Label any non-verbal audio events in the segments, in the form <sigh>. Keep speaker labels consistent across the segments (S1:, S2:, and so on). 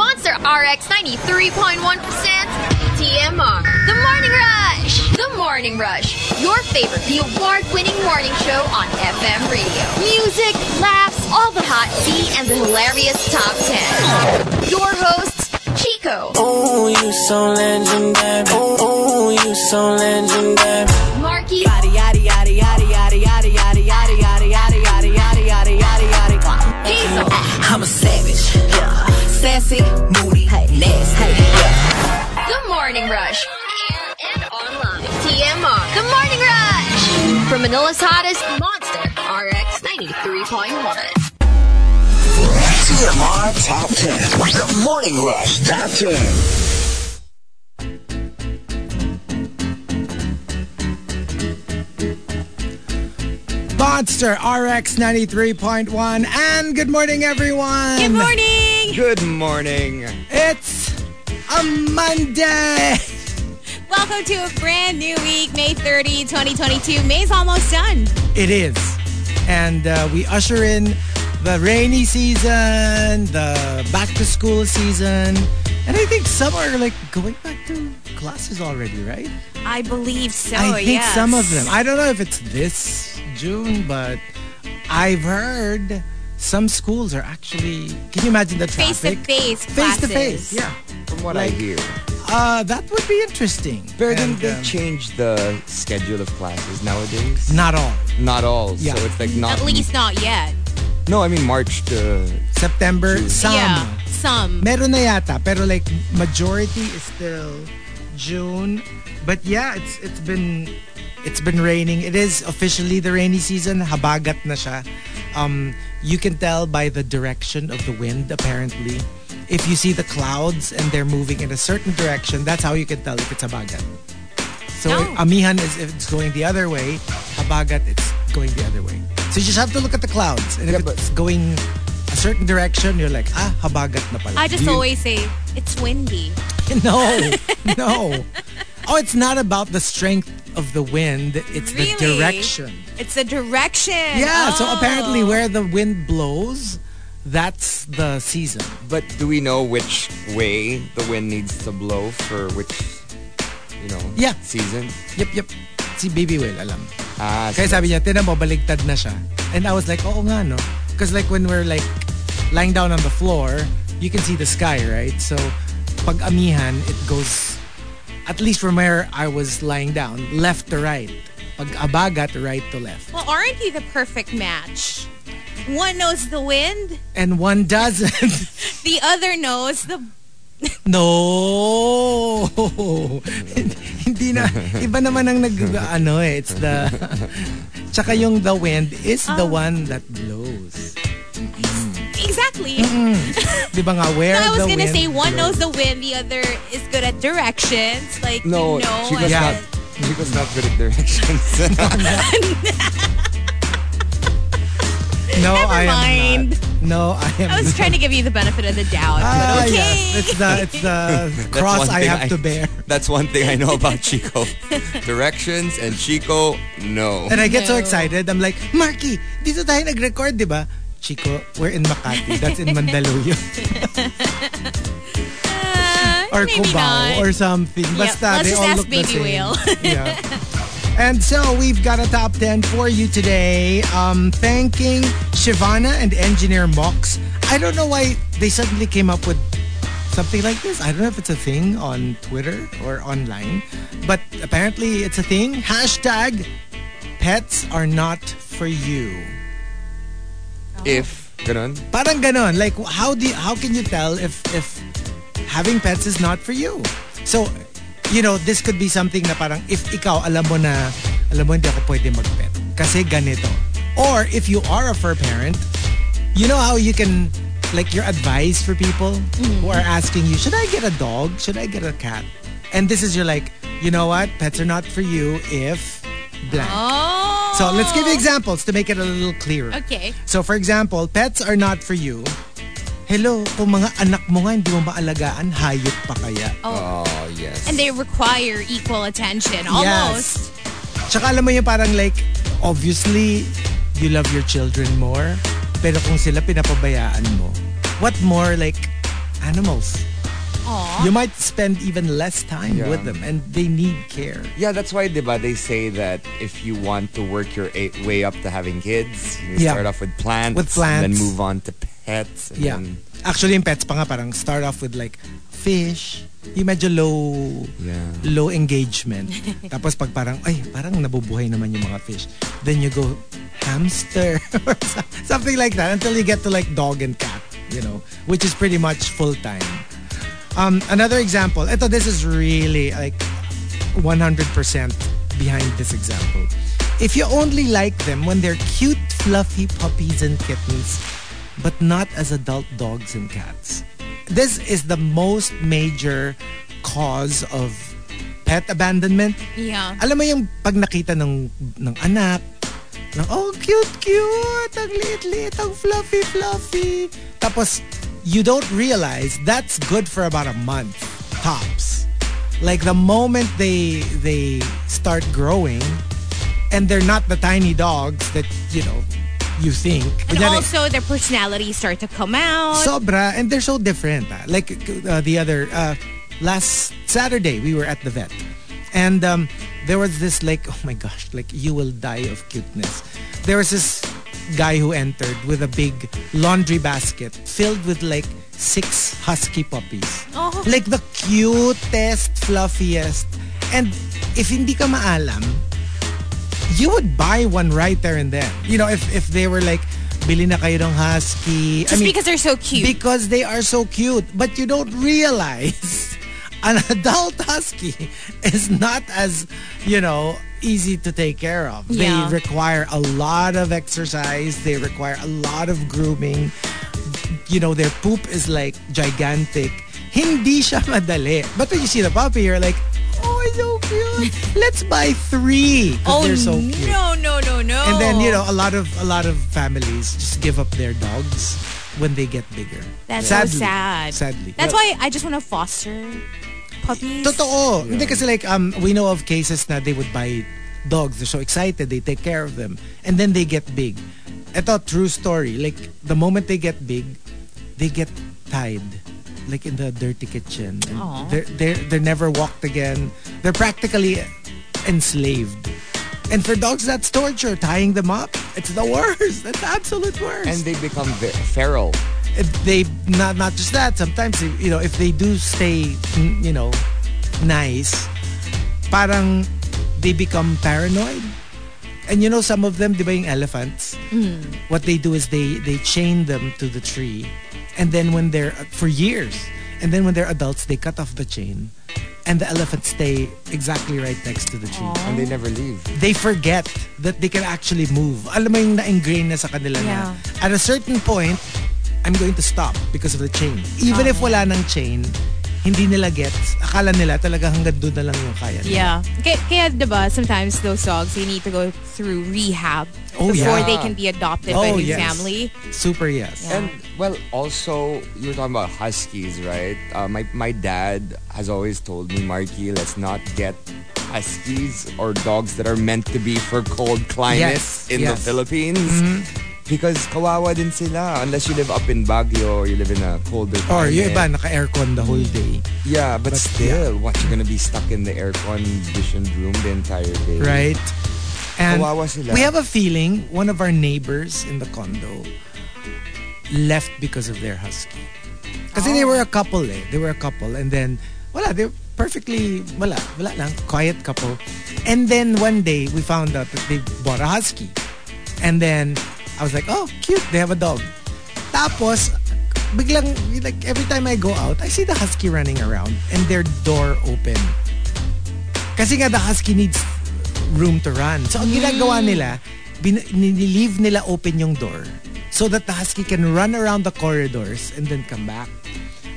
S1: RX 93.1% TMR. The Morning Rush. The Morning Rush. Your favorite, the award-winning morning show on FM radio. Music, laughs, all the hot tea, and the hilarious top 10. Your hosts, Chico,
S2: Ooh, you so legendary. Ooh, ooh, you so legendary.
S1: Marky, Hazel,
S3: I'm a savage. Yeah. Sassy, moody, hey. nasty. Yeah.
S1: The Morning Rush. And, and online. TMR. The Morning Rush. From Manila's hottest monster, RX 93.1.
S4: TMR Top 10. The Morning Rush Top 10.
S5: Monster RX 93.1. And good morning, everyone. Good morning.
S6: Good morning.
S5: It's a Monday.
S7: Welcome to a brand new week, May 30, 2022. May's almost done.
S5: It is. And uh, we usher in the rainy season, the back to school season. And I think some are like going back to classes already, right?
S7: I believe so,
S5: I think
S7: Oh, yes.
S5: some of them. I don't know if it's this June, but I've heard some schools are actually. Can you imagine the traffic?
S7: Face-to-face
S5: Face to face.
S7: classes.
S5: Yeah.
S6: From what I
S5: Like-
S6: hear,
S5: Uh, that would be interesting.
S6: but I think
S5: And,
S6: they
S5: um,
S6: changed the schedule of classes nowadays.
S5: not all.
S6: Not all.
S5: Yeah.
S6: So it's like not.
S7: At least not yet.
S6: No, I mean March to.
S5: September, some.
S7: Yeah, some.
S5: Meron na yata, pero like majority is still June. But yeah, it's it's been it's been raining. It is officially the rainy season. Habagat na siya. Um, you can tell by the direction of the wind apparently. If you see the clouds and they're moving in a certain direction, that's how you can tell if it's habagat. So
S7: No.
S5: amihan is if it's going the other way, habagat it's going the other way. So you just have to look at the clouds and if
S6: Yeah, but-
S5: it's going a certain direction, you're like, ah, habagat na pala.
S7: I just
S6: You-
S7: always say, it's windy.
S5: <laughs>
S7: <laughs>
S5: No, no. Oh, it's not about the strength of the wind, it's the
S7: Really?
S5: direction.
S7: It's the direction.
S5: Yeah, so
S7: Oh.
S5: apparently where the wind blows, that's the season.
S6: But do we know which way the wind needs to blow for which, you know,
S5: Yeah.
S6: season?
S5: Yep, yep. Si Baby Will, alam.
S6: Ah,
S5: Kaya sabi niya, tinan mo, baligtad na siya. And I was like, oo nga, no? Because like when we're like lying down on the floor, you can see the sky, right? So pag amihan, it goes, at least from where I was lying down, left to right. Pag abagat, right to left.
S7: Well, aren't you the perfect match? One knows the wind,
S5: and one doesn't. <laughs>
S7: the other knows the...
S5: no. <laughs> Hindi na iba naman ang nag ano eh, it's the <laughs> Tsaka yung the wind is the
S7: Ah.
S5: one that blows.
S7: Exactly.
S5: Mm-hmm. 'Di ba nga where
S7: I was
S5: the
S7: gonna
S5: wind
S7: say one knows
S5: blows.
S7: the wind, the other is good at directions. Like
S6: No,
S7: you know,
S6: she was
S7: and
S5: Yeah.
S7: then-
S6: She was not good at directions.
S5: <laughs> No,
S7: oh, Never
S5: I am
S7: mind.
S5: not. No, I am.
S7: I was <laughs> trying to give you the benefit of the doubt.
S5: Ah,
S7: but okay.
S5: yes. It's the it's
S7: <laughs>
S5: the
S6: That's
S5: cross
S6: one
S5: I
S6: thing
S5: have to bear.
S6: That's one thing I know about
S7: <laughs>
S6: Chico. directions and Chico, no.
S5: And I get so
S7: No.
S5: excited. I'm like, Marky, dito tayo nag-record, di ba? Chico, we're in Makati. That's
S7: <laughs>
S5: in Mandaluyong.
S7: Uh,
S5: or
S7: maybe
S5: Cubao
S7: not.
S5: or something.
S7: Yeah,
S5: Basta,
S7: let's
S5: they
S7: just
S5: all
S7: ask
S5: look the
S7: Baby
S5: same.
S7: Whale. <laughs>
S5: yeah. And so we've got a top 10 for you today. Um, thanking Shivana and Engineer Mox. I don't know why they suddenly came up with something like this. I don't know if it's a thing on Twitter or online, but apparently it's a thing. Hashtag pets are not for you.
S6: If, ganun.
S5: Parang ganon. Like, how do you, how can you tell if if having pets is not for you? So, you know, this could be something na parang if ikaw alam mo na alam mo hindi ako pwede magpet kasi ganito. Or if you are a fur parent, you know how you can like your advice for people who
S7: Mm-hmm.
S5: are asking you, should I get a dog? Should I get a cat? And this is your like, you know what? Pets are not for you if blank.
S7: Oh.
S5: So let's give you examples to make it a little clearer.
S7: Okay.
S5: So for example, pets are not for you. Hello, kung mga anak mo nga hindi mo maalagaan, hayop pa kaya?
S6: Oh, yes.
S7: And they require equal attention,
S5: Yes.
S7: almost.
S5: Tsaka alam mo yung parang like, obviously, you love your children more. Pero kung sila pinapabayaan mo, what more like animals?
S7: Aw.
S5: You might spend even less time
S6: Yeah.
S5: with them and they need care.
S6: Yeah, that's why, diba, they say that if you want to work your a- way up to having kids, you
S5: Yeah.
S6: start off with plants,
S5: With
S6: and
S5: plants.
S6: then move on to pets. And
S5: Yeah.
S6: Then,
S5: Actually, yung pets pa nga parang start off with like fish. Yung medyo low
S6: Yeah.
S5: low
S6: <laughs>
S5: engagement. Tapos pag parang, ay, parang nabubuhay naman yung mga fish. Then you go hamster <laughs> or so- something like that until you get to like dog and cat, you know, which is pretty much full time. Um, another example. Ito, this is really like 100% behind this example. If you only like them when they're cute, fluffy puppies and kittens, but not as adult dogs and cats. This is the most major cause of pet abandonment.
S7: Yeah.
S5: Alam mo yung pag nakita ng, ng anak, ng, oh, cute, cute, ang liit-liit, ang fluffy, fluffy. Tapos, you don't realize that's good for about a month, tops. Like the moment they they start growing, and they're not the tiny dogs that you know you think.
S7: And
S5: Kunyari,
S7: also, their personalities start to come out.
S5: Sobra, and they're so different. ah. Like uh, the other uh, last Saturday, we were at the vet, and um, there was this like, <laughs> oh my gosh, like you will die of cuteness. There was this guy who entered with a big laundry basket filled with like six husky puppies,
S7: Oh.
S5: like the cutest, fluffiest. And if hindi ka maalam, you would buy one right there and then. You know, if if they were like, bili na kayo ng husky.
S7: Just because they're so cute.
S5: Because they are so cute. But you don't realize <laughs> an adult husky is not as, you know, easy to take care of.
S7: Yeah.
S5: They require a lot of exercise. They require a lot of grooming. You know, their poop is like gigantic. Hindi siya <laughs> madali. But when you see the puppy, you're like, oh, it's so cute. Let's buy three. 'cause
S7: oh,
S5: they're so cute.
S7: no, no, no, no.
S5: And then you know, a lot of a lot of families just give up their dogs when they get bigger.
S7: That's so
S5: Sadly.
S7: sad.
S5: Sadly.
S7: That's
S5: Well,
S7: why I just want to foster puppies.
S5: Totoo. Hindi kasi like um we know of cases na they would buy dogs. They're so excited, they take care of them, and then they get big. Ito, true story. Like the moment they get big, they get tied. Like in the dirty kitchen. And
S7: Aw.
S5: They're they're they're never walked again. They're practically enslaved. And for dogs, that's torture. Tying them up, it's the worst. That's the absolute worst.
S6: and they become ve- feral.
S5: if they not not just that sometimes if- you know if they do stay mm, you know nice parang they become paranoid and you know some of them di ba yung elephants what they do is they they chain them to the tree and then when they're for years and then when they're adults they cut off the chain and the elephants stay exactly right next to the tree
S6: And they never leave.
S5: they forget that they can actually move. Alam mo yung na-ingrain na sa kanila
S7: Yeah.
S5: na at a certain point, I'm going to stop because of the chain. Even
S7: Ah.
S5: if wala ng chain, hindi nila gets. Akala nila talaga hanggang doon na lang yung kaya nila.
S7: Yeah. Kaya, kaya diba, sometimes those dogs, they need to go through rehab
S5: Oh,
S7: before
S5: yeah.
S7: they can be adopted by
S5: Oh,
S7: the
S5: yes.
S7: family.
S5: Super yes.
S7: Yeah.
S6: And well, also you were talking about huskies, right? Uh, my my dad has always told me, Marky, let's not get huskies or dogs that are meant to be for cold climates
S5: Yes,
S6: in the
S5: yes. Mm-hmm.
S6: Philippines. Because kawawa din sila unless you live up in Baguio or you live in a colder
S5: Or yung iba,
S6: climate.
S5: naka-aircon the whole day.
S6: Yeah, but,
S5: But,
S6: still, what you're gonna be stuck in the aircon conditioned room the entire day.
S5: Right? And
S6: Kawawa sila.
S5: we have a feeling one of our neighbors in the condo left because of their husky. Kasi
S6: Oh.
S5: they were a couple eh. They were a couple and then wala, they were perfectly wala, wala lang, quiet couple. And then one day we found out that they bought a husky. And then I was like, "Oh, cute. They have a dog." Tapos biglang like every time I go out, I see the husky running around and their door open. Kasi nga the husky needs room to run. So ang ginagawa
S7: Mm.
S5: nila, bin- nilileave nila open yung door so that the husky can run around the corridors and then come back.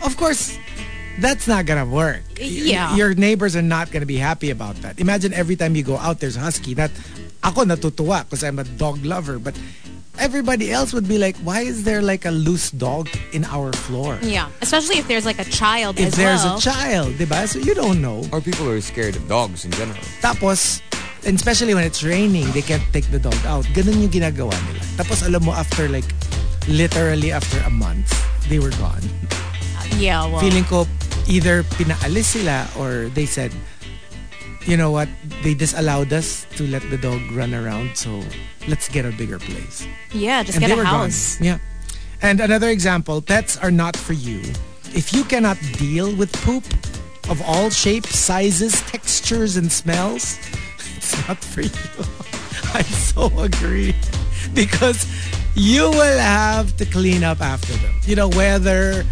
S5: Of course, that's not gonna work. Y-
S7: Yeah.
S5: Your neighbors are not gonna be happy about that. Imagine every time you go out, there's a husky. That, ako natutuwa because I'm a dog lover, but everybody else would be like, why is there like a loose dog in our floor?
S7: Yeah. Especially if there's like a child
S5: If
S7: as
S5: there's
S7: well.
S5: a child, diba? So you don't know.
S6: Or people who are scared of dogs in general.
S5: Tapos, and especially when it's raining, they can't take the dog out. Ganun yung ginagawa nila. Tapos alam mo, after like, literally after a month, they were gone.
S7: yeah, well.
S5: Feeling ko, either pinaalis sila or they said, you know what, they disallowed us to let the dog run around, so let's get a bigger place.
S7: Yeah, just
S5: And
S7: get
S5: they
S7: a
S5: were
S7: house.
S5: Gone. Yeah. And another example, pets are not for you. If you cannot deal with poop of all shapes, sizes, textures, and smells, <laughs> it's not for you. <laughs> I so agree. Because you will have to clean up after them. You know, whether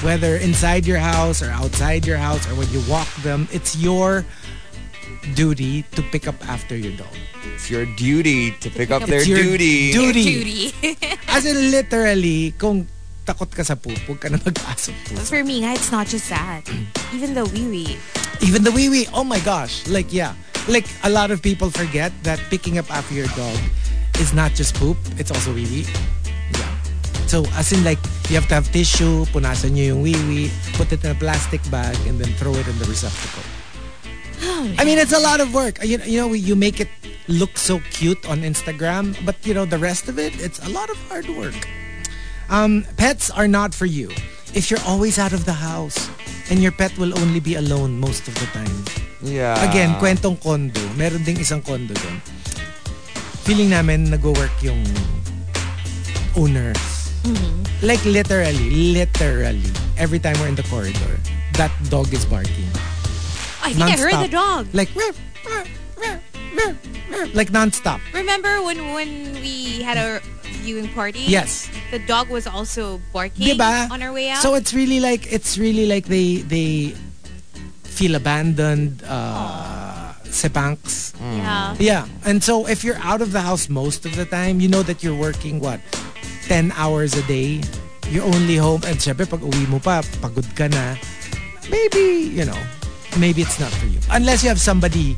S5: whether inside your house or outside your house or when you walk them, it's your duty to pick up after your dog.
S6: It's your duty to pick up their
S5: It's your
S7: <laughs>
S6: duty.
S7: Duty.
S5: As in literally, kung takot ka sa poop, huwag ka na magpasok po.
S7: For me, nga, it's not just that. <clears throat> Even the wee wee.
S5: Even the wee-wee, oh my gosh. Like, yeah. Like, a lot of people forget that picking up after your dog is not just poop, it's also wee-wee. Yeah. So, as in like, you have to have tissue, punasan nyo yung wee-wee, put it in a plastic bag, and then throw it in the receptacle. I mean, it's a lot of work. You, you know, you make it look so cute on Instagram, but you know, the rest of it, it's a lot of hard work. Um, pets are not for you if you're always out of the house and your pet will only be alone most of the time.
S6: Yeah.
S5: Again, kwentong condo. Meron ding isang condo doon. Feeling namin nag-work yung owner.
S7: Mm-hmm.
S5: Like literally, literally, every time we're in the corridor, that dog is barking.
S7: I think I heard the dog.
S5: Like, "Meow, meow, meow, meow, meow," like nonstop.
S7: Remember when when we had our viewing party?
S5: Yes.
S7: The dog was also barking
S5: Diba?
S7: on our way out.
S5: So it's really like it's really like they they feel abandoned uh sepanks.
S7: yeah.
S5: Yeah. And so if you're out of the house most of the time, you know that you're working what? 10 hours a day. You're only home and syempre pag uwi mo pa, pagod ka na. Maybe, you know, maybe it's not for you. Unless you have somebody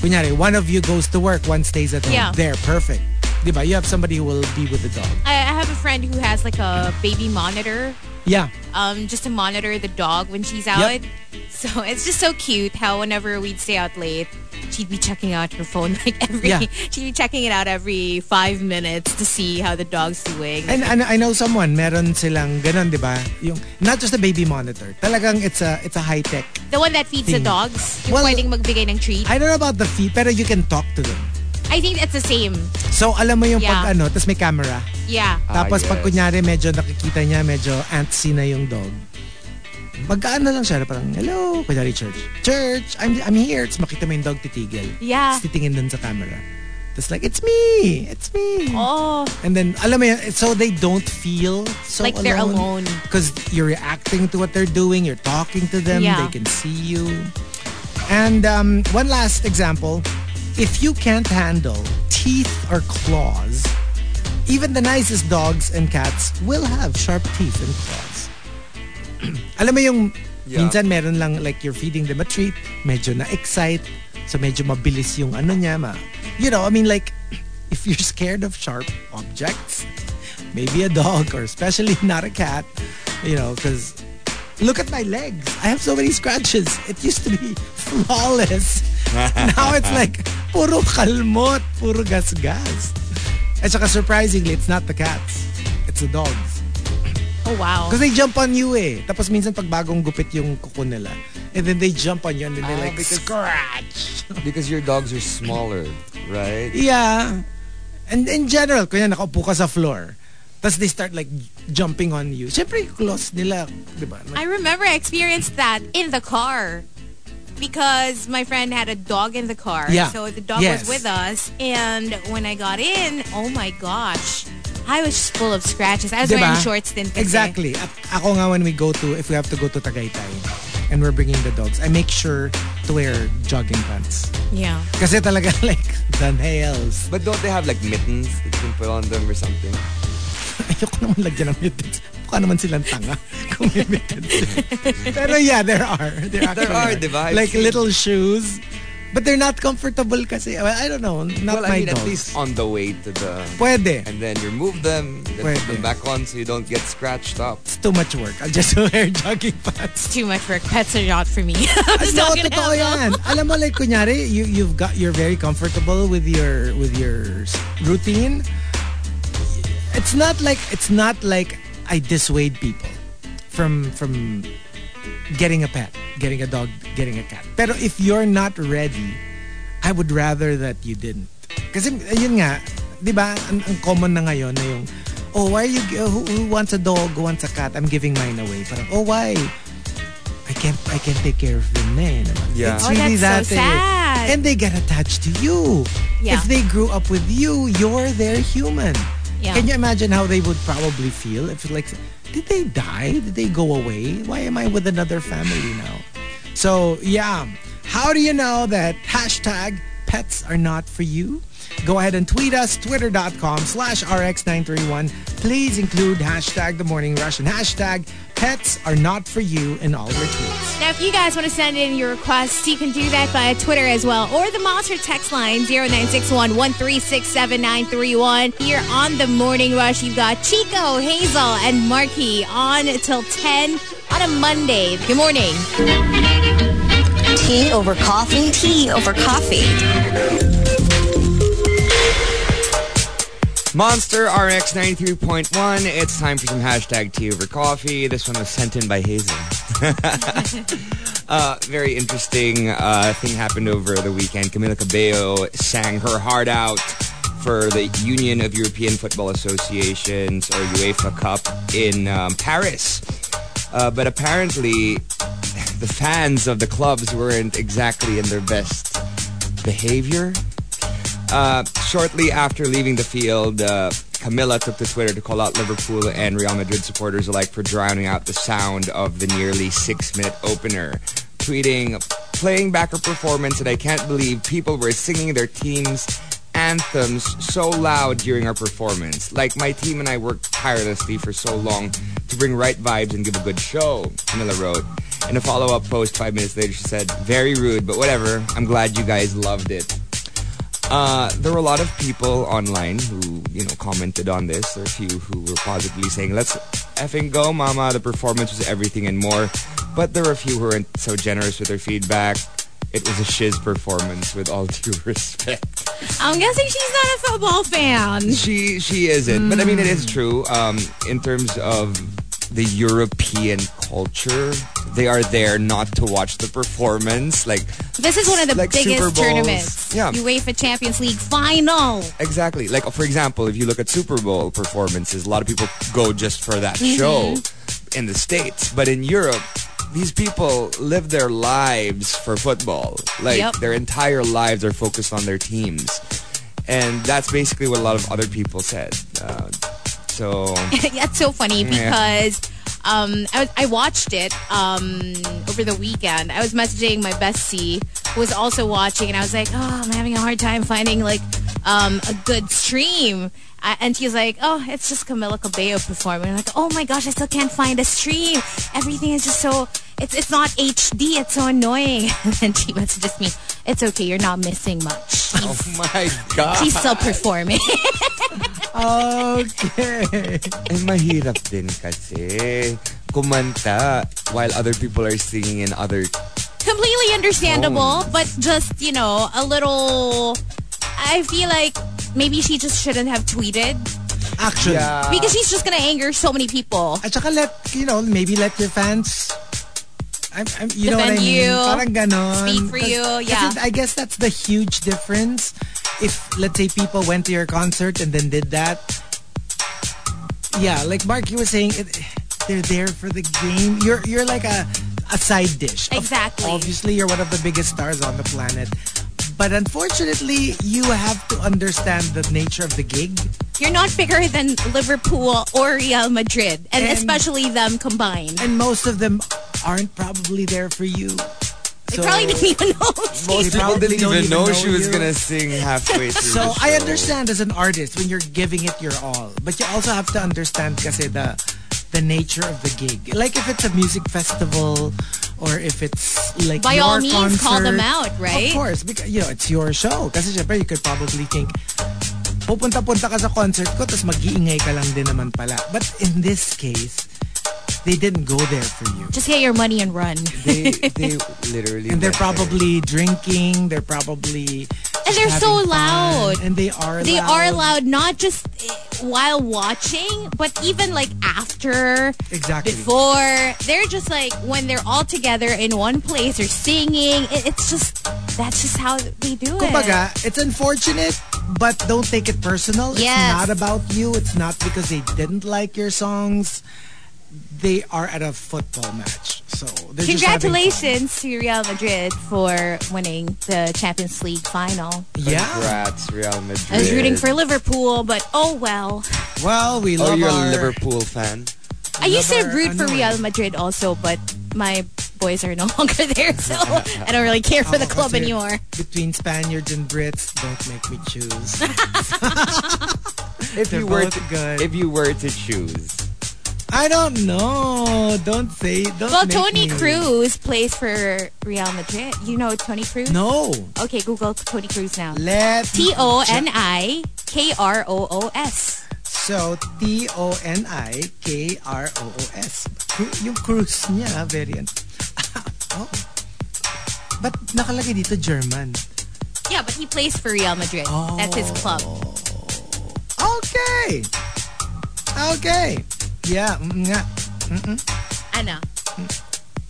S5: kunyari, one of you goes to work, one stays at home.
S7: Yeah.
S5: There, perfect. Diba? You have somebody who will be with the dog.
S7: I, I have a friend who has like a baby monitor,
S5: Yeah.
S7: um, just to monitor the dog when she's out.
S5: Yep.
S7: So <laughs> it's just so cute how whenever we'd stay out late, she'd be checking out her phone <laughs> like every.
S5: Yeah.
S7: She'd be checking it out every five minutes to see how the dog's doing.
S5: And, and I know someone, meron silang ganun, di ba? Yung, not just a baby monitor. Talagang it's a, it's a high-tech.
S7: the one that feeds the
S5: Thing.
S7: dogs,
S5: Mm.
S7: yung
S5: Well,
S7: pwedeng magbigay ng treat. I,
S5: I don't know about the fee, pero you can talk to them.
S7: think it's the same.
S5: So, alam mo yung
S7: Yeah.
S5: pag ano, tapos may camera.
S7: Yeah.
S6: Ah,
S5: Tapos pag
S6: yes.
S5: kunyari medyo nakikita niya, medyo antsy na yung dog. Magkaan na lang siya, parang, hello, kunyari church. Church, I'm, I'm here. Tapos makita mo yung dog titigil.
S7: Yeah.
S5: Tapos titingin dun sa camera. Tapos like, it's me! It's me!
S7: Oh.
S5: And then, alam mo yun, so they don't feel so
S7: Like they're alone.
S5: Because you're reacting to what they're doing, you're talking to them,
S7: Yeah.
S5: they can see you. And um, one last example. If you can't handle teeth or claws, even the nicest dogs and cats will have sharp teeth and claws. <clears throat> Alam mo yung
S6: Yeah.
S5: minsan meron lang like you're feeding them a treat, medyo na-excite, so medyo mabilis yung ano niya ma. You know, I mean like <clears throat> if you're scared of sharp objects, maybe a dog or especially <laughs> not a cat, you know, because look at my legs. I have so many scratches. It used to be <laughs>
S6: <laughs>
S5: flawless. now it's like puro kalmot, puro gasgas. At saka surprisingly, it's not the cats. It's the dogs.
S7: Oh wow.
S5: Because they jump on you eh. Tapos minsan pag bagong gupit yung kuko nila, and then they jump on you and then they
S6: Ah,
S5: like
S6: because-
S5: scratch.
S6: Because your dogs are smaller, right?
S5: yeah. And in general, kunya nakaupo ka sa floor. Tapos they start like jumping on you. Siyempre yung claws nila, di ba?
S7: I remember I experienced that in the car because my friend had a dog in the car.
S5: Yeah.
S7: So the dog
S5: Yes.
S7: was with us. And when I got in, oh my gosh. I was just full of scratches. I was
S5: Diba?
S7: wearing shorts then. kasi.
S5: Exactly. At ako nga when we go to, if we have to go to Tagaytay and we're bringing the dogs, I make sure to wear jogging pants.
S7: Yeah.
S5: Kasi talaga <laughs> like the nails.
S6: But don't they have like mittens that you can put on them or something?
S5: Ayoko naman lagyan ng mittens. Mukha naman silang tanga <laughs> kung may mittens. Pero yeah, there are. There, actually
S6: are, di ba? I've
S5: Like
S6: seen.
S5: little shoes. But they're not comfortable kasi. Well, I don't know. Not my
S6: well, I mean,
S5: dogs.
S6: at least on the way to the.
S5: Pwede.
S6: And then remove them, then
S5: Pwede.
S6: put them back on so you don't get scratched up.
S5: It's too much work. I'll just <laughs> wear jogging pants.
S7: Too much work. Pets are not for me. <laughs> I'm just
S5: no,
S7: not gonna
S5: totoo
S7: have them.
S5: yan. Alam mo, like, kunyari, you, you've got, you're very comfortable with your, with your s- routine. It's not like, it's not like I dissuade people from, from getting a pet, getting a dog, getting a cat. Pero if you're not ready, I would rather that you didn't. Kasi yun nga, 'di ba? Ang, ang common na ngayon na yung oh, why are you gi- who, who wants a dog, who wants a cat? I'm giving mine away. Parang oh, why? I can't I can't take care of them na eh, naman.
S6: Yeah.
S5: It's
S7: Oh,
S5: really
S7: that's so
S5: that eh.
S7: sad.
S5: And they get attached to you.
S7: Yeah.
S5: If they grew up with you, you're their human.
S7: Yeah.
S5: Can you imagine how they would probably feel if like did they die? Did they go away? Why am I with another family now? So yeah. How do you know that hashtag pets are not for you? Go ahead and tweet us, twitter.com slash rx931. Please include hashtag the morning rush and hashtag pets are not for you in all your tweets.
S7: Now, if you guys want to send in your requests, you can do that via Twitter as well or the Monster text line 0961 1367931. Here on The Morning Rush, you've got Chico, Hazel, and Marky on till 10 on a Monday. Good morning.
S3: Tea over coffee. Tea over coffee.
S6: Monster RX 93.1. It's time for some hashtag tea over coffee. This one was sent in by Hazel. uh, very interesting uh, thing happened over the weekend. Camila Cabello sang her heart out for the Union of European Football Associations or UEFA Cup in um, Paris. Uh, but apparently, <laughs> the fans of the clubs weren't exactly in their best behavior. Uh, shortly after leaving the field, uh, Camilla took to Twitter to call out Liverpool and Real Madrid supporters alike for drowning out the sound of the nearly six minute opener, tweeting, playing back her performance, and I can't believe people were singing their team's anthems so loud during our performance. Like, my team and I worked tirelessly for so long to bring right vibes and give a good show, Camilla wrote. In a follow up post five minutes later, she said, Very rude, but whatever. I'm glad you guys loved it. Uh, there were a lot of people online who, you know, commented on this. There are a few who were positively saying, let's effing go, mama. The performance was everything and more. But there were a few who weren't so generous with their feedback. It was a shiz performance with all <laughs> due respect.
S7: I'm guessing she's not a football fan.
S6: She she isn't. But I mean, it is true. Um, in terms of the European culture, they are there not to watch the performance. Like,
S7: This is one of the
S6: Like Super
S7: biggest
S6: Bowls.
S7: tournaments.
S6: Yeah.
S7: UEFA Champions League final.
S6: Exactly. Like for example, if you look at Super Bowl performances, a lot of people go just for that show in the States. But in Europe, these people live their lives for football. Like
S7: Yep.
S6: their entire lives are focused on their teams. And that's basically what a lot of other people said. Uh, so <laughs>
S7: <laughs> That's so funny because um, I, was, I watched it um, over the weekend. I was messaging my bestie who was also watching, and I was like, "Oh, I'm having a hard time finding like um, a good stream." I, and she's like, "Oh, it's just Camila Cabello performing." I'm like, "Oh my gosh, I still can't find a stream. Everything is just so it's it's not HD. It's so annoying." <laughs> And then she messages me, "It's okay. You're not missing much.
S6: oh my
S7: <laughs>
S6: god.
S7: She's still performing."
S5: Okay.
S6: Eh, mahirap din kasi kumanta while other people are singing in other
S7: completely understandable, but just, you know, a little. I feel like maybe she just shouldn't have tweeted
S5: Action.
S7: because she's just going to anger so many people.
S5: At saka let, you know, maybe let your fans I'm, I'm, you know what I
S7: Defend
S5: mean?
S7: you.
S5: Parang ganon.
S7: Speak for you, yeah.
S5: Kasi I guess that's the huge difference. If, let's say, people went to your concert and then did that. Yeah, like Mark, you were saying, it, they're there for the game. You're you're like a, a side dish. Of-
S7: Exactly.
S5: obviously, you're one of the biggest stars on the planet. But unfortunately, you have to understand the nature of the gig.
S7: You're not bigger than Liverpool or Real Madrid, and,
S5: And-
S7: especially them combined.
S5: And most of them aren't probably there for you.
S7: they probably didn't even know. <laughs>
S5: Most
S6: People
S5: probably
S6: didn't
S5: don't
S6: even know, she was
S5: you.
S6: gonna sing halfway through.
S5: So
S6: the
S5: I
S6: show.
S5: understand as an artist when you're giving it your all, but you also have to understand kasi the the nature of the gig. Like if it's a music festival or if it's like
S7: By
S5: your
S7: all means, call
S5: concert.
S7: them out, right?
S5: Of course, because you know it's your show. Kasi syempre you could probably think pupunta-punta ka sa concert ko tapos mag-iingay ka lang din naman pala. But in this case, they didn't go there for you.
S7: Just get your money and run. <laughs>
S6: they they literally
S5: And they're
S6: went there.
S5: probably drinking, they're probably
S7: And they're
S5: having
S7: so
S5: fun.
S7: loud.
S5: And they are
S7: They
S5: loud.
S7: are loud, not just eh, while watching, but even like after,
S5: Exactly.
S7: before. They're just like when they're all together in one place or singing. It, it's just that's just how they do it.
S5: Kumbaga, it's unfortunate, but don't take it personal.
S7: Yes.
S5: It's not about you. It's not because they didn't like your songs. They are at a football match. So they're just having fun.
S7: Congratulations to Real Madrid for winning the Champions League final.
S5: Yeah.
S6: Congrats, Real Madrid.
S7: I was rooting for Liverpool, but oh well.
S5: Well, we
S6: Oh,
S5: love
S6: you're
S5: our
S6: a Liverpool fan.
S7: I used to
S5: Lover,
S7: root for
S5: ano eh.
S7: Real Madrid also, but my boys are no <laughs> longer there, so I don't really care
S5: <laughs>
S7: for the
S5: Ako
S7: club
S5: kasi
S7: anymore.
S5: Between Spaniards and Brits, don't make me choose.
S7: <laughs>
S6: If
S5: They're
S6: you were
S5: both
S6: to,
S5: good.
S6: if you were to choose,
S5: I don't know. Don't say. Don't
S7: Well,
S5: make
S7: Tony
S5: me-
S7: Cruz plays for Real Madrid. You know Tony Cruz?
S5: No.
S7: Okay, Google Tony Cruz now.
S5: Let
S7: T O N I K R O O S.
S5: So, T-O-N-I-K-R-O-O-S. Cru- Yung cruise niya, variant. <laughs> oh. Ba't nakalagay dito German?
S7: Yeah, but he plays for Real Madrid. That's his club.
S5: Okay. Okay. Yeah, mm, nga.
S7: Ano?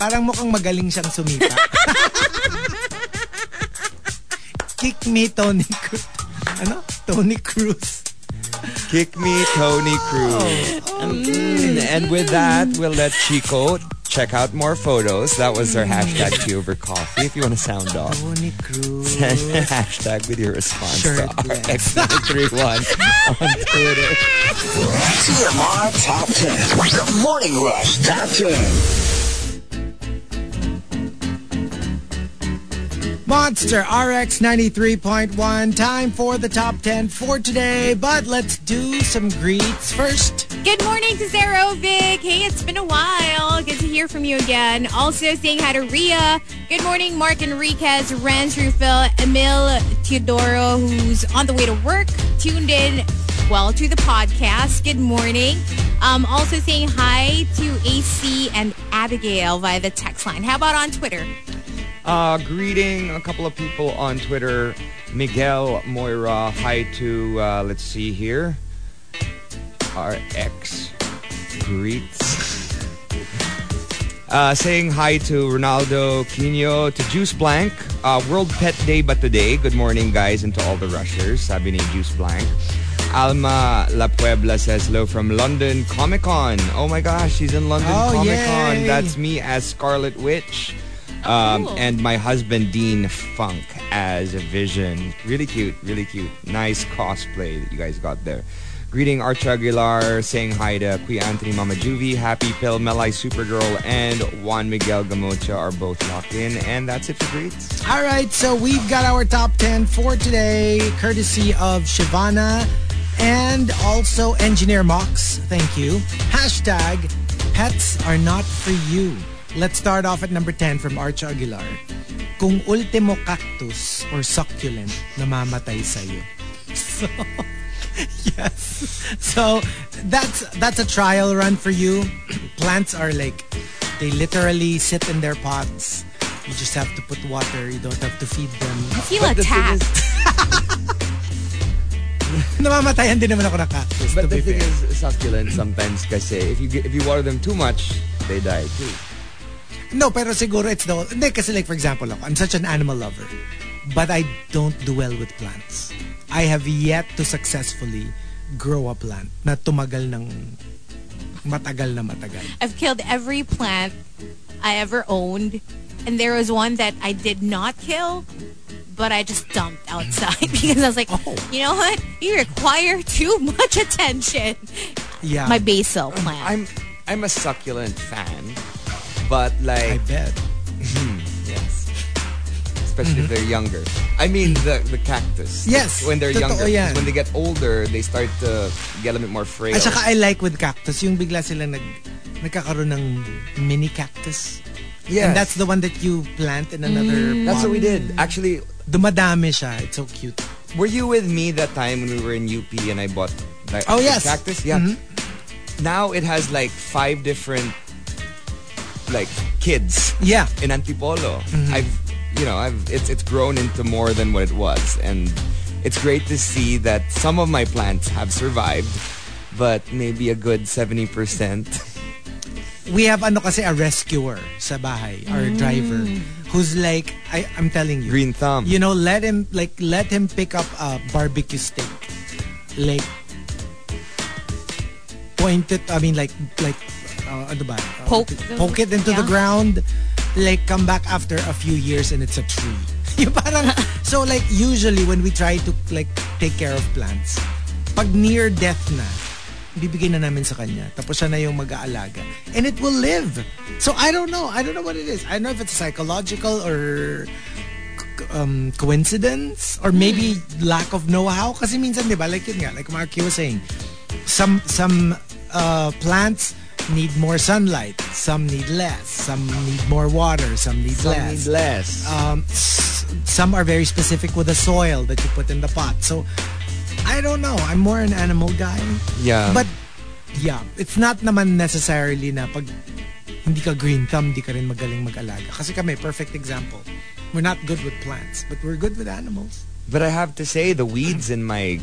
S5: Parang mukhang magaling siyang sumipa. <laughs> Kick me, Tony Cruz. <laughs> Ano? Tony Cruz.
S6: kick me, Tony Cruz.
S7: Oh.
S6: Mm, And with that, we'll let Chico check out more photos. That was
S5: Mm.
S6: our hashtag tea over coffee. If you want to sound off. <laughs>
S5: Tony Cruz.
S6: Send hashtag with your response to <laughs>
S5: Shirtless.
S6: RX931 on Twitter.
S4: TMR Top 10. The Morning Rush Top 10.
S5: Monster RX 93.1. Time for the top 10 for today, but let's do some greets first.
S7: Good morning to Sarah Vic. Hey, it's been a while. Good to hear from you again. Also saying hi to Rhea. Good morning, Mark Enriquez, Renz Rufil, Emil Teodoro, who's on the way to work, tuned in well to the podcast. Good morning. Um, also saying hi to AC and Abigail via the text line. How about on Twitter?
S6: Uh, greeting a couple of people on Twitter. Miguel Moira. Hi to, uh, let's see here. RX greets. Uh, saying hi to Ronaldo Quino, to Juice Blank. Uh, World Pet Day but today. Good morning, guys, and to all the rushers. Sabi ni Juice Blank. Alma La Puebla says hello from London Comic Con. Oh my gosh, she's in London
S5: Oh,
S6: Comic Con.
S5: yay.
S6: That's me as Scarlet Witch. Um,
S7: cool.
S6: And my husband Dean Funk as Vision. Really cute, really cute. Nice cosplay that you guys got there. Greeting Arch Aguilar, saying hi to Qui Anthony Mama Juvie, Happy Pill, Melai Supergirl, and Juan Miguel Gamocha are both locked in. And that's it for greets.
S5: All right, so we've got our top 10 for today, courtesy of Shivana and also Engineer Mox. Thank you. Hashtag pets are not for you. Let's start off at number 10 from Arch Aguilar. Kung ultimo cactus or succulent namamatay sa'yo. <laughs> yes. So that's that's a trial run for you. Plants are like they literally sit in their pots. You just have to put water. You don't have to feed them. <laughs>
S7: I feel attacked.
S5: Namamatayan din naman ako ng cactus. to
S6: But
S5: be
S6: the thing
S5: fair.
S6: is, succulent sometimes kasi if you, if you water them too much, they die too.
S5: No, pero siguro it's the... Hindi, kasi like for example ako, I'm such an animal lover. But I don't do well with plants. I have yet to successfully grow a plant na tumagal ng matagal na matagal.
S7: I've killed every plant I ever owned, and there was one that I did not kill, but I just dumped outside <laughs> because I was like,
S5: Oh.
S7: you know what? You require too much attention.
S6: Uh,
S5: Yeah,
S7: My basil plant.
S6: I'm, I'm a succulent fan, but
S5: I
S6: like...
S5: bet.
S6: Yes. Especially if they're younger. I mean the the cactus.
S5: Mm-hmm. Yes,
S6: When they're
S5: totoo
S6: younger. 'Cause
S5: yan.
S6: When they get older, they start to get a bit more frail.
S5: At saka I like with cactus, yung bigla sila nag, nagkakaroon ng mini cactus.
S6: Yes.
S5: And that's the one that you plant in another
S6: That's
S5: pot.
S6: what we did. Actually,
S5: Dumadami siya. It's so cute.
S6: were you with me that time when we were in UP and I bought like
S5: Oh,
S6: the
S5: yes. Mm-hmm.
S6: cactus? Yeah. Now it has like five different like kids
S5: Yeah.
S6: in Antipolo. I've you know, I've, it's it's grown into more than what it was, and it's great to see that some of my plants have survived, but maybe a good seventy percent.
S5: we have ano kasi a rescuer sa bahay, our driver, who's like, I, I'm telling you.
S6: Green thumb.
S5: You know, let him, like, let him pick up a barbecue steak. Like, point it, I mean, like, like, uh, ano ba? Uh,
S7: Poke
S5: to-
S7: the-
S5: poke it into the
S7: yeah.
S5: ground. Like, come back after a few years and it's a tree. <laughs> Yung parang, so like, usually when we try to, like, take care of plants, pag near death na, bibigay na namin sa kanya. Tapos siya na yung mag-aalaga. And it will live. So I don't know. I don't know what it is. I don't know if it's psychological or c- um, coincidence or maybe lack of know-how. Kasi minsan, di ba, like yun nga, like Mark, you was saying, some, some uh, plants need more sunlight, some need less, some need more water, some need less.
S6: less.
S5: Um, s- some are very specific with the soil that you put in the pot. So, I don't know. I'm more an animal guy.
S6: yeah,
S5: But, yeah, it's not naman necessarily na pag hindi ka green thumb, di ka rin magaling mag-alaga. Kasi kami, perfect example. We're not good with plants, but we're good with animals.
S6: but I have to say the weeds in my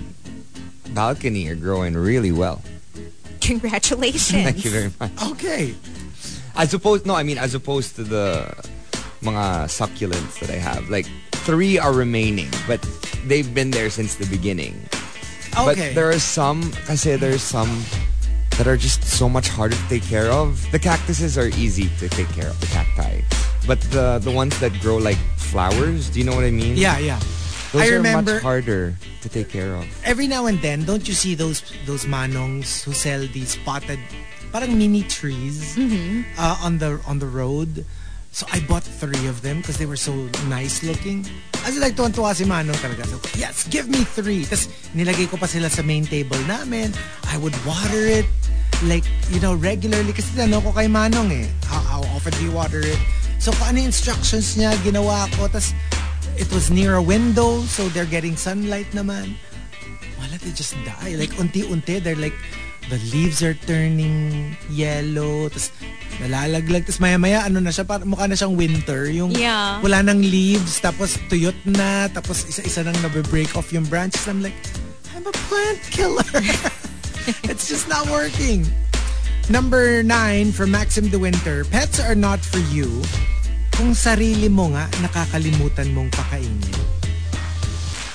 S6: balcony are growing really well.
S7: Congratulations.
S6: <laughs> Thank you very much.
S5: Okay.
S6: As opposed, no, I mean as opposed to the mga succulents that I have, like three are remaining, but they've been there since the beginning.
S5: Okay.
S6: But there are some, I say there's some that are just so much harder to take care of. The cactuses are easy to take care of, the cacti. But the the ones that grow like flowers, do you know what I mean?
S5: yeah, yeah.
S6: Those
S5: I
S6: are
S5: remember
S6: much harder to take care of.
S5: every now and then, don't you see those those manongs who sell these potted parang mini trees uh, on the on the road? So I bought three of them because they were so nice looking. As in, like, tuwan-tuwa si Manong talaga. So, yes, give me three. Tapos, nilagay ko pa sila sa main table namin. I would water it, like, you know, regularly. Kasi tanong ko kay Manong eh, how, how often do you water it? So, kung ano yung instructions niya, ginawa ko. Tapos, it was near a window, so they're getting sunlight naman wala, they just die. Like, unti-unti, they're like, the leaves are turning yellow, tas nalalaglag, tas maya-maya, ano na siya, para, mukha na siyang winter, yung
S7: Yeah.
S5: wala nang leaves, tapos tuyot na, tapos isa-isa nang nabe-break off yung branches. I'm like, I'm a plant killer. <laughs> It's just not working. Number nine from Maxim De Winter, pets are not for you kung sarili mo nga nakakalimutan mong pakainin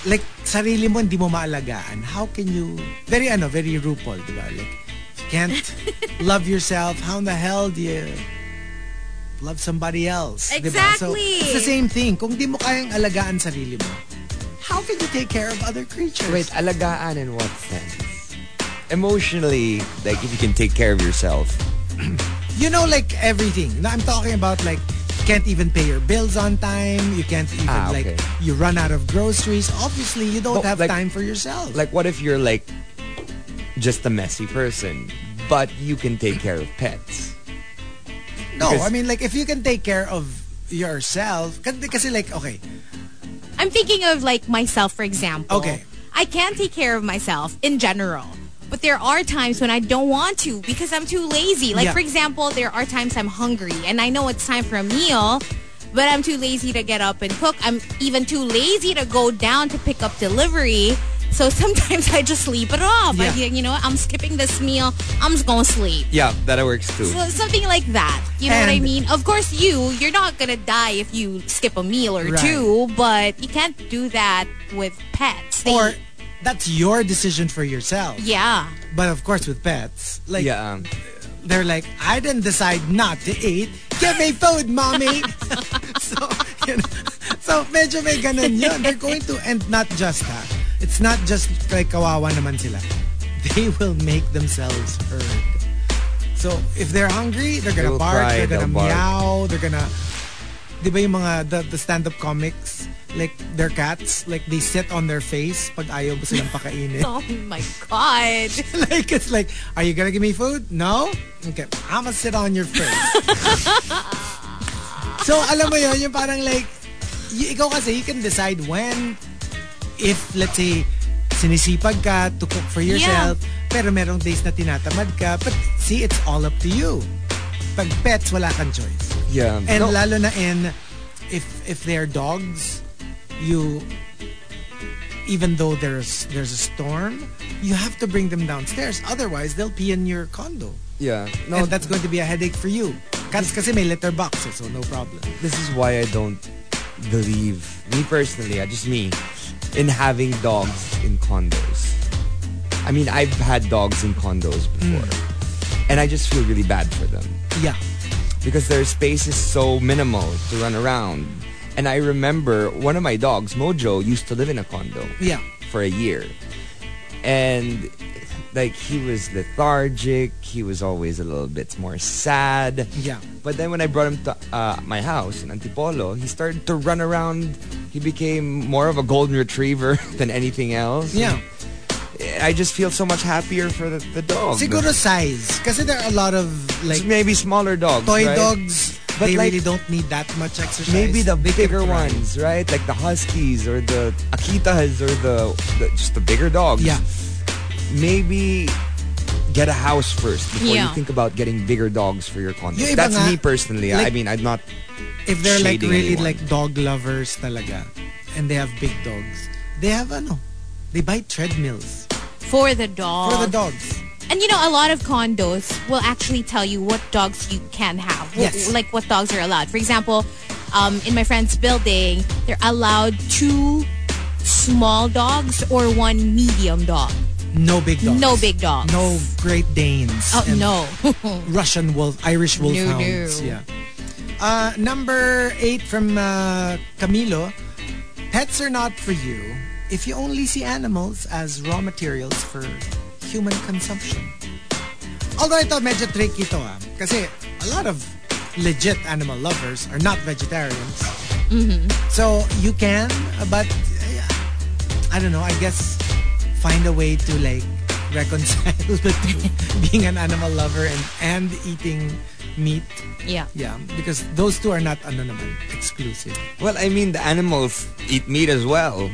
S5: like sarili mo hindi mo maalagaan how can you very ano very RuPaul di ba like if you
S6: <laughs>
S5: can't love yourself how in the hell do you love somebody else di ba? so
S7: Exactly.
S5: it's the same thing kung di mo kayang alagaan sarili mo how can you take care of other creatures
S6: Wait, alagaan in what sense? Emotionally, like if you can take care of yourself.
S5: you know like everything Now, I'm talking about like you can't even pay your bills on time you can't even
S6: Ah, okay.
S5: like you run out of groceries obviously you don't
S6: No,
S5: have
S6: like-
S5: time for yourself
S6: Like what if you're like just a messy person, but you can take care of pets?
S5: no
S6: because-
S5: I mean like if you can take care of yourself kasi, kasi like okay
S7: I'm thinking of like myself, for example.
S5: Okay.
S7: I can take care of myself in general. But there are times when I don't want to because I'm too lazy. Like,
S5: Yeah.
S7: for example, there are times I'm hungry and I know it's time for a meal, but I'm too lazy to get up and cook. I'm even too lazy to go down to pick up delivery. So sometimes <laughs> I just sleep it off.
S5: Yeah.
S7: I, you know, I'm skipping this meal. I'm just going to sleep.
S6: Yeah, that works too.
S7: So something like that. You know what I
S5: And-
S7: mean? Of course, you you're not gonna die if you skip a meal or
S5: Right.
S7: two, but you can't do that with pets. They-
S5: or that's your decision for yourself.
S7: yeah,
S5: But of course, with pets, like
S6: yeah. um,
S5: they're like, I didn't decide not to eat. Give me food, mommy. so, you know, so medyo may ganun yun. They're going to, and not just ha. It's not just like kawawa naman sila. They will make themselves heard. So if they're hungry, they're gonna
S6: They'll
S5: bark,
S6: cry,
S5: they're gonna
S6: they'll bark.
S5: meow, they're gonna. Di ba yung mga the, the stand-up comics, like their cats, like they sit on their face pag ayaw mo silang pakainin.
S7: Oh my god.
S5: <laughs> like it's like, are you gonna give me food? No? Okay. I'ma sit on your face. so alam mo yun, yung parang like, y- ikaw kasi, you can decide when, if let's say, sinisipag ka to cook for yourself, pero merong days na tinatamad ka, but see, it's all up to you. Pag pets, wala kang choice.
S6: yeah.
S5: And
S6: No,
S5: lalo na in if if they're dogs, you even though there's there's a storm, you have to bring them downstairs. Otherwise, they'll pee in your condo.
S6: Yeah.
S5: and
S6: No,
S5: that's going to be a headache for you. Cats kasi may litter box, eh, so no problem.
S6: this is why I don't believe me personally, uh, just me, in having dogs in condos. I mean, I've had dogs in condos
S5: Hmm.
S6: before, and I just feel really bad for them
S5: Yeah.
S6: because their space is so minimal to run around. And I remember one of my dogs, Mojo, used to live in a condo
S5: Yeah.
S6: for a year. And like he was lethargic, he was always a little bit more sad.
S5: Yeah.
S6: But then when I brought him to uh, my house in Antipolo, he started to run around. He became more of a golden retriever <laughs> than anything else.
S5: Yeah.
S6: I just feel so much happier for the, the dog.
S5: Siguro size. Kasi there are a lot of like
S6: So maybe smaller dogs.
S5: toy
S6: right?
S5: dogs.
S6: But
S5: they
S6: like-
S5: really don't need that much exercise.
S6: Maybe the
S5: They can
S6: bigger
S5: thrive.
S6: ones, right? Like the Huskies or the Akitas or the, the just the bigger dogs.
S5: Yeah.
S6: Maybe get a house first before
S7: Yeah.
S6: you think about getting bigger dogs for your condo.
S5: Yung iba
S6: That's
S5: nga,
S6: me personally. I
S5: like-
S6: mean, I'm not.
S5: If they're like
S6: Shading
S5: really
S6: anyone.
S5: like dog lovers talaga and they have big dogs, they have ano, they buy treadmills
S7: for the dog.
S5: for the dogs.
S7: And you know, a lot of condos will actually tell you what dogs you can have. wh-
S5: Yes.
S7: Like what dogs are allowed. For example, um, in my friend's building, they're allowed two small dogs or one medium dog.
S5: No big dogs.
S7: No big dogs.
S5: No Great Danes.
S7: Oh,
S5: and
S7: no. <laughs>
S5: Russian wolf, Irish wolfhounds.
S7: no.
S5: Yeah. Uh, number eight from uh, Camilo. Pets are not for you if you only see animals as raw materials for human consumption. Although ito medyo tricky to ah. Kasi a lot of legit animal lovers are not vegetarians. So you can, but uh, I don't know, I guess find a way to like reconcile <laughs> with being an animal lover and, and eating meat.
S7: Yeah.
S5: Yeah, because those two are not ano naman, exclusive.
S6: Well, I mean, the animals eat meat as well.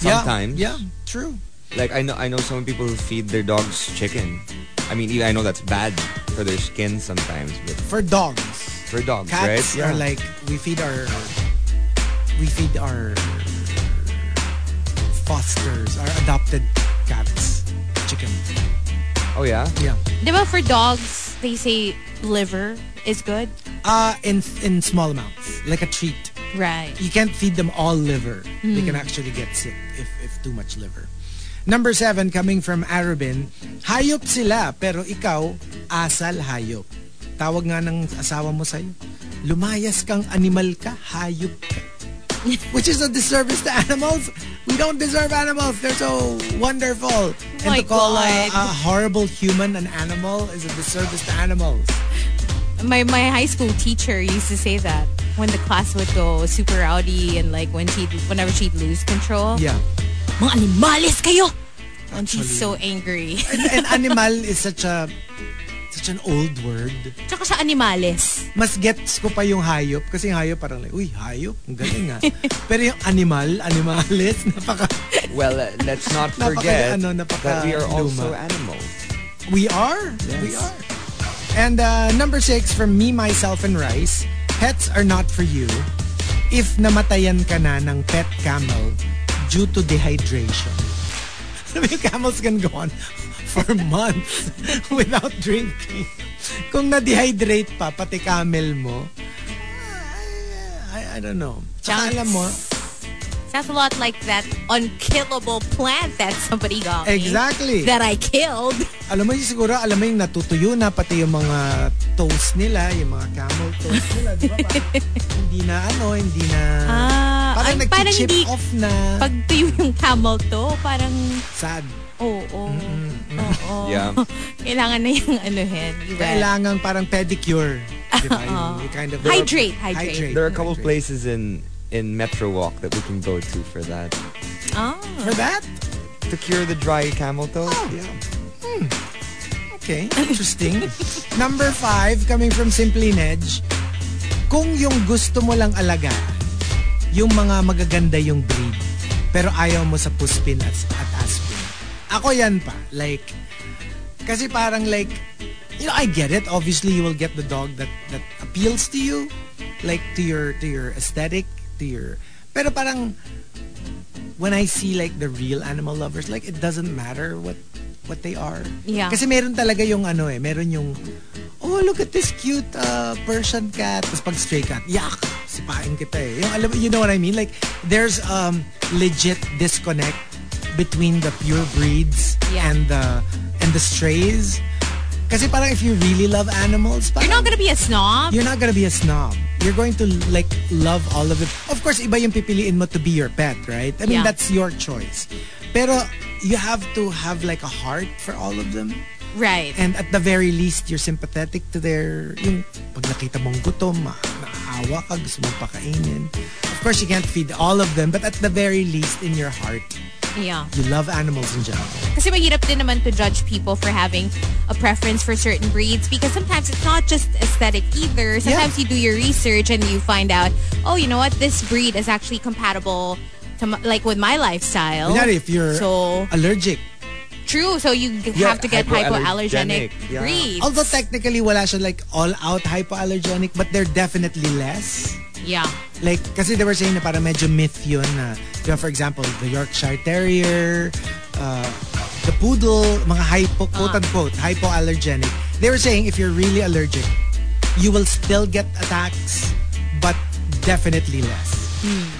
S5: Yeah,
S6: Sometimes.
S5: Yeah, true.
S6: Like I know, I know some people who feed their dogs chicken. I mean, even I know that's bad for their skin sometimes, but
S5: For dogs.
S6: for dogs,
S5: Cats
S6: right?
S5: are
S6: Yeah.
S5: like we feed our we feed our fosters, our adopted cats chicken.
S6: oh yeah.
S5: Yeah.
S7: Diba for dogs, they say liver is good.
S5: Uh in in small amounts, like a treat.
S7: Right.
S5: you can't feed them all liver. They
S7: Hmm.
S5: can actually get sick if, if too much liver. Number seven, coming from Arabin, hayop sila, pero ikaw, asal hayop. Tawag nga ng asawa mo sa'yo, lumayas kang animal ka, hayop
S7: <laughs>
S5: ka. Which is a disservice to animals. We don't deserve animals. They're so wonderful. And
S7: My
S5: to call a,
S7: God.
S5: a horrible human an animal is a disservice to animals.
S7: My my high school teacher used to say that when the class would go super rowdy and like when she whenever she'd lose control.
S5: Yeah.
S7: Mga animales kayo! And she's so angry. <laughs>
S5: And animal is such a such an old word.
S7: Tsaka siya animales.
S5: mas gets ko pa yung hayop kasi yung hayop parang like, uy, hayop, ang galing nga. Pero yung animal, animalis, <laughs> napaka,
S6: Well, uh, let's not
S5: Napaka-
S6: forget
S5: ano, napaka-
S6: that we are also
S5: luma.
S6: animals.
S5: we are, we are. And uh, number six, from me, myself, and Rice, pets are not for you if namatayan ka na ng pet camel due to dehydration. <laughs> Alam mo yung camels can go on for months <laughs> without drinking. Kung na-dehydrate pa, pati camel mo, I, I, I don't know. Tsaka
S7: Chunks.
S5: alam mo,
S7: Sounds a lot like that unkillable plant that somebody got me.
S5: Exactly.
S7: That I killed.
S5: Alam mo yung siguro, alam mo yung natutuyo na pati yung mga toes nila, yung mga camel toes nila, di ba? Parang
S7: <laughs>
S5: hindi na ano, hindi na...
S7: Ah,
S5: parang
S7: ay, parang
S5: nag-chip
S7: hindi-
S5: off na.
S7: Pag tuyo yung camel to, parang,
S5: sad.
S7: oo, oo, oo.
S6: Yeah.
S7: <laughs> Kailangan na yung ano hen.
S5: Kailangan parang pedicure. Di
S7: <laughs>
S5: ba? Yung, yung kind of...
S7: Hydrate, hydrate.
S6: There are a couple places in in Metro Walk that we can go to for that.
S7: Ah,
S5: For that?
S6: To cure the dry camel toe? Yeah.
S5: Hmm. Okay, interesting. Number five, coming from Simply Nedge, kung yung gusto mo lang alaga, yung mga magaganda yung breed, pero ayaw mo sa puspin at, at aspin. Ako yan pa. Like, kasi parang like, you know, I get it. Obviously, you will get the dog that, that appeals to you. like to your to your aesthetic, to your pero parang when I see like the real animal lovers, like it doesn't matter what what they are.
S7: Yeah.
S5: Kasi meron talaga yung ano eh, meron yung oh look at this cute uh, Persian cat. Tapos pag stray cat, yak, sipain kita eh. Yung, alam, mo- you know what I mean? Like there's um legit disconnect between the pure breeds
S7: Yeah.
S5: and the and the strays. Kasi parang if you really love animals, parang,
S7: You're not gonna be a snob.
S5: you're not gonna be a snob. You're going to like love all of it. Of course, iba yung pipiliin mo to be your pet, right? I mean,
S7: Yeah.
S5: that's your choice. Pero you have to have like a heart for all of them.
S7: Right.
S5: And at the very least, you're sympathetic to their, yung pag nakita mong gutom, ma- naawa ka, gusto mong pakainin. Of course, you can't feed all of them, but at the very least, in your heart,
S7: yeah.
S5: you love animals in general.
S7: Kasi mahirap din naman to judge people for having a preference for certain breeds because sometimes it's not just aesthetic either. Sometimes you do your research and you find out, oh, you know what? This breed is actually compatible to my, like with my lifestyle.
S5: Kunyari, if you're
S7: so
S5: allergic,
S7: true. So you g-
S6: Yeah,
S7: have to get hypoallergenic,
S6: hypoallergenic. Yeah.
S7: breeds.
S5: although technically wala siya like all-out hypoallergenic, but they're definitely less.
S7: yeah,
S5: Like, kasi they were saying na parang medyo myth yun na, di ba, for example, the Yorkshire Terrier, uh, the Poodle, mga hypo, quote-unquote, hypoallergenic. They were saying if you're really allergic, you will still get attacks, but definitely less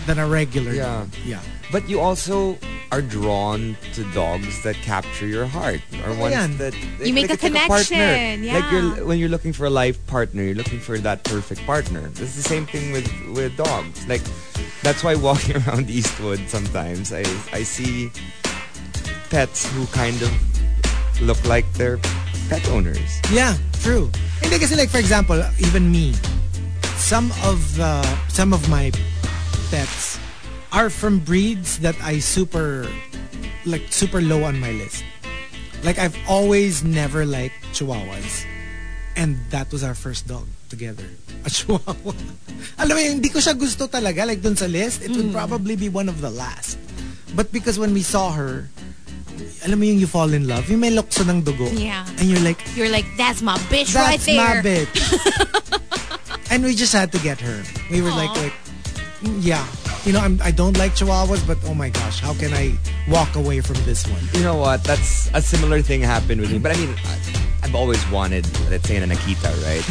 S5: than a regular
S6: Yeah.
S5: dog. Yeah.
S6: But you also are drawn to dogs that capture your heart or ones
S5: yan.
S6: that
S7: You make a
S6: it's like
S7: connection,
S6: partner. Like you're,
S7: yeah.
S6: when you're looking for a life partner, you're looking for that perfect partner. It's the same thing with with dogs. Like that's why walking <laughs> around Eastwood sometimes I I see pets who kind of look like they're pet owners.
S5: Yeah, true. Hindi kasi like for example, even me, some of uh, some of my pets are from breeds that I super like super low on my list. Like I've always never liked chihuahuas. And that was our first dog together. A <laughs> chihuahua. Alam mo, yun, hindi ko siya gusto talaga. Like dun sa list, it would probably be one of the last. But because when we saw her, alam mo yung you fall in love, yung may lokso ng dugo.
S7: Yeah.
S5: And you're like,
S7: you're like that's my bitch right
S5: that's my
S7: there.
S5: bitch.
S7: <laughs>
S5: and we just had to get her. We were like,
S7: Aw.
S5: like, mm, yeah. You know, I'm, I don't like chihuahuas, but oh my gosh, how can I walk away from this one?
S6: You know what? That's a similar thing happened with me. But I mean, I, I've always wanted, let's say, an Akita, right?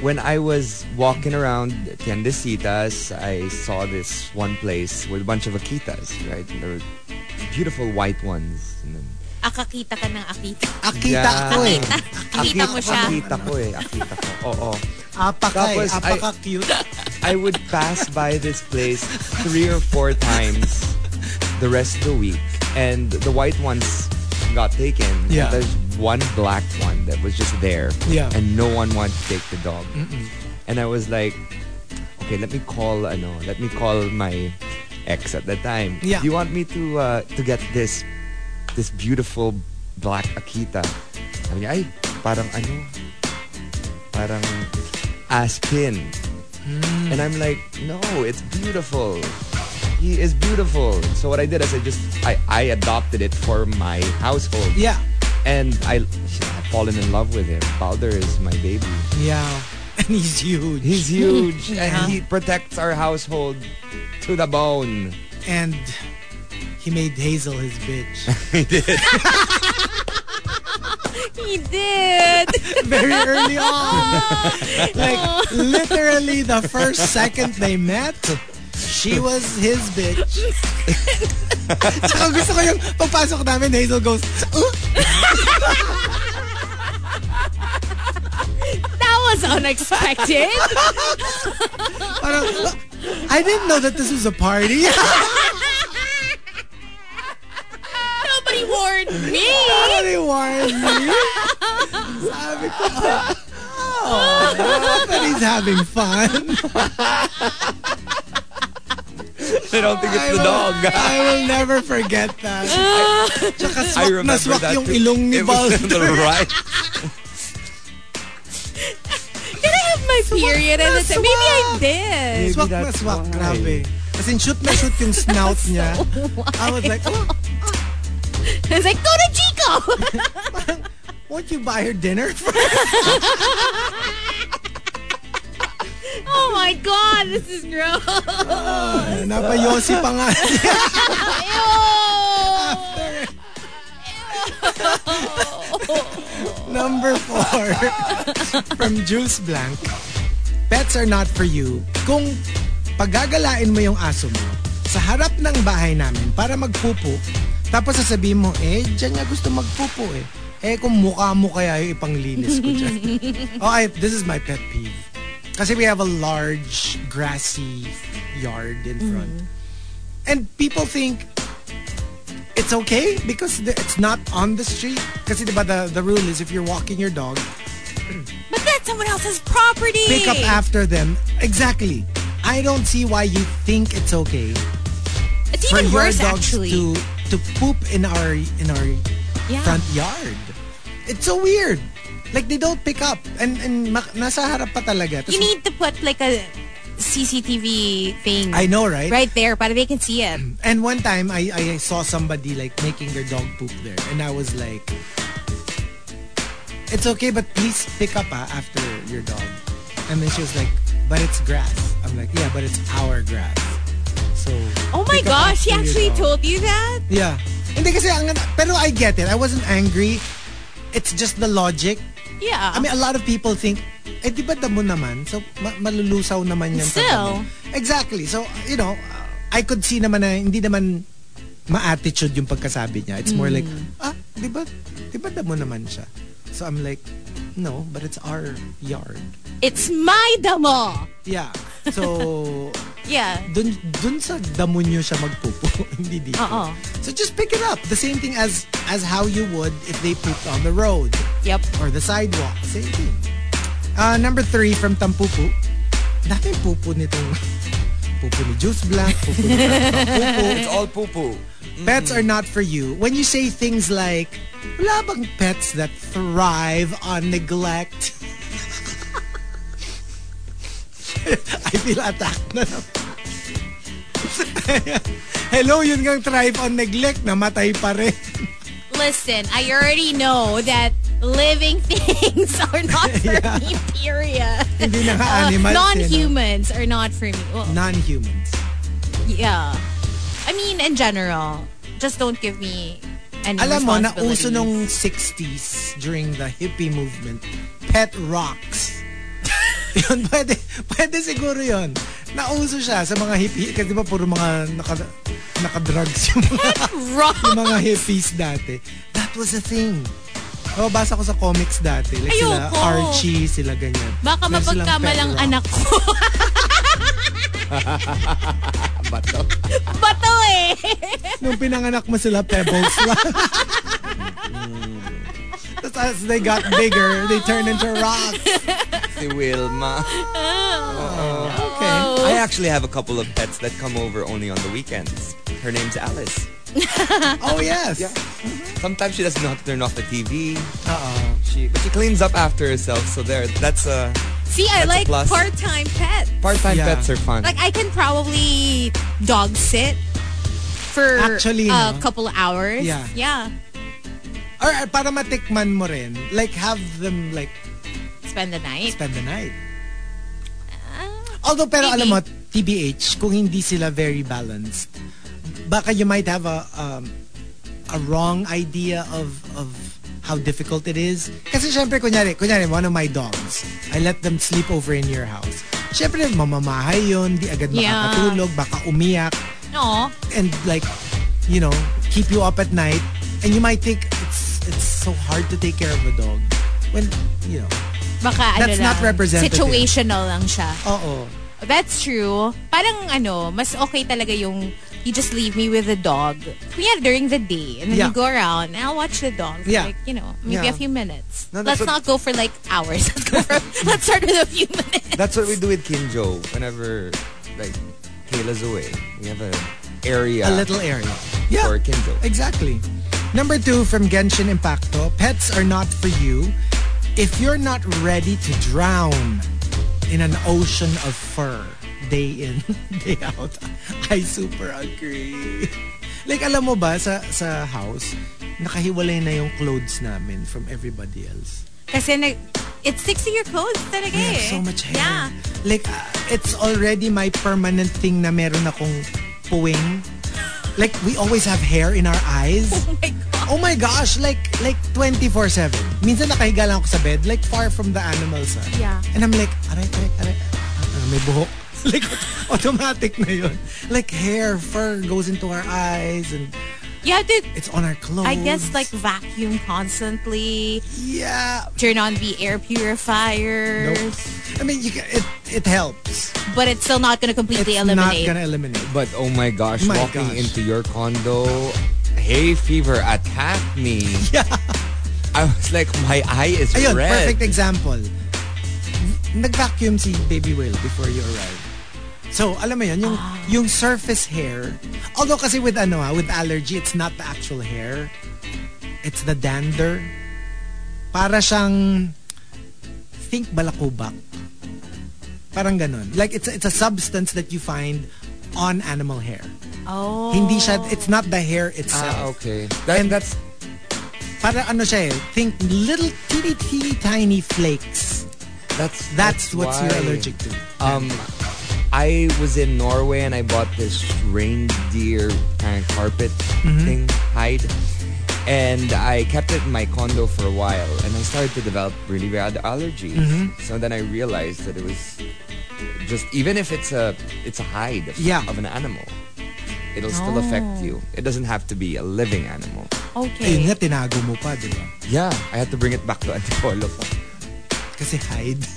S6: When I was walking around Tiendecitas, I saw this one place with a bunch of Akitas, right? And there were beautiful white ones. And then,
S7: Akakita ka ng akita.
S5: Akita
S6: Yeah.
S5: ako
S7: <laughs>
S5: eh.
S7: Akita mo siya.
S6: Akita ko eh. Akita ko. Oo.
S5: Apaka eh.
S6: Tapos, I-
S5: Apaka cute.
S6: I would pass by this place three or four times the rest of the week, and the white ones got taken.
S5: Yeah.
S6: There's one black one that was just there.
S5: Yeah.
S6: And no one wanted to take the dog. And I was like, okay, let me call. I know. Let me call my ex at that time.
S5: Yeah.
S6: Do you want me to uh, to get this this beautiful black Akita? I mean, ay parang ano? Parang Aspin.
S5: Hmm.
S6: And I'm like, no, it's beautiful. He is beautiful. So what I did is I just I, I adopted it for my household.
S5: Yeah.
S6: And I I've fallen in love with him. Balder is my baby.
S5: Yeah. <laughs> And he's huge.
S6: He's
S5: <laughs>
S6: huge and he protects our household to the bone.
S5: and he made Hazel his
S6: <laughs>
S5: bitch.
S7: He did. Oh,
S5: Very early on. like literally the first second they met, she was his bitch. Tsaka gusto ko yung pagpasok namin, Hazel goes, "Uh,
S7: that was unexpected.
S5: parang, "Uh, I didn't know that this was a party. <laughs>
S7: Nobody warned me.
S5: Nobody warned me. Sabi ko, oh, but he's having fun.
S6: I don't think it's the dog.
S5: I will never forget that. Tsaka
S6: <laughs> I
S5: swak na
S6: remember
S5: swak
S6: that.
S5: yung ilong ni
S6: It was <laughs>
S5: Baldo.
S6: on the
S5: <laughs>
S6: right.
S7: Did I have my period at the time? Maybe I did.
S5: Swak na
S6: that's
S5: swak,
S6: why.
S5: grabe. As in, shoot na shoot yung
S6: <laughs>
S5: snout niya. I was like, oh,
S7: I was like, go to Chico. <laughs>
S5: won't you buy her dinner?
S7: oh my my god, this is gross.
S5: Napayosi pa nga.
S6: <laughs>
S5: Oh.
S7: Ew.
S5: Number four. From Jules Blank. Pets are not for you kung pagagalain mo yung aso mo sa harap ng bahay namin para magpupo, tapos sasabihin mo, eh, dyan niya gusto magpupo eh. Eh, kung mukha mo kaya yung ipanglinis ko dyan. okay, this is my pet peeve. Kasi we have a large grassy yard in front. And people think it's okay because the- it's not on the street. Kasi diba the, the rule is if you're walking your dog,
S7: But that's someone else's property.
S5: pick up after them. Exactly. I don't see why you think it's okay
S7: It's
S5: for
S7: even
S5: your
S7: worse,
S5: dogs
S7: actually.
S5: to to poop in our in our
S7: Yeah.
S5: front yard. It's so weird. Like they don't pick up and and mak- nasa harap pa talaga. Tas-
S7: You need to put like a CCTV thing.
S5: I know, right?
S7: Right there, but they can see
S5: <clears throat>
S7: it.
S5: And one time I I saw somebody like making their dog poop there and I was like It's okay but please pick up ah, after your dog. And then she was like, "But it's grass." I'm like, "Yeah, but it's our grass." So
S7: Oh my
S5: pick up
S7: gosh, he
S5: after your
S7: actually
S5: dog."
S7: told you that?
S5: Yeah. Hindi kasi ang pero I get it. I wasn't angry. It's just the logic.
S7: Yeah.
S5: I mean, a lot of people think, eh, di ba damo naman? So, ma- malulusaw naman yan. sa
S7: Still.
S5: damo. Exactly. So, you know, uh, I could see naman na hindi naman ma-attitude yung pagkasabi niya. It's more like,
S7: Hmm.
S5: ah, di ba, di ba damo naman siya? So, I'm like, no, but it's our yard.
S7: it's my damo.
S5: Yeah.
S7: <laughs>
S5: So,
S7: Yeah.
S5: dun, dun sa damo nyo siya magpupo. <laughs> Hindi dito.
S7: Oo.
S5: So just pick it up. The same thing as as how you would if they pooped on the road
S7: Yep.
S5: or the sidewalk. Same thing. Uh, number three from Tampupu. Dati yung pupo nitong <laughs> pupo ni Juice Black, pupo ni
S6: It's all poo poo.
S5: Pets are not for you. When you say things like, wala bang pets that thrive on neglect? <laughs> I feel attacked na naman. <laughs> Hello, yun ngang thrive on neglect, namatay pa rin.
S7: Listen, I already know that living <laughs> things are
S5: <laughs>
S7: not for me, period. Uh,
S5: Hindi na nga animals. eh, no?
S7: Non-humans are not for me. Well,
S5: Non-humans.
S7: yeah. I mean, in general, just don't give me any
S5: Alam mo,
S7: na
S5: nauso nung 60s during the hippie movement, pet rocks. <laughs> yun, pwede, pwede siguro yun. Nauso siya sa mga hippie, kasi di ba puro mga naka, naka-drugs yung
S7: <laughs>
S5: mga, yung mga hippies dati. That was a thing. Nababasa ko sa comics dati. Like sila
S7: Ayoko.
S5: Archie, sila ganyan.
S7: Baka
S5: Meron silang
S7: mapagkamalang
S5: pet rock.
S7: anak
S5: <laughs>
S7: ko. Bato. Bato eh.
S5: Nung pinanganak mo sila, pebbles <laughs> lang. Tapos as they got bigger, they turned into rocks.
S6: Si Wilma.
S5: Okay.
S7: Oh.
S6: I actually have a couple of pets that come over only on the weekends. Her name's Alice.
S5: Oh, yes.
S6: Sometimes she doesn't know how to turn off the TV.
S5: Uh-oh.
S6: She but she cleans up after herself. So there, that's a
S7: See, I
S6: That's a
S7: like
S6: plus.
S7: part-time pets.
S6: part-time
S5: Yeah.
S6: pets are fun.
S7: Like I can probably dog sit for
S5: Actually,
S7: a
S5: no.
S7: couple hours.
S5: Yeah.
S7: Yeah.
S5: Or uh, para matikman mo rin, like have them like
S7: Spend the night.
S5: spend the night. Although pero alam mo, TBH, kung hindi sila very balanced, baka you might have a um, a wrong idea of of how difficult it is. Kasi syempre, kunyari, kunyari, one of my dogs, I let them sleep over in your house. Syempre, mamamahay yun, di agad
S7: Yeah.
S5: makakatulog, baka umiyak.
S7: No.
S5: and like you know keep you up at night and you might think it's it's so hard to take care of a dog when you know
S7: Baka
S5: That's
S7: ano
S5: not
S7: lang,
S5: representative.
S7: Situational lang siya.
S5: oh
S7: That's true. Parang ano, mas okay talaga yung you just leave me with the dog. Yeah, during the day. And then
S5: Yeah.
S7: you go around and I'll watch the dog for
S5: Yeah.
S7: like, you know, maybe
S5: Yeah.
S7: a few minutes.
S6: No, that's
S7: let's
S6: what-
S7: not go for like hours. <laughs> Let's go
S5: <laughs>
S7: for let's start with a few minutes.
S6: That's what we do with Kinjo whenever like Kayla's away. We have a area
S5: a little area yeah
S6: for Kinjo.
S5: exactly number two from Genshin Impacto pets are not for you if you're not ready to drown in an ocean of fur day in <laughs> day out I super agree like alam mo ba sa sa house nakahiwalay na yung clothes namin from everybody else
S7: Kasi nag, it sticks to your clothes talaga
S5: We
S7: eh.
S5: have so much hair.
S7: Yeah.
S5: Like, uh, it's already my permanent thing na meron akong puwing. Like, we always have hair in our eyes.
S7: <laughs> Oh my God.
S5: Oh my gosh, like like 24/7. Minsan nakahiga lang ako sa bed, like far from the animals. ah.
S7: Yeah.
S5: And I'm like, aray, aray, aray. Ah, may buhok. <laughs> like, automatic na yun. Like, hair, fur goes into our eyes and
S7: You have to,
S5: it's on our clothes.
S7: I guess, like vacuum constantly,
S5: Yeah.
S7: turn on the air purifier,
S5: Nope. I mean, you can, it, it helps.
S7: but it's still not going to completely
S5: it's
S7: eliminate.
S5: not gonna eliminate.
S6: But oh my gosh,
S5: My
S6: walking
S5: gosh.
S6: into your condo, hay fever
S5: <laughs>
S6: attacked me. Yeah. I was like, my eye is
S5: Ayun,
S6: red.
S5: perfect example. Nag-vacuum si Baby Will before you arrived. So, alam mo yun, yung,
S6: Ah.
S5: yung surface hair, although kasi with ano ha, with allergy, it's not the actual hair. It's the dander. Para siyang, think balakubak. Parang ganun. Like, it's, it's a substance that you find on animal hair.
S7: oh.
S5: Hindi siya, it's not the hair itself.
S6: Ah, okay. That,
S5: And-
S6: that's
S5: Para ano siya eh, think little teeny, teeny, tiny flakes.
S6: that's
S5: That's what
S6: why.
S5: you're allergic to.
S6: Um, I was in Norway and I bought this reindeer kind of carpet thing, hide. And I kept it in my condo for a while and I started to develop really bad allergies. So then I realized that it was just even if it's a it's a hide of,
S5: Yeah.
S6: of an animal, it'll still affect you. It doesn't have to be a living animal.
S5: Ayun
S7: Okay.
S5: nga, tinago mo pa, di ba?
S6: Yeah, I had to bring it back to Antipolo.
S5: Kasi hide. <laughs>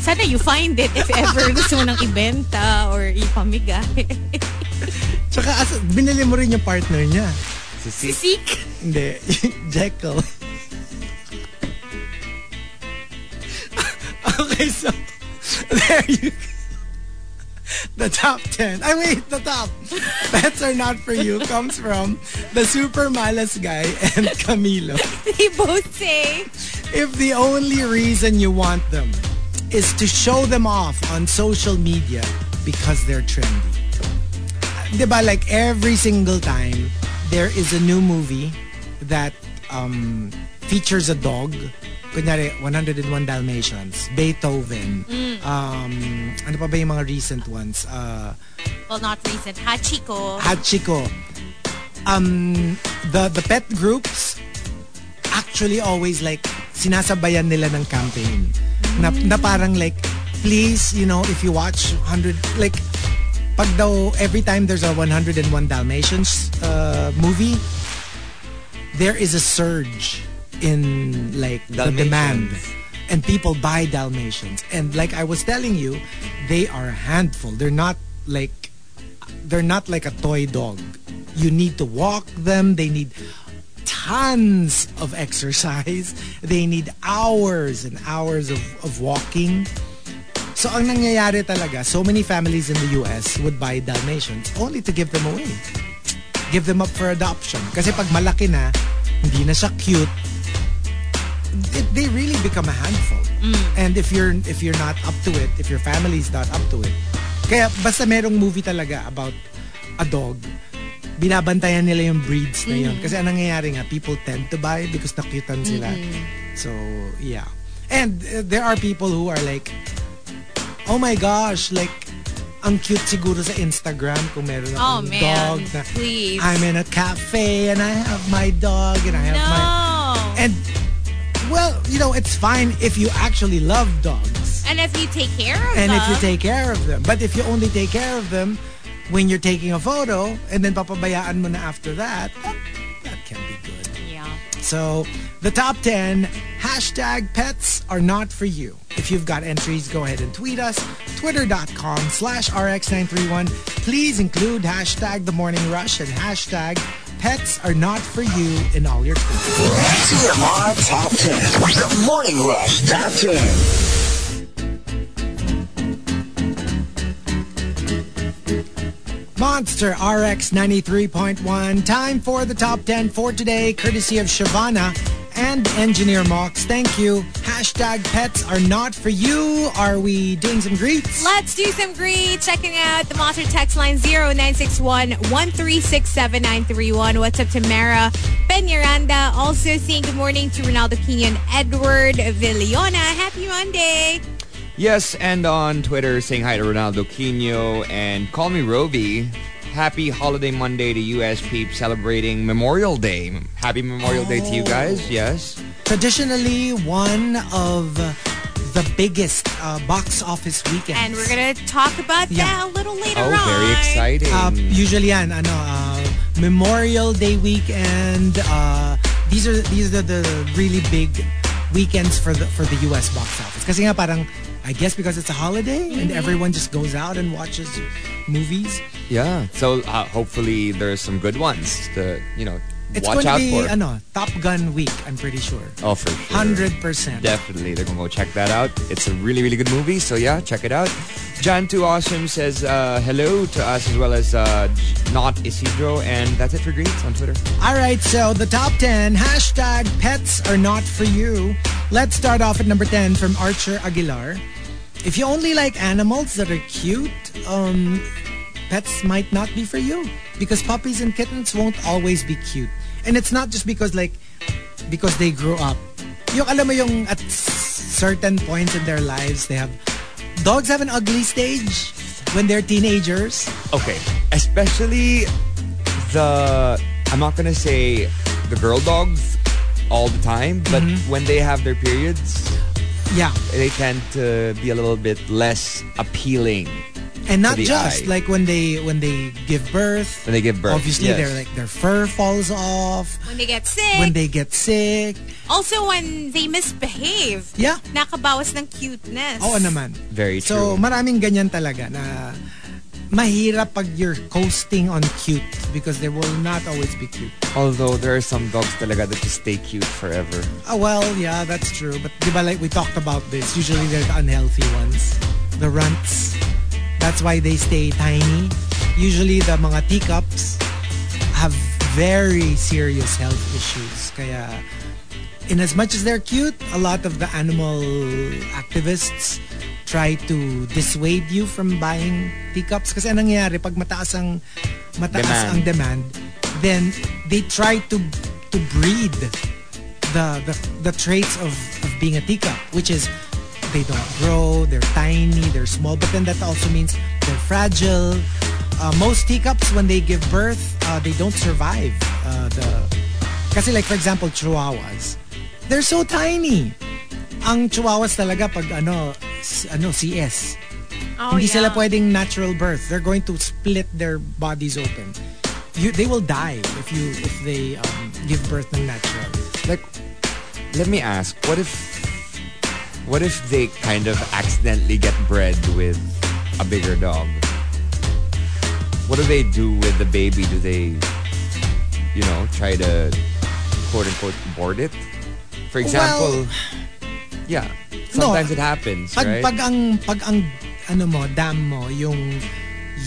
S7: Sana you find it if
S5: <laughs>
S7: ever gusto mo nang ibenta or ipamigay. <laughs>
S5: Tsaka as, binili mo rin yung partner niya.
S6: So see,
S7: Seek.
S5: Hindi, <laughs> Jekyll. <laughs> okay, so, there you go. The top 10. I wait, the top. Pets are not for you comes from the super malas guy and Camilo.
S7: They both say.
S5: If the only reason you want them is to show them off on social media because they're trendy. Diba, like every single time there is a new movie that um, features a dog. Kunyari, 101 Dalmatians, Beethoven. Um, ano pa ba yung mga recent ones? Uh,
S7: Well, not recent. Hachiko.
S5: Hachiko. Um, the the pet groups actually always like sinasabayan nila ng campaign. Na, na parang like, please, you know, if you watch 100, like, pag daw every time there's a 101 Dalmatians uh, movie, there is a surge in like the demand.
S6: Dalmatians.
S5: And people buy Dalmatians. And like I was telling you, they are a handful. They're not like they're not like a toy dog. You need to walk them. They need tons of exercise. <laughs> They need hours and hours of, of walking. So ang nangyayari talaga, so many families in the US would buy Dalmatians only to give them away. Give them up for adoption. Kasi pag malaki na, hindi na siya cute. They, they really become a handful.
S7: Mm.
S5: And if you're if you're not up to it, if your family's not up to it, kaya basta merong movie talaga about a dog, binabantayan nila yung breeds na
S7: Mm.
S5: yun. Kasi anong nangyayari nga, people tend to buy because nakutan sila. So, yeah. And uh, there are people who are like, oh my gosh, like, ang cute siguro sa Instagram kung meron
S7: Oh,
S5: akong
S7: man.
S5: dog na
S7: Please.
S5: I'm in a cafe and I have my dog and I have my...
S7: no.
S5: And, well, you know, it's fine if you actually love dogs
S7: And if you take care of
S5: and
S7: them.
S5: if you take care of them. But if you only take care of them when you're taking a photo and then papabayaan mo na after that, that, that can be good.
S7: Yeah.
S5: So the top 10 hashtag pets are not for you. If you've got entries, go ahead and tweet us. Twitter.com slash RX931. Please include hashtag the morning rush and hashtag pets are not for you in all your tweets.
S4: TMR Top 10. The Morning Rush Top 10.
S5: Monster RX 93.1. Time for the top 10 for today, courtesy of Shavana and Engineer Mox. Thank you. Hashtag pets are not for you. Are we doing some greets?
S7: Let's do some greed. Checking out the monster text line 0961 1367931. What's up to Mara Peñaranda? Also saying good morning to Ronaldo King and Edward Villona. Happy Monday.
S6: Yes, and on Twitter, saying hi to Ronaldo Quino and call me Roby. Happy Holiday Monday to US peeps celebrating Memorial Day. Happy Memorial Day to you guys. Yes.
S5: Traditionally, one of the biggest uh, box office weekends.
S7: And we're going to talk about
S5: Yeah.
S7: that a little later
S6: Oh,
S7: on.
S6: very exciting.
S5: Uh, usually yan, ano, uh, Memorial Day weekend. Uh, these are these are the really big weekends for the for the US box office. Kasi nga parang I guess because it's a holiday
S7: Mm-hmm.
S5: and everyone just goes out and watches movies.
S6: yeah. So uh, hopefully there's some good ones to, you know,
S5: It's
S6: watch
S5: going to
S6: out
S5: be
S6: for.
S5: ano, Top Gun week, I'm pretty sure.
S6: oh, for sure.
S5: 100%.
S6: Definitely. They're going to go check that out. It's a really, really good movie. So, yeah, check it out. Jan 2 Awesome says uh, hello to us as well as uh, Not Isidro. And that's it for greets on Twitter.
S5: All right, so the top 10 hashtag pets are not for you. Let's start off at number 10 from Archer Aguilar. If you only like animals that are cute, um, pets might not be for you because puppies and kittens won't always be cute. And it's not just because like because they grew up. Yung alam mo yung at certain points in their lives they have dogs have an ugly stage when they're teenagers.
S6: Okay. Especially the I'm not gonna say the girl dogs all the time, but when they have their periods,
S5: Yeah.
S6: they tend to be a little bit less appealing
S5: and not
S6: the
S5: just
S6: eye.
S5: like when they when they give birth
S6: When they give birth,
S5: obviously
S6: yes.
S5: their like their fur falls off
S7: When they get sick.
S5: when they get sick
S7: also, when they misbehave.
S5: Yeah.
S7: Nakabawas ng cuteness.
S5: oo naman
S6: Very
S5: so
S6: true.
S5: maraming ganyan talaga na mahirap pag you're coasting on cute because they will not always be cute
S6: Although there are some dogs talaga that just stay cute forever.
S5: ah well yeah that's true but di ba like we talked about this usually they're the unhealthy ones the runts that's why they stay tiny usually the mga teacups have very serious health issues kaya in as much as they're cute, a lot of the animal activists try to dissuade you from buying teacups. Kasi anong nangyayari pag mataas ang mataas
S6: Demand.
S5: ang demand, then they try to to breed the the, the traits of, of being a teacup, which is they don't grow, they're tiny, they're small, but then that also means they're fragile. Uh, most teacups, when they give birth, uh, they don't survive uh, the kasi like for example, chihuahuas, they're so tiny. Ang chihuahuas talaga pag ano, s- ano CS.
S7: Oh,
S5: Hindi
S7: yeah.
S5: sila pwedeng natural birth. They're going to split their bodies open. You, they will die if you if they um, give birth ng natural.
S6: Like let me ask, what if what if they kind of accidentally get bred with a bigger dog? What do they do with the baby? Do they you know, try to quote unquote board it? For example, yeah.
S5: No,
S6: Sometimes it happens,
S5: Pag
S6: right?
S5: pag ang pag ang ano mo, dam mo yung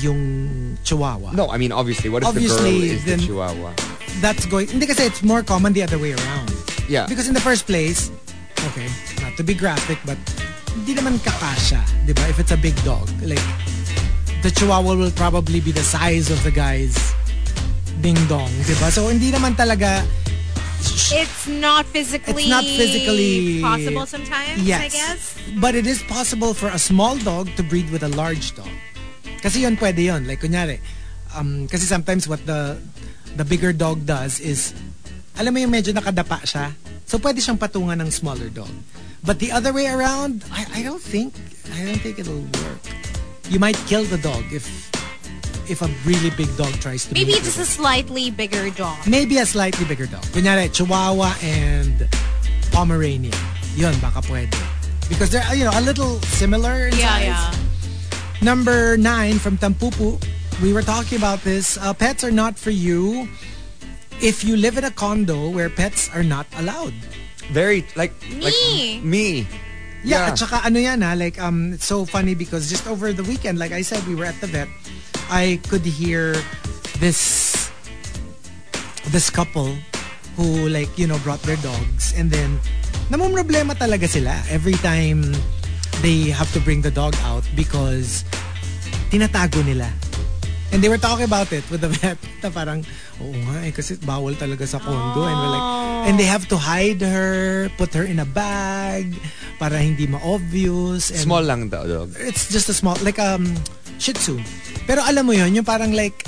S5: yung chihuahua.
S6: no, I mean obviously what if
S5: Obviously,
S6: the girl is
S5: then-
S6: the chihuahua?
S5: That's going Hindi kasi it's more common the other way around.
S6: Yeah.
S5: Because in the first place, okay, not to be graphic, but hindi naman kakasya, di ba? If it's a big dog, like, the chihuahua will probably be the size of the guy's ding-dong, di ba? So, hindi naman talaga,
S7: It's not physically
S5: it's not physically...
S7: possible sometimes, I guess.
S5: But it is possible for a small dog to breed with a large dog. Kasi yun pwede yun. Like, kunyari, um, kasi sometimes what the the bigger dog does is, alam mo yung medyo nakadapa siya, so pwede siyang patungan ng smaller dog. But the other way around, I, I don't think, I don't think it'll work. You might kill the dog if if a really big dog tries to
S7: Maybe
S5: breed
S7: just
S5: with
S7: a slightly bigger dog.
S5: maybe a slightly bigger dog. Kunyari, Chihuahua and Pomeranian. Yun, baka pwede. Because they're, you know, a little similar in
S7: Yeah,
S5: size.
S7: yeah.
S5: Number nine from Tampupu. We were talking about this. Uh, pets are not for you if you live in a condo where pets are not allowed.
S6: Very like like
S7: Me.
S6: me.
S5: Yeah,
S6: Yeah.
S5: at saka ano yan ha, like um, it's so funny because just over the weekend, like I said, we were at the vet. I could hear this this couple who like, you know, brought their dogs and then namumroblema talaga sila every time they have to bring the dog out because tinatago nila. And they were talking about it with the vet na parang, oo nga eh, kasi bawal talaga sa condo. And we're like, and they have to hide her, put her in a bag para hindi ma-obvious. And
S6: Small lang daw, dog.
S5: it's just a small like um Shih Tzu. Pero alam mo yon yung parang like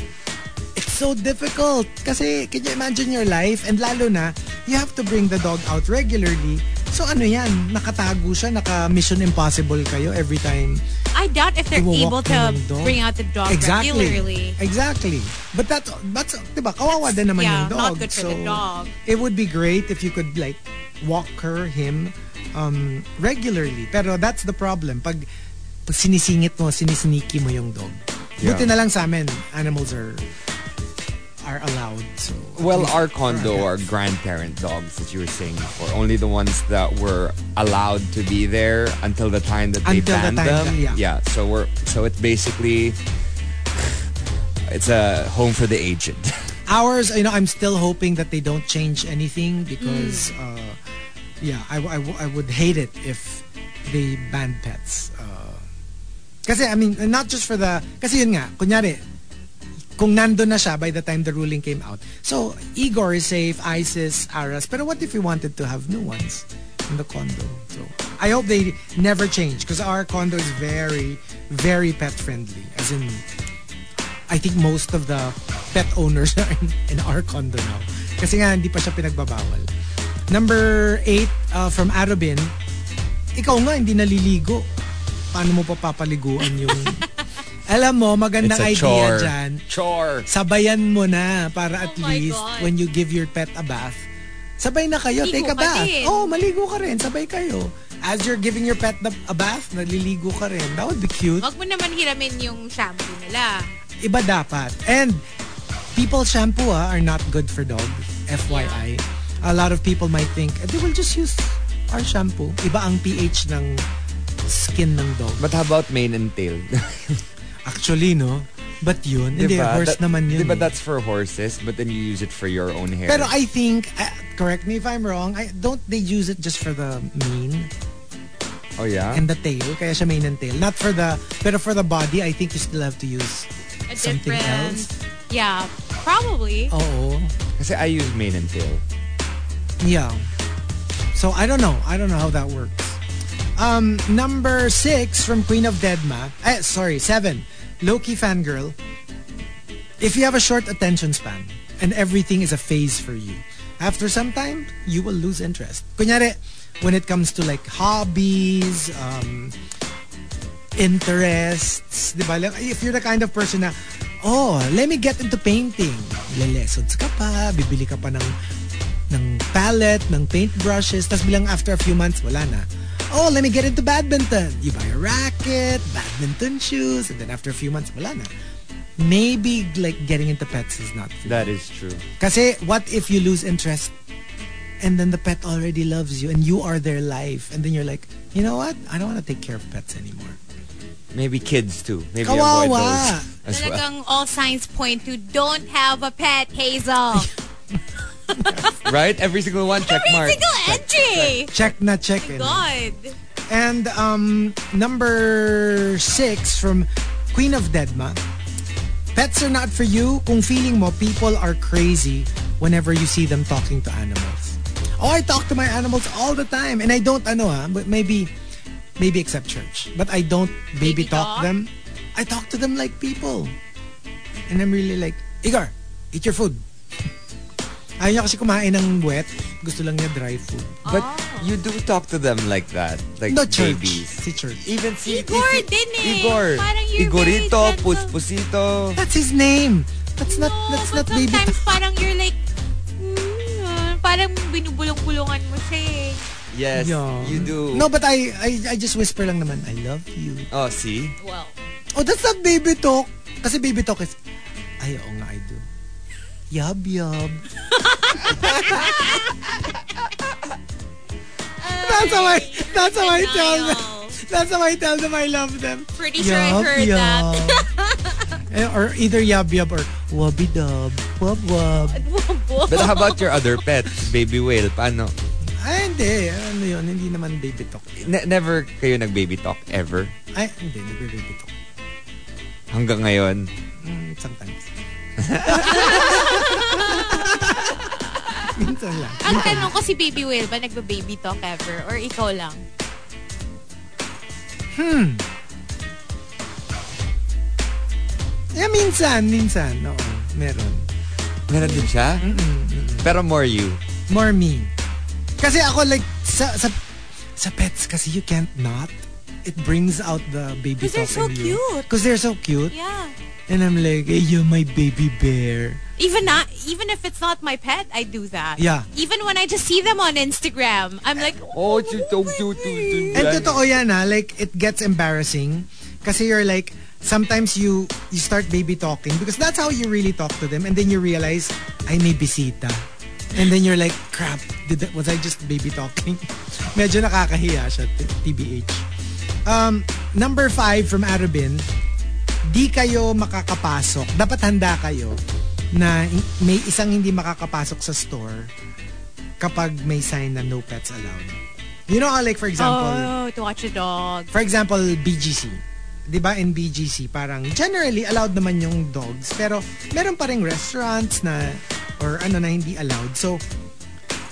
S5: it's so difficult kasi can you imagine your life and lalo na you have to bring the dog out regularly. So ano yan, nakatago siya, naka Mission Impossible kayo every time.
S7: I doubt if they're able
S5: iwawalk
S7: to
S5: mo ng dog.
S7: bring out the dog
S5: exactly.
S7: regularly.
S5: Exactly. But that's, that's, di ba, kawawa din naman
S7: Yeah,
S5: yung dog.
S7: not good for
S5: so,
S7: the dog.
S5: It would be great if you could like walk her, him, um, regularly. Pero that's the problem. Pag, pag sinisingit mo, sinisneaky mo yung dog.
S6: Yeah.
S5: Buti na lang sa amin, animals are are allowed. So, at
S6: Well,
S5: least
S6: our
S5: for
S6: condo are grandparent dogs that you were saying before. Only the ones that were allowed to be there until the time that they
S5: Until the
S6: banned
S5: time
S6: them.
S5: that- yeah.
S6: So we're so it's basically it's a home for the aged.
S5: ours, you know, I'm still hoping that they don't change anything because, uh, yeah, I, I, I would hate it if they ban pets. Uh, kasi, I mean, not just for the, kasi yun nga, kunyari, kung nando na siya by the time the ruling came out. So, Igor is safe, Isis, Aras, pero what if we wanted to have new ones in the condo? So, I hope they never change because our condo is very, very pet friendly. As in, I think most of the pet owners <laughs> are in, in our condo now. Kasi nga, hindi pa siya pinagbabawal. Number eight, uh, from Arabin, ikaw nga, hindi naliligo. Paano mo papapaliguan yung...
S6: <laughs>
S5: Alam mo,
S6: It's
S5: magandang
S6: a
S5: idea
S6: chore.
S5: dyan.
S6: Chore.
S5: Sabayan mo na para at
S7: Oh my
S5: least
S7: God.
S5: when you give your pet a bath, sabay na kayo.
S7: Ligo
S5: take a
S7: ka
S5: bath.
S7: din.
S5: Oh, maligo ka rin. Sabay kayo. As you're giving your pet the, a bath, naliligo ka rin. That would be cute.
S7: Wag mo naman hiramin yung shampoo nila.
S5: iba dapat. And people shampoo ah, are not good for dogs. FYI. A lot of people might think, "Eh, they will just use our shampoo. Iba ang pH ng skin ng dog.
S6: But how about mane and tail? <laughs>
S5: Actually, no? But yun, hindi,
S6: Diba?
S5: horse
S6: That-
S5: naman yun. eh.
S6: diba that's for horses, but then you use it for your own hair.
S5: Pero I think, uh, correct me if I'm wrong, I, don't they use it just for the mane
S6: oh yeah.
S5: and the tail? Kaya siya mane and tail. Not for the, pero for the body, I think you still have to use
S7: A
S5: something
S7: different-
S5: else. Oh,
S7: Yeah, probably.
S5: Oo.
S6: Kasi I use mane and tail.
S5: Yeah. So I don't know. I don't know how that works. Um, number six from Queen of Deadma. Eh, sorry, seven. Loki fangirl. If you have a short attention span and everything is a phase for you, after some time, you will lose interest. Kunyari, when it comes to like hobbies, um, interests, di ba? Like, If you're the kind of person na, oh, let me get into painting. Lelessons ka pa, bibili ka pa ng, ng palette, ng paint brushes, tapos bilang after a few months, wala na. Oh, let me get into badminton. You buy a racket, badminton shoes, and then after a few months, wala na. Maybe like getting into pets is not for you.
S6: That is true.
S5: Kasi what if you lose interest and then the pet already loves you and you are their life and then you're like, you know what? I don't want to take care of pets anymore.
S6: Maybe kids too. Maybe avoid
S5: Kawawa.
S6: those as well. <laughs>
S7: Talagang all signs point to don't have a pet,
S5: <laughs>
S7: Hazel.
S6: Right? Every single one check mark.
S7: Every single entry.
S5: Check na check in.
S7: God.
S5: And um, number six from Queen of Deadma. Pets are not for you kung feeling mo people are crazy whenever you see them talking to animals. Oh, I talk to my animals all the time and I don't ano ha, but maybe maybe except church. But I don't baby
S7: Baby
S5: talk
S7: talk?
S5: them. I talk to them like people. And I'm really like, Igor, eat your food. Ayaw niya kasi kumain ng wet. Gusto lang niya dry food.
S6: But
S7: Ah.
S6: you do talk to them like that. Like
S5: No church.
S6: babies.
S5: Si church.
S6: Even si
S7: Igor
S6: si-
S7: din eh.
S6: Igor.
S7: Parang you're
S6: Igorito,
S7: very gentle.
S6: Puspusito.
S5: That's his name. That's not
S7: No,
S5: that's not
S7: but
S5: baby.
S7: sometimes parang you're like, mm, ah, parang binubulong-bulungan mo siya eh.
S6: Yes,
S5: Yeah.
S6: you do.
S5: No, but I, I I just whisper lang naman, I love you.
S6: Oh, see?
S7: Well,
S5: Oh, that's not baby talk. Kasi baby talk is, ay, oo nga, I do. Yab, yab.
S7: uh,
S5: that's how I, that's how I tell them. That's how I tell them I love them.
S7: Pretty sure I heard <laughs> that.
S5: Eh, or either yab, yab or wubby dub. Wub, wub.
S7: <laughs> Wubble.
S6: But how about your other pet, baby whale? Paano?
S5: Ay, hindi. Ano yun? Hindi naman baby talk.
S6: Ne- never kayo nag-baby talk ever?
S5: Ay, hindi. Nagbe-baby talk.
S6: Hanggang ngayon?
S5: Mm,
S7: <laughs>
S5: sometimes. Minsan lang.
S7: Ang tanong ko si Baby Will ba nagba-baby talk ever? Or ikaw lang?
S5: Yeah, minsan. Minsan. Oo. Meron.
S6: Meron din siya? Pero more you.
S5: More me. Kasi ako like, sa, sa, sa pets kasi you can't not. It brings out the baby
S7: 'Cause they're so
S5: talk in you.
S7: cute.
S5: Because they're so cute.
S7: Yeah.
S5: And I'm like, hey, you're my baby bear.
S7: Even not, even if it's not my pet, I do that.
S5: Yeah.
S7: Even when I just see them on Instagram, I'm like,
S6: Oh, she's so
S7: eh.
S6: cute.
S5: And totoo yan ha, like it gets embarrassing kasi you're like sometimes you you start baby talking because that's how you really talk to them and then you realize I may bisita. And then you're like, crap, did I, was I just baby talking? <laughs> Medyo nakakahiya siya, t- TBH. Um, number five from Arabin, di kayo makakapasok. Dapat handa kayo na i- may isang hindi makakapasok sa store kapag may sign na no pets allowed. You know how like for example,
S7: oh, to watch a dog.
S5: for example, BGC. 'Di ba in BGC parang generally allowed naman yung dogs pero meron pa ring restaurants na or ano na hindi allowed. So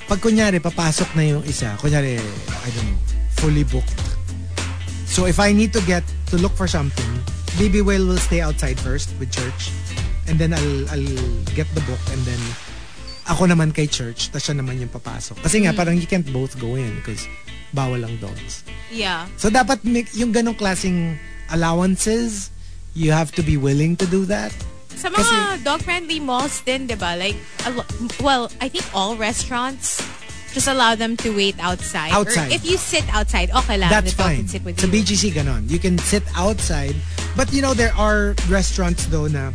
S5: pag kunyari papasok na yung isa, kunyari I don't know, fully booked. So if I need to get to look for something, Baby Whale will stay outside first with church and then I'll I'll get the book and then ako naman kay church, tas siya naman yung papasok. Kasi nga parang you can't both go in because bawal ang dogs.
S7: Yeah.
S5: So dapat may- yung ganong klaseng allowances, you have to be willing to do that.
S7: Sa mga dog-friendly malls din, di ba? Like, a lo- well, I think all restaurants just allow them to wait outside. Or
S5: Outside.
S7: if you sit outside, okay lang.
S5: That's
S7: the dog
S5: fine.
S7: can Ah, sit with
S5: Sa
S7: you.
S5: BGC, ganon. You can sit outside. But you know, there are restaurants though na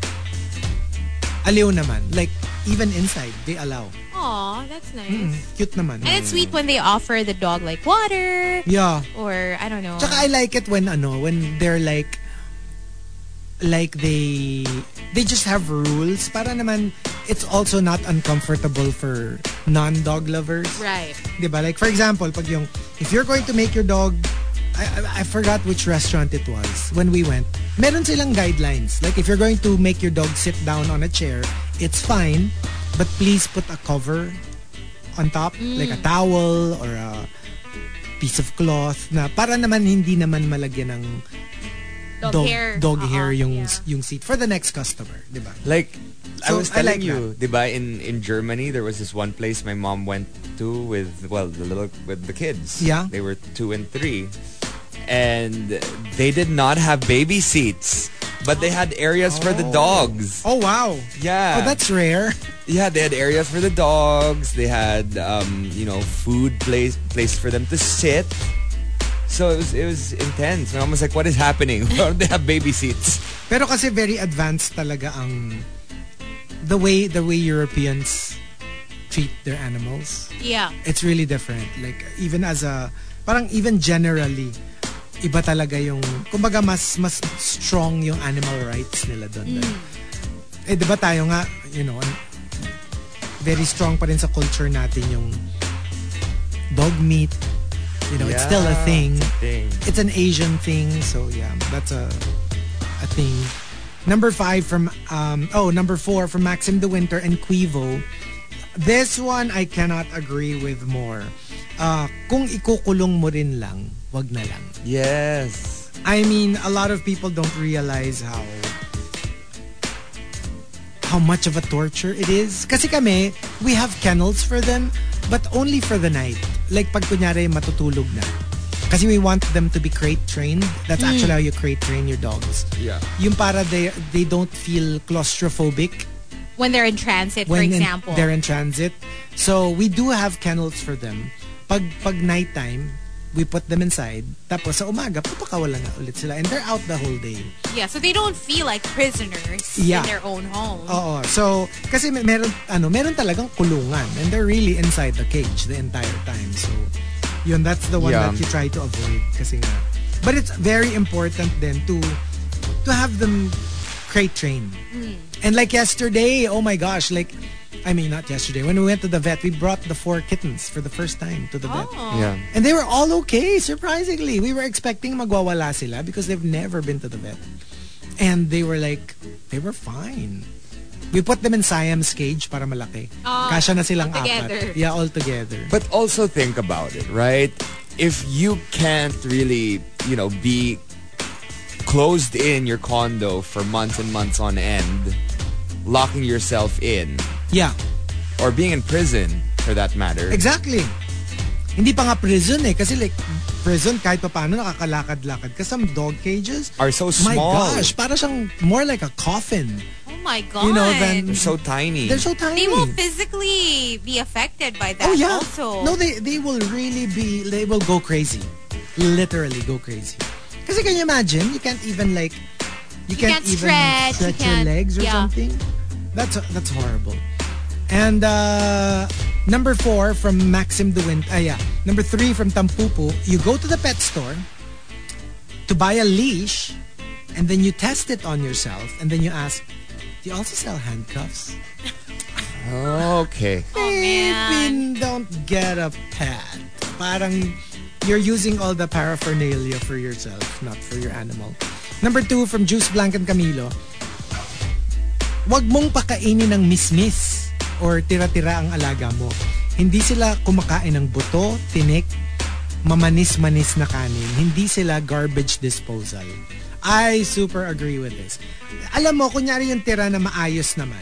S5: aliw naman. Like, even inside, they allow.
S7: Aw, that's nice.
S5: Cute naman.
S7: And it's sweet when they offer the dog like water
S5: Yeah.
S7: or I don't know.
S5: Tsaka I like it when ano, when they're like like they they just have rules para naman it's also not uncomfortable for non-dog lovers.
S7: right.
S5: 'Di ba? Like for example, pag yung if you're going to make your dog I, I, I forgot which restaurant it was when we went. Meron silang guidelines. Like if you're going to make your dog sit down on a chair, it's fine, but please put a cover on top,
S7: Mm.
S5: like a towel or a piece of cloth na para naman hindi naman malagyan ng
S7: Dog, hair. Uh-huh.
S5: dog
S7: Oo,
S5: hair yung
S7: yeah.
S5: yung seat for the next customer, 'di ba?
S6: Like, I
S5: So,
S6: was
S5: I like
S6: telling you, di ba, in, in Germany, there was this one place my mom went to with, well, the little, with the kids.
S5: Yeah.
S6: They were two and three. And they did not have baby seats. But they had areas for the dogs.
S5: Oh wow.
S6: Yeah.
S5: Oh, that's rare. <laughs>
S6: Yeah, they had areas for the dogs. They had, um, you know, food place place for them to sit. So it was it was intense. My mom was like, "What is happening? <laughs> Why don't they have baby seats?"
S5: Pero kasi very advanced talaga ang the way the way Europeans treat their animals.
S7: Yeah.
S5: It's really different. Like even as a parang even generally iba talaga yung kumbaga mas mas strong yung animal rights nila doon. Eh di ba tayo nga, you know, very strong pa rin sa culture natin yung dog meat. You know, it's still a thing
S6: Thing.
S5: it's an Asian thing, so yeah, that's a a thing. Number five from um oh number four from Maxim De Winter and Quivo. This one I cannot agree with more. Uh, kung ikukulong mo rin lang, wag na lang.
S6: Yes.
S5: I mean, a lot of people don't realize how how much of a torture it is. Kasi kami, we have kennels for them, but only for the night. Like pag kunyari matutulog na. Kasi we want them to be crate trained. That's actually how you crate train your dogs.
S6: Yeah.
S5: Yung para they, they don't feel claustrophobic
S7: When they're in transit, for
S5: when in-
S7: example.
S5: they're in transit. So we do have kennels for them. Pag pag nighttime, we put them inside. Tapos sa umaga, papakawala na ulit sila and they're out the whole day.
S7: yeah, so they don't feel like prisoners
S5: Yeah. Oh.
S7: in their own home.
S5: Oo. So kasi may- meron ano, meron talagang kulungan and they're really inside the cage the entire time. So yun that's the one
S6: Yeah.
S5: that you try to avoid kasi nga. But it's very important then to to have them crate train. And like yesterday, oh my gosh, like, I mean, not yesterday. When we went to the vet, we brought the four kittens for the first time to the vet.
S6: Yeah.
S5: And they were all okay, surprisingly. We were expecting magwawala sila because they've never been to the vet. And they were like, they were fine. We put them in Siam's cage para malaki.
S7: Ah,
S5: Kasha na silang
S7: all together.
S5: apat. Yeah, all together.
S6: But also think about it, right? If you can't really, you know, be closed in your condo for months and months on end, locking yourself in,
S5: Yeah,
S6: or being in prison for that matter.
S5: exactly. Hindi pa nga prison eh. Kasi like, prison kahit pa paano nakakalakad-lakad. Kasi some dog cages,
S6: Are so
S5: my
S6: small.
S5: gosh, para siyang more like a coffin.
S7: Oh my god.
S5: You know, then-
S6: They're so tiny.
S5: They're so tiny.
S7: they will physically be affected by that
S5: Oh yeah.
S7: also.
S5: No, they they will really be they will go crazy. Literally go crazy. Because can you imagine? You can't even like you, can't,
S7: can't
S5: even
S7: stretch, you
S5: your
S7: can't-
S5: legs or
S7: yeah.
S5: something. That's that's horrible. And uh number four from Maxim De Wint. Ah, yeah. Number three from Tampupu. You go to the pet store to buy a leash, and then you test it on yourself, and then you ask, "Do you also sell handcuffs?"
S6: okay.
S7: oh man.
S5: Even don't get a pet. Parang you're using all the paraphernalia for yourself, not for your animal. Number two, from Juice Blanc and Camilo. Wag mong pakainin ng mismis or tira-tira ang alaga mo. Hindi sila kumakain ng buto, tinik, mamanis-manis na kanin. Hindi sila garbage disposal. I super agree with this. Alam mo, kunyari yung tira na maayos naman,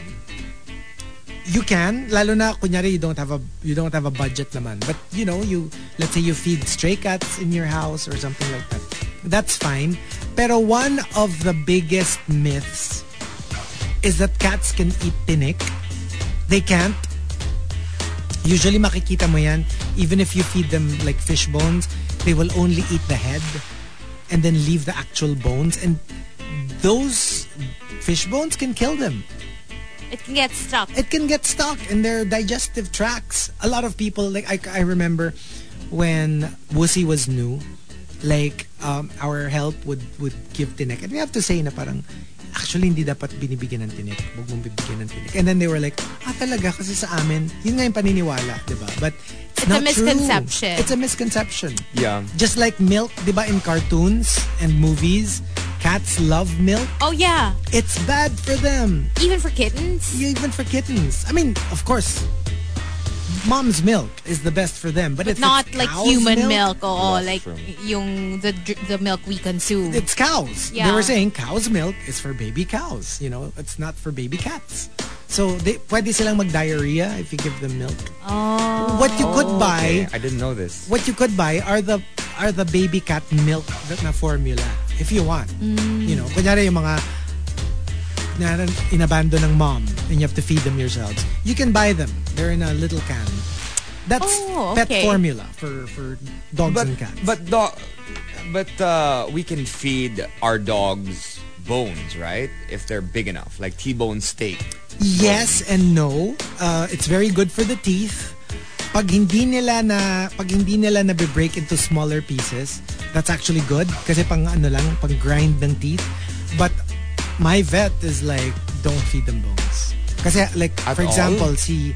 S5: you can lalo na kunyari you don't have a you don't have a budget naman but you know you let's say you feed stray cats in your house or something like that that's fine pero one of the biggest myths is that cats can eat tinik they can't usually makikita mo yan even if you feed them like fish bones they will only eat the head and then leave the actual bones and those fish bones can kill them
S7: It can get stuck.
S5: it can get stuck in their digestive tracts. A lot of people, like I, I remember when Wussy was new, like um, our help would would give tinik, and we have to say na parang actually hindi dapat binibigyan ng tinik, huwag mong bibigyan ng tinik. And then they were like, ah talaga kasi sa amin, yun nga yung paniniwala, di ba? But it's,
S7: It's a
S5: not true.
S7: misconception.
S5: It's a misconception.
S6: Yeah.
S5: Just like milk, di ba, in cartoons and movies, cats love milk.
S7: Oh yeah.
S5: It's bad for them
S7: Even for kittens.
S5: even for kittens. I mean, of course, mom's milk is the best for them, but, if it's
S7: Not like
S5: cow's
S7: human
S5: milk.
S7: milk, or
S6: That's
S7: like
S6: true.
S7: yung the dr- the milk we consume.
S5: It's cows. They
S7: Yeah.
S5: were saying cow's milk is for baby cows. You know, it's not for baby cats. So they pwede silang mag diarrhea if you give them milk. Oh. What you could buy,
S6: Okay. I didn't know this.
S5: what you could buy are the are the baby cat milk na formula if you want.
S7: Mm.
S5: You know, kunyari yung mga na inabando ng mom and you have to feed them yourselves. You can buy them. They're in a little can. That's
S7: Oh,
S5: pet
S7: okay.
S5: formula for for dogs
S6: But
S5: and cats.
S6: but dog, but uh, we can feed our dogs bones, right? If they're big enough, like T-bone steak.
S5: Yes and no. Uh, it's very good for the teeth. Pag hindi nila na pag hindi nila na break into smaller pieces, that's actually good kasi pang ano lang, pang grind ng teeth. But my vet is like don't feed them bones. Kasi like
S6: At
S5: for
S6: all?
S5: example, si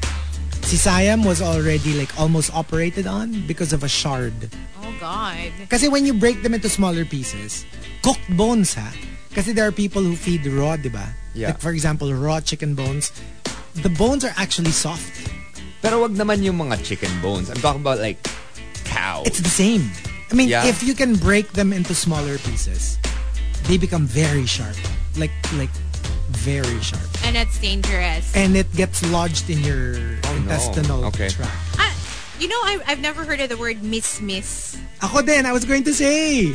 S5: si Siam was already like almost operated on because of a shard.
S7: oh god.
S5: Kasi when you break them into smaller pieces, cooked bones ha. Kasi there are people who feed raw, di ba?
S6: Yeah.
S5: Like for example, raw chicken bones. The bones are actually soft.
S6: Pero wag naman yung mga chicken bones. I'm talking about like cow.
S5: It's the same. I mean,
S6: Yeah.
S5: if you can break them into smaller pieces, they become very sharp. Like like very sharp.
S7: And it's dangerous.
S5: And it gets lodged in your intestinal
S6: Oh, Okay.
S5: tract.
S7: I, you know, I, I've never heard of the word miss miss.
S5: Ako din, I was going to say.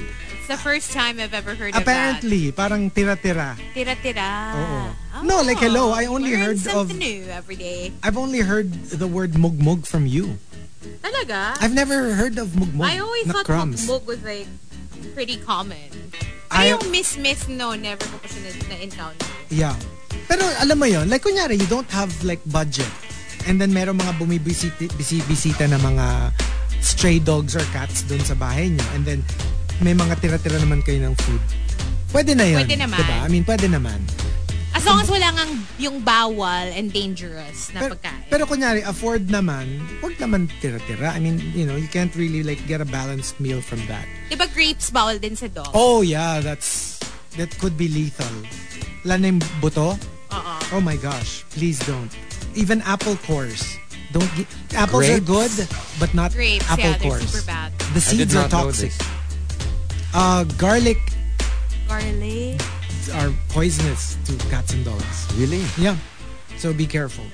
S7: It's the first time I've ever heard
S5: Apparently, parang tira-tira.
S7: of that. Tira tira.
S5: Oo. No, like, hello, I only
S7: learn
S5: heard of-
S7: Oh. something new every day.
S5: I've only heard the word mugmug from you.
S7: Talaga?
S5: I've never heard of mugmug.
S7: I always
S5: na
S7: thought
S5: crumbs.
S7: mukmuk was like pretty common.
S5: I-
S7: Pero yung miss miss no, never ko pa siya na- na-encounter.
S5: Yeah. Pero alam mo yon, like kunyari, you don't have like budget. And then meron mga bumibisita bisi- bisita na mga stray dogs or cats dun sa bahay nyo. And then may mga tira-tira naman kayo ng food. Pwede na yun.
S7: Pwede naman.
S5: Diba? I mean, pwede naman.
S7: As long as wala ngang yung bawal and dangerous na
S5: Pero,
S7: pagkain.
S5: pero kunyari, afford naman, wag naman tira-tira. I mean, you know, you can't really like get a balanced meal from that.
S7: Di ba grapes bawal din sa dog?
S5: Oh yeah, that's that could be lethal. Lanim buto?
S7: Oo.
S5: Oh my gosh, please don't. Even apple cores. Don't get, apples are good,
S6: Grapes?
S5: but not
S7: Grapes,
S5: apple
S7: yeah, they're
S5: cores.
S7: super bad.
S5: The
S6: I did
S5: seeds are
S6: not know
S5: toxic.
S6: this.
S5: Uh, garlic
S7: Garlic.
S5: are poisonous to cats and dogs.
S6: Really?
S5: Yeah. So be careful.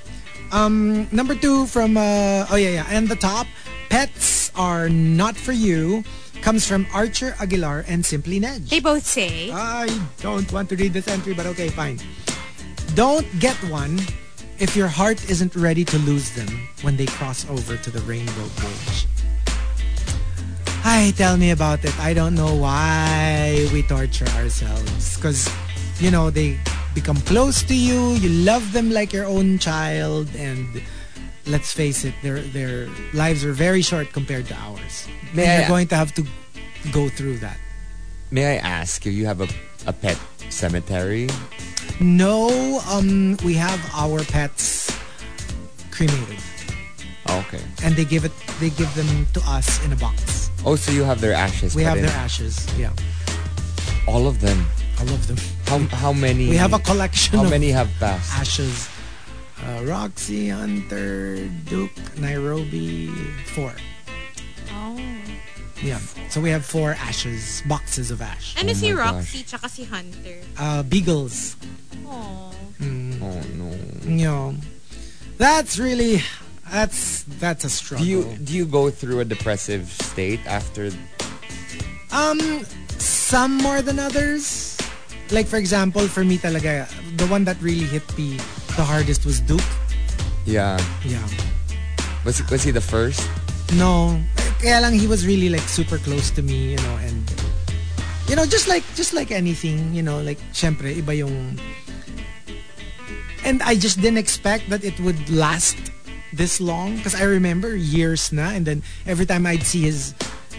S5: Um, number two from uh, oh yeah yeah and the top pets are not for you comes from Archer Aguilar and Simply Nedge.
S7: They both say,
S5: I don't want to read this entry, but okay, fine. Don't get one if your heart isn't ready to lose them when they cross over to the Rainbow Bridge. Ay, tell me about it. I don't know why we torture ourselves. Because, you know, they become close to you, you love them like your own child, and let's face it, their, their lives are very short compared to ours.
S6: May
S5: and
S6: I-
S5: you're going to have to go through that.
S6: May I ask if you have a, a pet cemetery?
S5: No, um, we have our pets cremated,
S6: Oh, okay.
S5: and they give it. They give them to us in a box.
S6: Oh, so you have their ashes.
S5: We
S6: put
S5: have
S6: in.
S5: their ashes. Yeah,
S6: All of them.
S5: I love them.
S6: How how many?
S5: We have a collection
S6: How
S5: of
S6: many have passed?
S5: ashes. Uh, Roxy, Hunter, Duke, Nairobi, four.
S7: oh.
S5: Yeah, so we have four ashes, boxes of ash.
S7: Ano
S6: Oh
S7: si
S6: my
S7: Roxy tsaka si Hunter?
S5: Uh, beagles.
S7: Oh.
S6: Oh no.
S5: You know, that's really that's that's a struggle.
S6: Do you do you go through a depressive state after?
S5: Um, some more than others. Like for example, for me talaga, the one that really hit me the hardest was Duke.
S6: Yeah.
S5: Yeah.
S6: Was he, was he the first?
S5: No, kaya lang he was really like super close to me, you know, and you know, just like just like anything, you know, like syempre iba yung and I just didn't expect that it would last this long because I remember years na and then every time I'd see his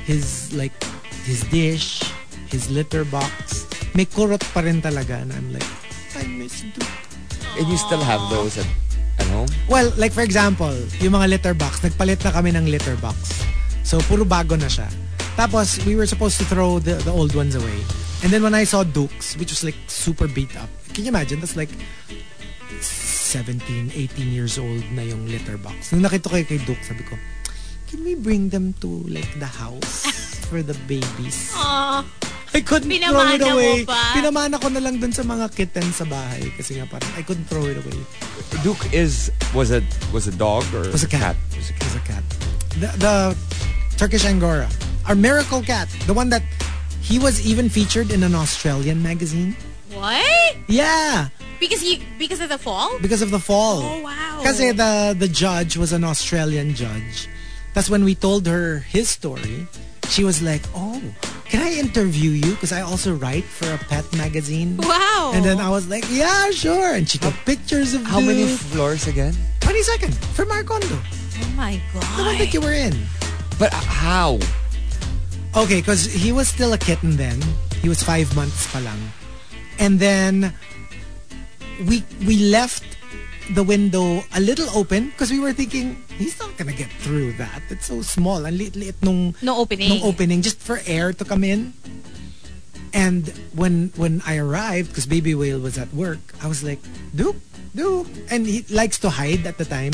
S5: his like his dish, his litter box, may kurot pa rin talaga and I'm like I miss Duke.
S6: And you still have those at, at home?
S5: Well, like for example, yung mga litter box, nagpalit na kami ng litter box. So, puro bago na siya. Tapos, we were supposed to throw the, the old ones away. And then when I saw Duke's, which was like super beat up, can you imagine? That's like 17, 18 years old na yung litter box. Nung nakita ko kay Duke, sabi ko, can we bring them to like the house for the babies?
S7: Oh.
S5: I couldn't
S7: Pinamana
S5: throw it
S7: mo
S5: away.
S7: pa?
S5: Pinamana ko na lang dun sa mga kitten sa bahay kasi nga parang I couldn't throw it away.
S6: Duke is was a was a dog or
S5: was a cat.
S6: It was a
S5: It
S6: cat.
S5: was a cat. The, the Turkish Angora. Our miracle cat. The one that he was even featured in an Australian magazine.
S7: What?
S5: Yeah,
S7: Because he because of the fall?
S5: because of the fall.
S7: Oh, wow.
S5: Kasi the, the judge was an Australian judge. That's when we told her his story. She was like, oh, can I interview you? Because I also write for a pet magazine.
S7: Wow.
S5: And then I was like, yeah, sure. And she took pictures of
S6: How many
S5: Duke.
S6: floors again?
S5: 22nd from our condo.
S7: oh my
S5: The one that
S7: god.
S5: you were in.
S6: But uh, how?
S5: Okay, because he was still a kitten then. He was five months pa lang. And then we we left the window a little open because we were thinking he's not gonna get through that. It's so small. Ang liit-liit nung
S7: No opening.
S5: nung opening just for air to come in. And when when I arrived, because Baby Whale was at work, I was like, Duke, Duke. And he likes to hide at the time.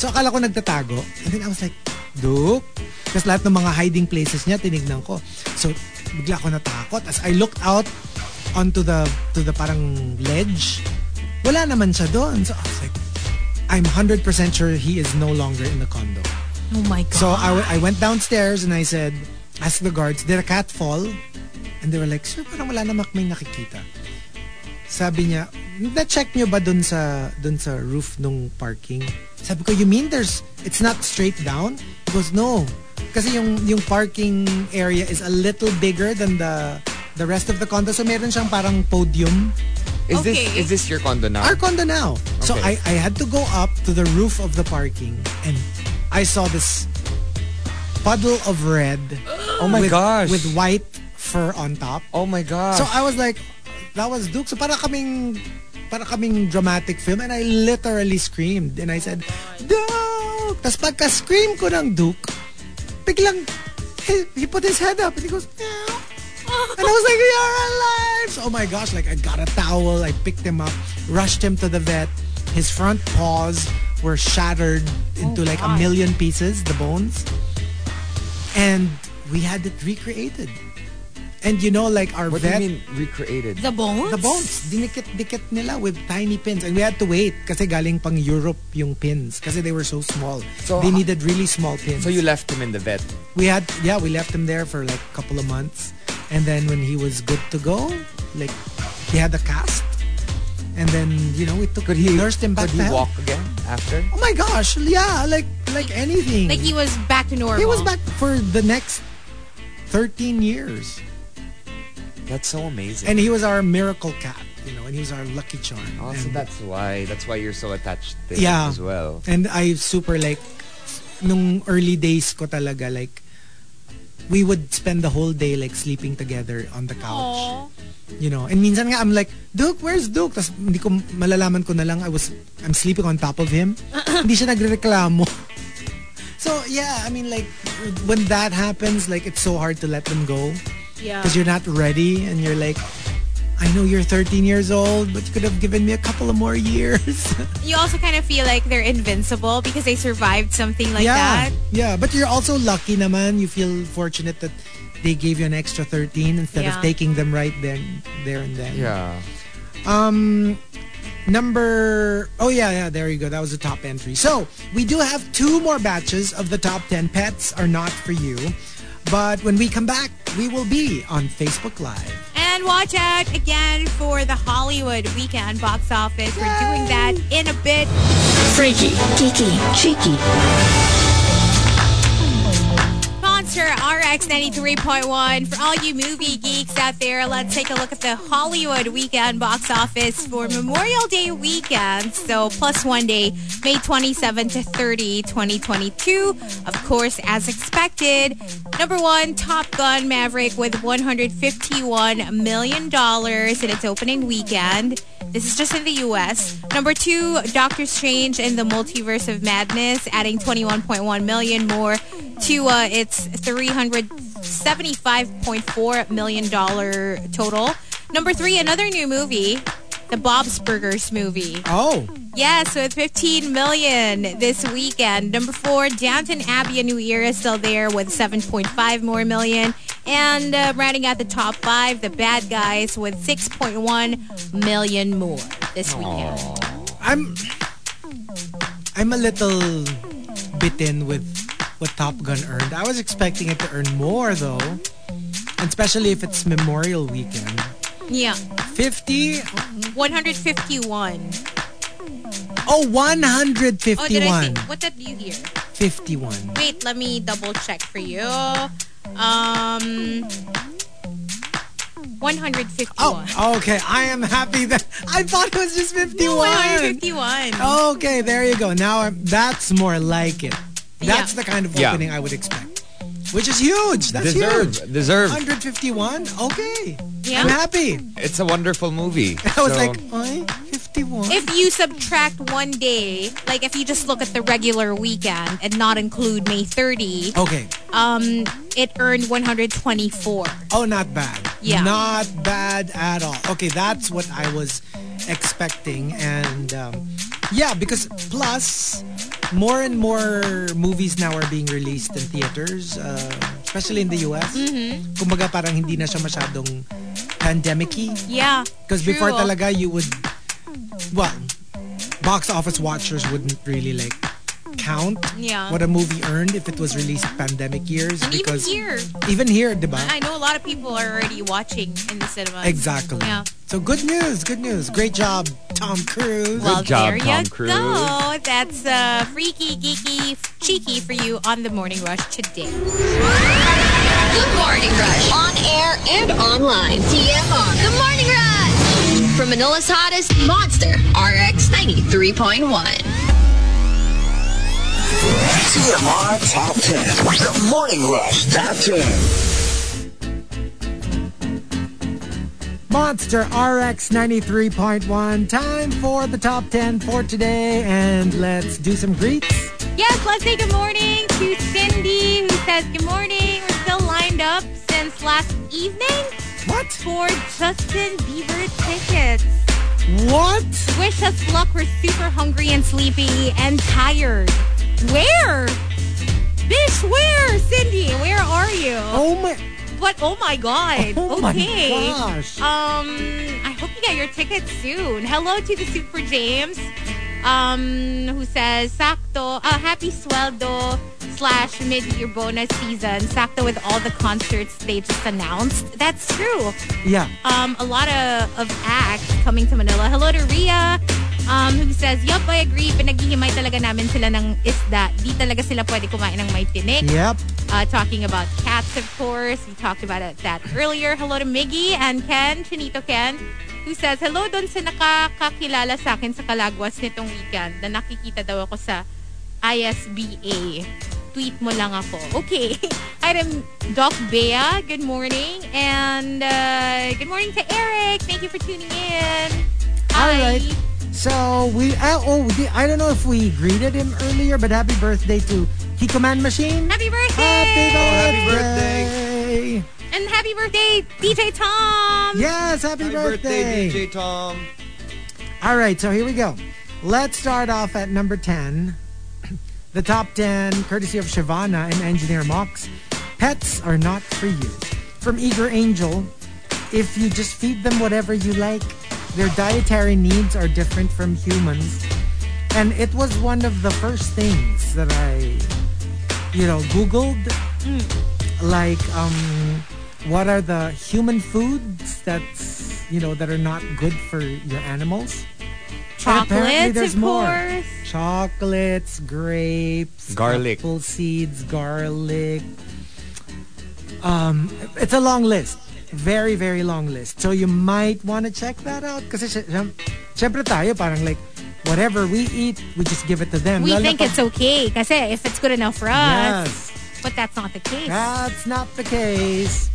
S5: So akala ko nagtatago. And then I was like, Duke. Tapos lahat ng mga hiding places niya, tinignan ko. So bigla ako natakot. As I looked out onto the, to the parang ledge, wala naman siya doon. So I was like, I'm 100% sure he is no longer in the condo.
S7: Oh my god.
S5: So I, w- I went downstairs and I said, ask the guards, did a cat fall? And they were like, sir, parang wala namak may nakikita. Sabi niya, na-check niyo ba dun sa, dun sa roof nung parking? Sabi ko, you mean there's, it's not straight down? He goes, no. Kasi yung, yung parking area is a little bigger than the the rest of the condo. So meron siyang parang podium.
S6: Is this
S7: Okay.
S6: is this your condo now?
S5: Our condo now. So I,
S6: Okay.
S5: I had to go up to the roof of the parking and I saw this puddle of red.
S6: Oh <gasps> my
S5: with,
S6: gosh.
S5: With white fur on top.
S6: oh my gosh.
S5: So I was like, that was Duke. So para kaming para kaming dramatic film and I literally screamed and I said, Duke! Tapos pagka-scream ko ng Duke, biglang he, he put his head up and he goes, meow. And I was like, you're alive! So, oh my gosh, like I got a towel, I picked him up, rushed him to the vet. His front paws were shattered into like a million pieces, the bones. And we had it recreated. And you know, like our
S6: What do
S5: vet,
S6: you mean recreated?
S7: The bones?
S5: the bones, dinikit-dikit nila with tiny pins. And we had to wait kasi galing pang Europe yung pins kasi they were so small.
S6: So,
S5: they
S6: uh,
S5: needed really small pins.
S6: So you left him in the vet.
S5: we had, yeah, we left him there for like a couple of months. And then when he was good to go, like he had a cast. And then, you know, we took,
S6: Could he,
S5: nursed him back
S6: could he
S5: to health.
S6: walk again after?
S5: Oh my gosh, yeah, like like anything.
S7: Like he was back to
S5: he
S7: normal.
S5: was back for the next 13 years.
S6: That's so amazing.
S5: And he was our miracle cat, you know, and he was our lucky charm.
S6: oh, so
S5: And-
S6: that's why that's why you're so attached to
S5: Yeah.
S6: him as well.
S5: And I super like nung early days ko talaga like we would spend the whole day like sleeping together on the couch.
S7: Aw.
S5: You know, and minsan nga I'm like, Duke, where's Duke? Tapos hindi ko malalaman ko na lang I was I'm sleeping on top of
S7: <clears throat>
S5: him. hindi siya nagrereklamo. So yeah, I mean like when that happens, like it's so hard to let them go
S7: Yeah.
S5: because you're not ready and you're like, I know you're 13 years old, but you could have given me a couple of more <laughs> years.
S7: You also kind of feel like they're invincible because they survived something like
S5: yeah.
S7: that.
S5: Yeah, but you're also lucky naman. You feel fortunate that they gave you an extra 13 instead
S7: Yeah.
S5: of taking them right then there and then.
S6: Yeah.
S5: Number Oh yeah, yeah, there you go. That was the top entry. So, we do have two more batches of the top 10 pets are not for you. But when we come back, we will be on Facebook Live.
S7: And watch out again for the Hollywood weekend box office. We're doing that in a bit.
S8: Freaky, geeky, cheeky.
S7: Monster RX 93.1. For all you movie geeks out there, let's take a look at the Hollywood weekend box office for Memorial Day weekend. So, plus one day, May 27 to 30, 2022. Of course, as expected, number one, Top Gun Maverick with $151 million in its opening weekend. This is just in the US. Number two, Doctor Strange in the Multiverse of Madness, adding 21.1 million more to uh, its 375.4 million dollar total. Number three, another new movie, the Bob's Burgers movie.
S5: Oh,
S7: Yes, with 15 million this weekend. Number four, Downton Abbey: A New Era is still there with 7.5 more million, and uh, rounding out the top five, The Bad Guys with 6.1 million more this weekend.
S5: I'm I'm a little bitten with what Top Gun earned. I was expecting it to earn more though. And Especially if it's Memorial Weekend.
S7: Yeah,
S5: 50
S7: 151.
S5: oh 151.
S7: Oh, did I say what did you hear?
S5: 51.
S7: Wait, let me double check for you. Um, 151.
S5: Oh, okay. I am happy that <laughs> I thought it was just 51.
S7: 151.
S5: Oh, Okay, there you go. Now I'm, that's more like it. That's
S7: Yeah.
S5: the kind of
S6: Yeah.
S5: opening I would expect. Which is huge. That's
S6: Deserve.
S5: huge.
S6: Deserve.
S5: 151. Okay.
S7: Yeah.
S5: I'm happy.
S6: It's a wonderful movie.
S5: <laughs> I was
S6: So-
S5: like, "Oy, 51.
S7: if you subtract one day, like if you just look at the regular weekend and not include May 30,
S5: okay.
S7: um, it earned 124.
S5: Oh, not bad.
S7: Yeah.
S5: Not bad at all. Okay, that's what I was expecting. And um, yeah, because plus, more and more movies now are being released in theaters, uh, especially in the US. Mm-hmm. Kumbaga parang hindi na siya masyadong pandemic-y.
S7: Yeah.
S5: Because
S7: true.
S5: before talaga, you would, well, box office watchers wouldn't really like count
S7: Yeah.
S5: what a movie earned if it was released pandemic years.
S7: And even
S5: because
S7: here,
S5: even here, diba?
S7: I know a lot of people are already watching in the cinema.
S5: Exactly.
S7: Yeah.
S5: So good news, good news. Great job, Tom Cruise.
S7: Well,
S6: job,
S7: there
S6: Tom
S7: you
S6: Cruise.
S7: go. That's uh, freaky, geeky, cheeky for you on the Morning Rush today.
S1: The Morning Rush. On air and online. TMR. The Morning Rush. From Manila's hottest monster, RX 93.1.
S4: TMR Top 10. The Morning Rush Top 10.
S5: Monster RX 93.1. Time for the top 10 for today, and let's do some greets.
S7: Yes, let's say good morning to Cindy, who says, Good morning. We're still lined up since last evening
S5: What?
S7: for Justin Bieber tickets.
S5: What?
S7: Wish us luck. We're super hungry and sleepy and tired. Where? Bitch, where? Cindy, where are you?
S5: Oh my.
S7: What? Oh my God.
S5: Oh my
S7: okay.
S5: gosh.
S7: Um, I hope you get your tickets soon. Hello to the Super James, um, who says, Sakto, uh, happy sweldo slash mid-year bonus season. Sakto with all the concerts they just announced. That's true.
S5: Yeah.
S7: Um, a lot of, of acts coming to Manila. Hello to Rhea, um, who says, Yup, I agree. Pinaghihimay talaga namin sila ng isda. Di talaga sila pwede kumain ng may tinik
S5: Yep.
S7: uh, talking about cats, of course. We talked about it, that earlier. Hello to Miggy and Ken, Chinito Ken, who says, Hello doon sa nakakakilala sa akin sa Calagwas nitong weekend na nakikita daw ako sa ISBA. Tweet mo lang ako. <laughs> Okay. Item Doc Bea, good morning. And uh, good morning to Eric. Thank you for tuning in.
S5: All
S7: Hi.
S5: right. So we. Uh, oh, we did- I don't know if we greeted him earlier, but happy birthday to Kiko Man Machine.
S7: Happy birthday!
S5: Happy birthday.
S6: happy
S5: birthday.
S7: And happy birthday, DJ Tom!
S5: Yes, happy,
S6: Happy birthday, DJ Tom.
S5: All right, so here we go. Let's start off at number 10. The top 10, courtesy of Shivana and Engineer Mox. Pets are not for you. From Eager Angel, if you just feed them whatever you like, their dietary needs are different from humans. And it was one of the first things that I, you know, Googled. Like, um, what are the human foods that's, you know, that are not good for your animals? And apparently
S7: Chocolates,
S5: there's
S7: of
S5: more.
S7: course.
S5: Chocolates, grapes,
S6: Garlic.
S5: apple seeds, garlic. Um, it's a long list. Very, very long list. So you might want to check that out. Kasi sy- syem- syempre tayo parang like, whatever we eat, we just give it to them.
S7: We
S5: Lalo
S7: think
S5: pag-
S7: it's okay kasi if it's good enough for us.
S5: Yes.
S7: But that's not the case.
S5: That's not the case.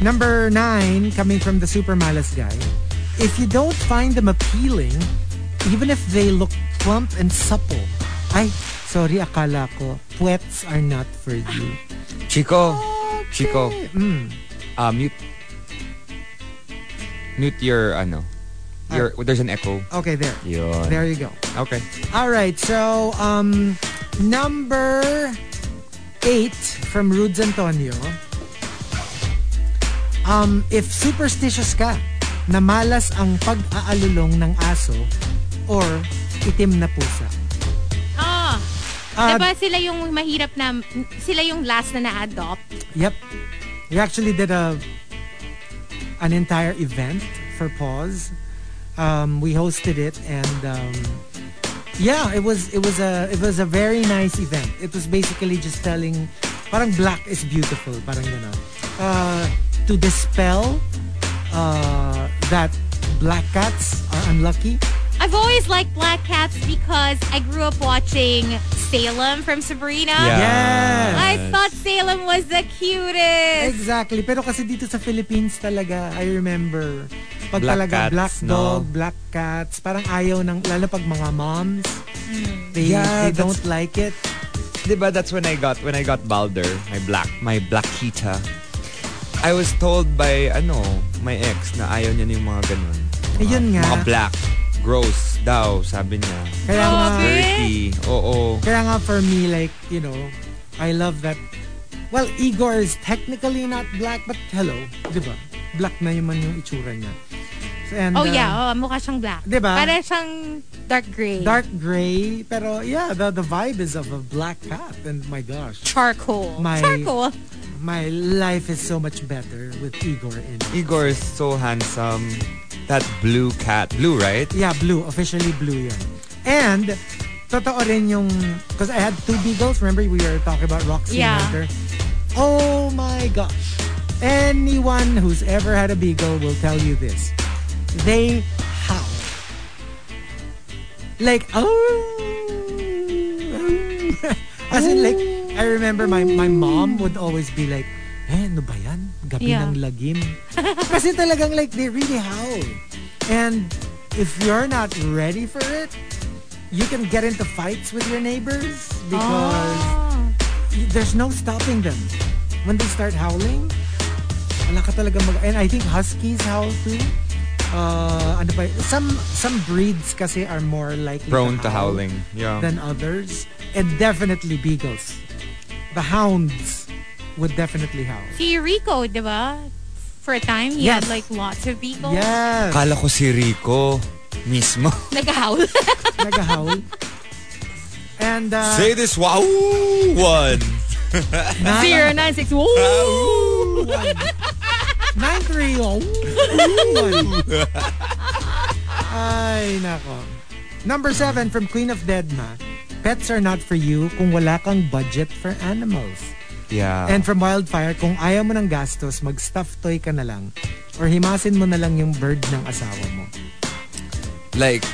S5: Number nine, coming from the Super Malas guy. If you don't find them appealing, even if they look plump and supple, ay, sorry, akala ko, puwets are not for you.
S6: Chico. Chico.
S5: Mm.
S6: Uh, mute. Mute your, ano. Your, there's an echo.
S5: Okay, there.
S6: Yun.
S5: There you go.
S6: Okay.
S5: All right, so um, number eight from Rudes Antonio. Um, if superstitious ka na malas ang pag-aalulong ng aso or itim na pusa.
S7: Ah,
S5: Ah,
S7: diba sila yung mahirap na, sila yung last na na-adopt?
S5: Yep. We actually did a an entire event for Pause. Um, we hosted it and um, yeah, it was it was a it was a very nice event. It was basically just telling parang black is beautiful, parang gano'n. Uh, to dispel uh, that black cats are unlucky.
S7: I've always liked black cats because I grew up watching Salem from Sabrina.
S5: Yes.
S7: I thought Salem was the cutest.
S5: Exactly. Pero kasi dito sa Philippines talaga, I remember, pag
S6: Black
S5: talaga
S6: cats,
S5: black
S6: no?
S5: dog, black cats, parang ayaw ng, lalo pag mga moms,
S7: Mm.
S5: they,
S6: Yeah,
S5: they don't like it.
S6: Diba that's when I got when I got Balder, my black my black cheetah. I was told by ano, my ex na ayaw niya na yung mga ganun. Mga,
S5: Ayun nga.
S6: Mga black. Gross daw, sabi niya.
S5: Kaya nga,
S7: Grabe.
S5: Eh?
S6: Dirty. Oo.
S5: kaya nga for me, like, you know, I love that, well, Igor is technically not black, but hello, di ba? Black na yung man yung itsura niya. So, and, uh,
S7: Oh yeah, oh, mukha siyang black.
S5: Diba?
S7: Para siyang dark gray.
S5: Dark gray, pero yeah, the, the vibe is of a black cat. And my gosh,
S7: charcoal.
S5: My-
S7: charcoal.
S5: my life is so much better with Igor in it.
S6: Igor is so handsome. That blue cat. Blue, right?
S5: Yeah, blue. Officially blue yun. And, totoo rin yung... Because I had two beagles. Remember, we were talking about Roxy
S7: Yeah.
S5: Hunter? Oh my gosh. Anyone who's ever had a beagle will tell you this. They howl. Like, oh! <laughs> As in, like, I remember my, my mom would always be like, eh, ano ba yan? Gabi
S7: Yeah.
S5: ng lagim. Kasi talagang like, they really howl. And if you're not ready for it, you can get into fights with your neighbors because
S7: Ah.
S5: y- there's no stopping them. When they start howling, wala ka talaga mag... And I think huskies howl too. Uh, ano ba? Some some breeds kasi are more likely
S6: Prone to
S5: howl
S6: howling. Yeah.
S5: than others. And definitely beagles. The hounds would definitely howl.
S7: Si Rico, di ba? For a time, he
S5: Yes.
S7: had like lots of beagles.
S5: Yes.
S6: Kala ko si Rico mismo.
S7: Nag-howl.
S5: Nagahowl. And uh,
S6: Say this wow
S5: <laughs>
S6: one.
S5: nine-
S7: Zero, nine, six,
S5: Ah,
S7: woo!
S5: Nine three oh. Ooh. Ay, nako. Number seven from Queen of Deadma. Pets are not for you kung wala kang budget for animals.
S6: Yeah.
S5: And from Wildfire, kung ayaw mo ng gastos, mag-stuff toy ka na lang. Or himasin mo na lang yung bird ng asawa mo.
S6: like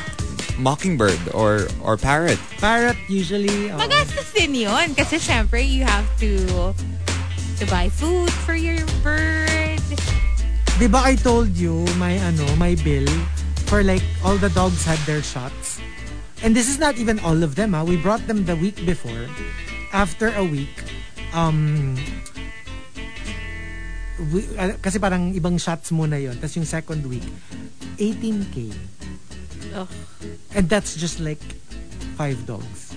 S6: mockingbird or or parrot.
S5: Parrot usually... oh.
S7: Magastos din yun. Kasi syempre, you have to to buy food for your bird.
S5: Di ba I told you my ano, my bill for like all the dogs had their shots. And this is not even all of them, ah. We brought them the week before. After a week, um we, ah, kasi parang ibang shots muna yon. Tapos yung second week, 18k.
S7: Ugh.
S5: And that's just like five dogs.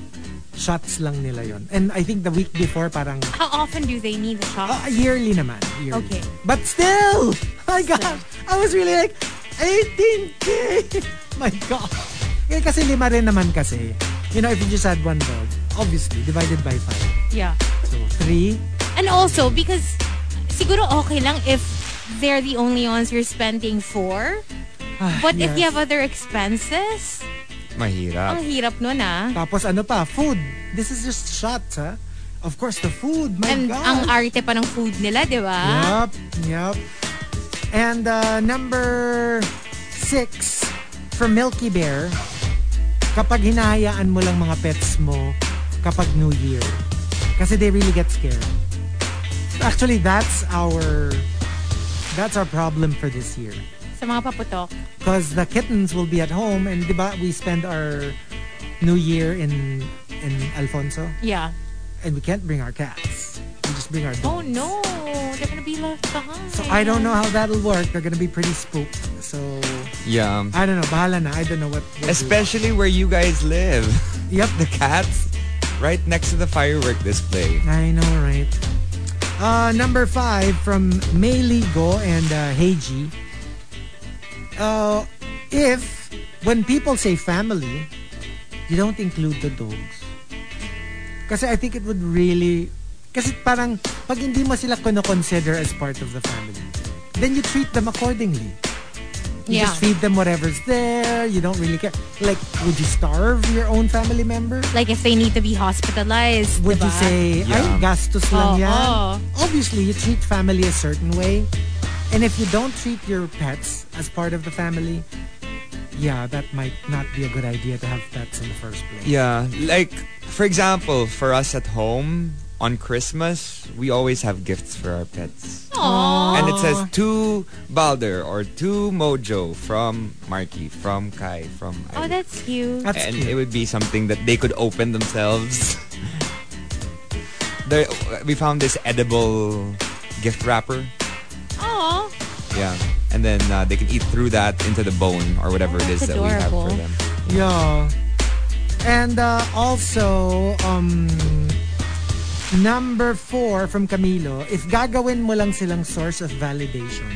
S5: Shots lang nila yon. And I think the week before parang
S7: How often do they need a shop?
S5: Ah, yearly naman. Yearly.
S7: Okay.
S5: But still, my gosh, I was really like, 18K! <laughs> my God. Eh, kasi lima rin naman kasi. You know, if you just had one dog, obviously, divided by five.
S7: yeah.
S5: So, three.
S7: And also, because siguro okay lang if they're the only ones you're spending for.
S5: Ah,
S7: But if you
S5: yes.
S7: have other expenses, ang
S6: Mahirap.
S7: hirap nun ah.
S5: Tapos ano pa, food. This is just shots, ha? Of course, the food, my
S7: And
S5: God.
S7: ang arte pa ng food nila, di ba?
S5: Yep, yep. And uh, number six for Milky Bear, kapag hinahayaan mo lang mga pets mo kapag New Year. Kasi they really get scared. Actually, that's our that's our problem for this year.
S7: Sa mga paputok.
S5: Because the kittens will be at home and di ba, we spend our New Year in in Alfonso
S7: Yeah.
S5: and we can't bring our cats. We just bring our dogs.
S7: Oh no, they're gonna be left behind.
S5: So I don't know how that'll work. They're gonna be pretty spooked. So
S6: Yeah.
S5: I don't know. Bahala na. I don't know what. we'll do.
S6: Especially where you guys live. <laughs>
S5: Yep.
S6: The cats right next to the firework display.
S5: I know, right? Uh, number five from May Ligo and uh, Heiji. Uh, if when people say family, you don't include the dogs. Kasi I think it would really... Kasi parang pag hindi mo sila consider as part of the family, then you treat them accordingly. You
S7: Yeah.
S5: just feed them whatever's there. You don't really care. Like, would you starve your own family member?
S7: Like if they need to be hospitalized,
S5: Would
S7: diba?
S5: you say, ay,
S6: Yeah.
S5: gastos lang
S7: Oo.
S5: yan? Obviously, you treat family a certain way. And if you don't treat your pets as part of the family, yeah, that might not be a good idea to have pets in the first place.
S6: Yeah. Like for example, for us at home on Christmas, we always have gifts for our pets.
S7: Aw.
S6: And it says to Balder or to Mojo from Marky, from Kai, from
S7: Oh,
S6: Ivy.
S7: that's cute.
S5: That's
S6: and
S5: cute.
S6: it would be something that they could open themselves. <laughs> there, we found this edible gift wrapper.
S7: Oh,
S6: Yeah. And then uh, they can eat through that into the bone or whatever it is
S7: that's
S6: that we have for
S7: adorable.
S6: them.
S5: Yeah. And uh, also, um, number four from Camilo, if gagawin mo lang silang source of validation,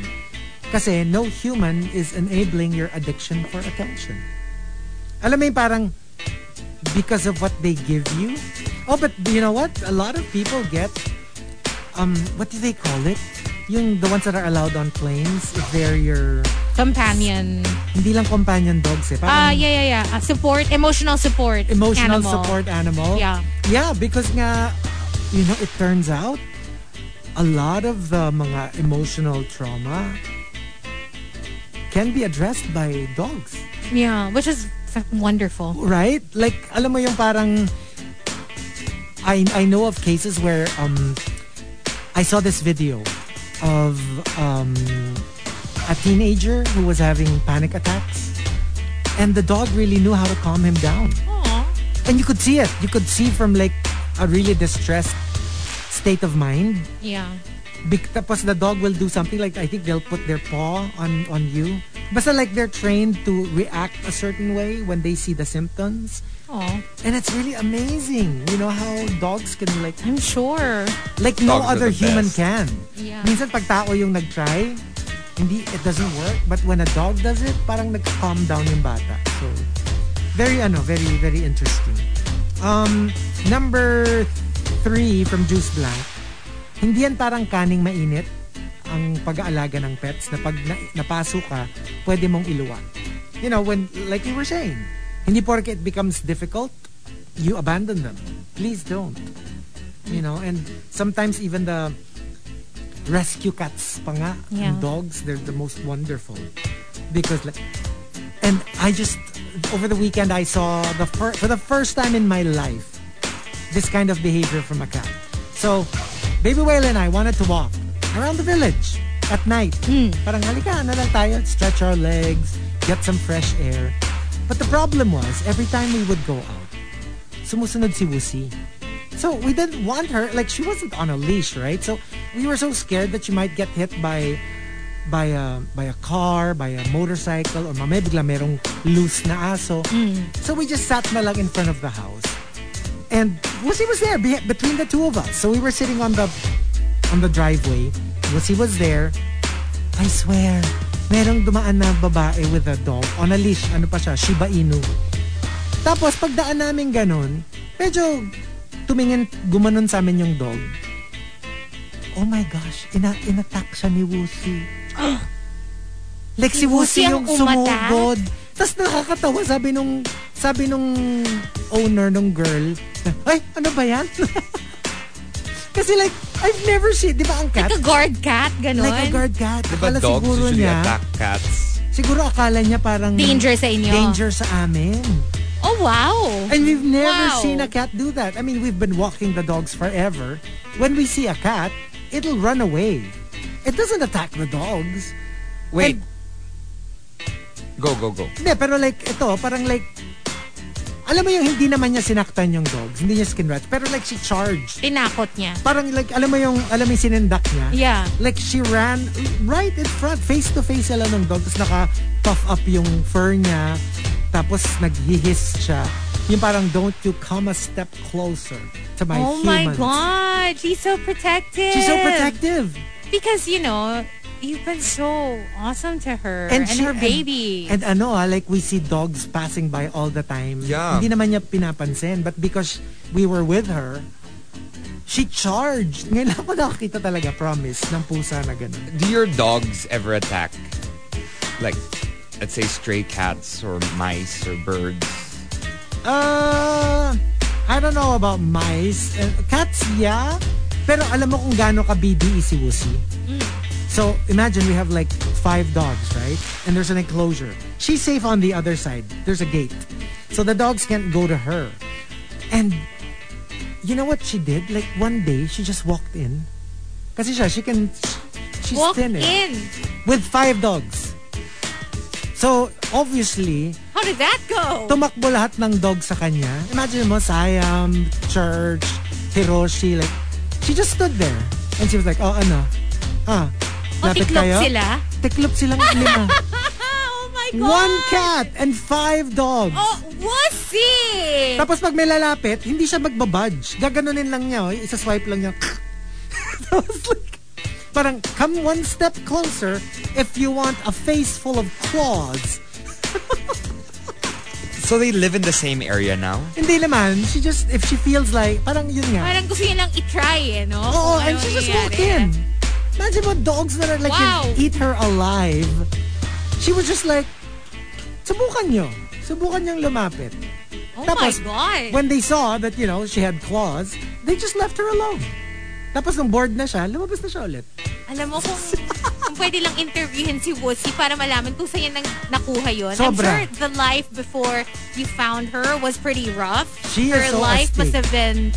S5: kasi no human is enabling your addiction for attention. Alam mo yung parang, because of what they give you? Oh, but you know what? A lot of people get, um, what do they call it? Yung the ones that are allowed on planes, if they're your,
S7: companion.
S5: hindi lang companion dogs eh.
S7: Ah,
S5: parang-
S7: yeah, yeah, yeah. Uh, support, emotional support.
S5: emotional
S7: animal.
S5: support animal.
S7: Yeah.
S5: Yeah, because nga, you know, it turns out a lot of the mga emotional trauma can be addressed by dogs,
S7: Yeah, which is f- wonderful.
S5: right? Like, alam mo yung parang I I know of cases where um I saw this video of um, a teenager who was having panic attacks, and the dog really knew how to calm him down. And you could see it. You could see from like a really distressed state of mind.
S7: Yeah.
S5: Big, tapos the dog will do something like I think they'll put their paw on on you. Basta like they're trained to react a certain way when they see the symptoms.
S7: Oh,
S5: And it's really amazing, you know, how dogs can like
S7: I'm sure.
S5: like no
S6: Dogs are
S5: other
S6: the
S5: human
S6: best.
S5: can.
S7: Yeah.
S5: Minsan pag tao yung nag-try, hindi, it doesn't work. But when a dog does it, parang nag-calm down yung bata. So, very ano, very, very interesting. Um, number three from Juice Blank, hindi yan parang kaning mainit ang pag-aalaga ng pets na pag na, napaso ka, pwede mong iluwa. You know, when, like you were saying, hindi porke it becomes difficult, you abandon them. Please don't. You know, and sometimes even the rescue cats pa nga,
S7: Yeah.
S5: and dogs, they're the most wonderful. Because like, and I just, over the weekend, I saw the fir- for the first time in my life, this kind of behavior from a cat. So, Baby Whale and I wanted to walk around the village at night. Parang halika, na lang tayo, stretch our legs, get some fresh air. But the problem was, every time we would go out, sumusunod si Wusi. So we didn't want her, like she wasn't on a leash, right? So we were so scared that she might get hit by by a, by a car, by a motorcycle, or mamaya bigla merong loose na aso. So we just sat na lang in front of the house. And Wussy was there be- between the two of us. So we were sitting on the on the driveway. Wussy was there. I swear, merong dumaan na babae with a dog on a leash. Ano pa siya? Shiba Inu. Tapos pagdaan namin ganun, medyo tumingin, gumanon sa amin yung dog. Oh my gosh, ina inattack siya ni Wussy. <gasps> like si Wussy
S7: Wussy
S5: yung
S7: ang umatak?
S5: sumugod. Tapos nakakatawa, sabi nung, sabi nung owner nung girl, ay, ano ba yan? <laughs> Kasi like, I've never seen, di ba ang cat?
S7: Like a guard cat, ganon.
S5: Like a guard cat.
S6: Di ba
S5: Akala
S6: dogs
S5: siguro
S6: usually
S5: niya,
S6: attack cats?
S5: siguro akala niya parang
S7: Danger sa inyo.
S5: danger sa amin.
S7: Oh, wow.
S5: And we've never
S7: Wow.
S5: seen a cat do that. I mean, we've been walking the dogs forever. When we see a cat, it'll run away. It doesn't attack the dogs.
S6: Wait.
S5: And-
S6: Go, go, go.
S5: Hindi, pero like, ito, parang like, alam mo yung hindi naman niya sinaktan yung dogs, hindi niya skin scratch, pero like she charged.
S7: Tinakot niya.
S5: Parang like, alam mo yung, alam mo yung sinindak niya?
S7: Yeah.
S5: Like she ran right in front, face to face sila ng dog, tapos naka-puff up yung fur niya, tapos naghihis siya. Yung parang, don't you come a step closer to my
S7: oh my
S5: humans.
S7: god, she's so protective.
S5: She's so protective.
S7: Because, you know, you've been so awesome to her and,
S5: she-
S7: her baby.
S5: And, ano ah, like we see dogs passing by all the time.
S6: Yeah.
S5: Hindi naman niya pinapansin. But because we were with her, she charged. Ngayon lang ako nakakita talaga, promise, ng pusa na ganun.
S6: Do your dogs ever attack, like, let's say stray cats or mice or birds?
S5: Uh, I don't know about mice. Uh, cats, yeah. Pero alam mo kung gaano ka BDE si Wussy. So, imagine we have like five dogs, right? And there's an enclosure. She's safe on the other side. There's a gate. So the dogs can't go to her. And you know what she did? Like one day, she just walked in. Kasi siya, she can... She's
S7: Walk
S5: thin eh.
S7: in.
S5: With five dogs. So, obviously,
S7: How did that go?
S5: tumakbo lahat ng dog sa kanya. Imagine mo, Siam, Church, Hiroshi, like, she just stood there. And she was like, oh, ano? Ah,
S7: Oh,
S5: lapit
S7: tiklop
S5: kayo?
S7: sila?
S5: Tiklop silang
S7: <laughs>
S5: lima.
S7: oh my god.
S5: One cat and five dogs.
S7: Oh, wussy.
S5: Tapos pag may lalapit, hindi siya magbabudge. Gaganunin lang niya, oh. isa-swipe lang niya. <laughs> Tapos like, parang, come one step closer if you want a face full of claws.
S6: So they live in the same area now?
S5: Hindi naman, she just, if she feels like, parang yun nga.
S7: Parang gusto niya lang i-try eh, no?
S5: Oh,
S7: Kung
S5: and
S7: ano
S5: she just
S7: nangyayari.
S5: walked in. Imagine what dogs that are like
S7: Wow.
S5: you'd eat her alive. She was just like, subukan nyo. Subukan niyang lumapit.
S7: Oh
S5: Tapos,
S7: my god.
S5: when they saw that, you know, she had claws, they just left her alone. Tapos nung bored na siya, lumabas na siya ulit.
S7: Alam mo kung, kung pwede lang interviewin si Wussy para malaman kung saan niya nang nakuha yon.
S5: Sobra.
S7: I'm sure the life before you found her was pretty rough.
S5: She
S7: her
S5: is so
S7: life
S5: astig.
S7: must have been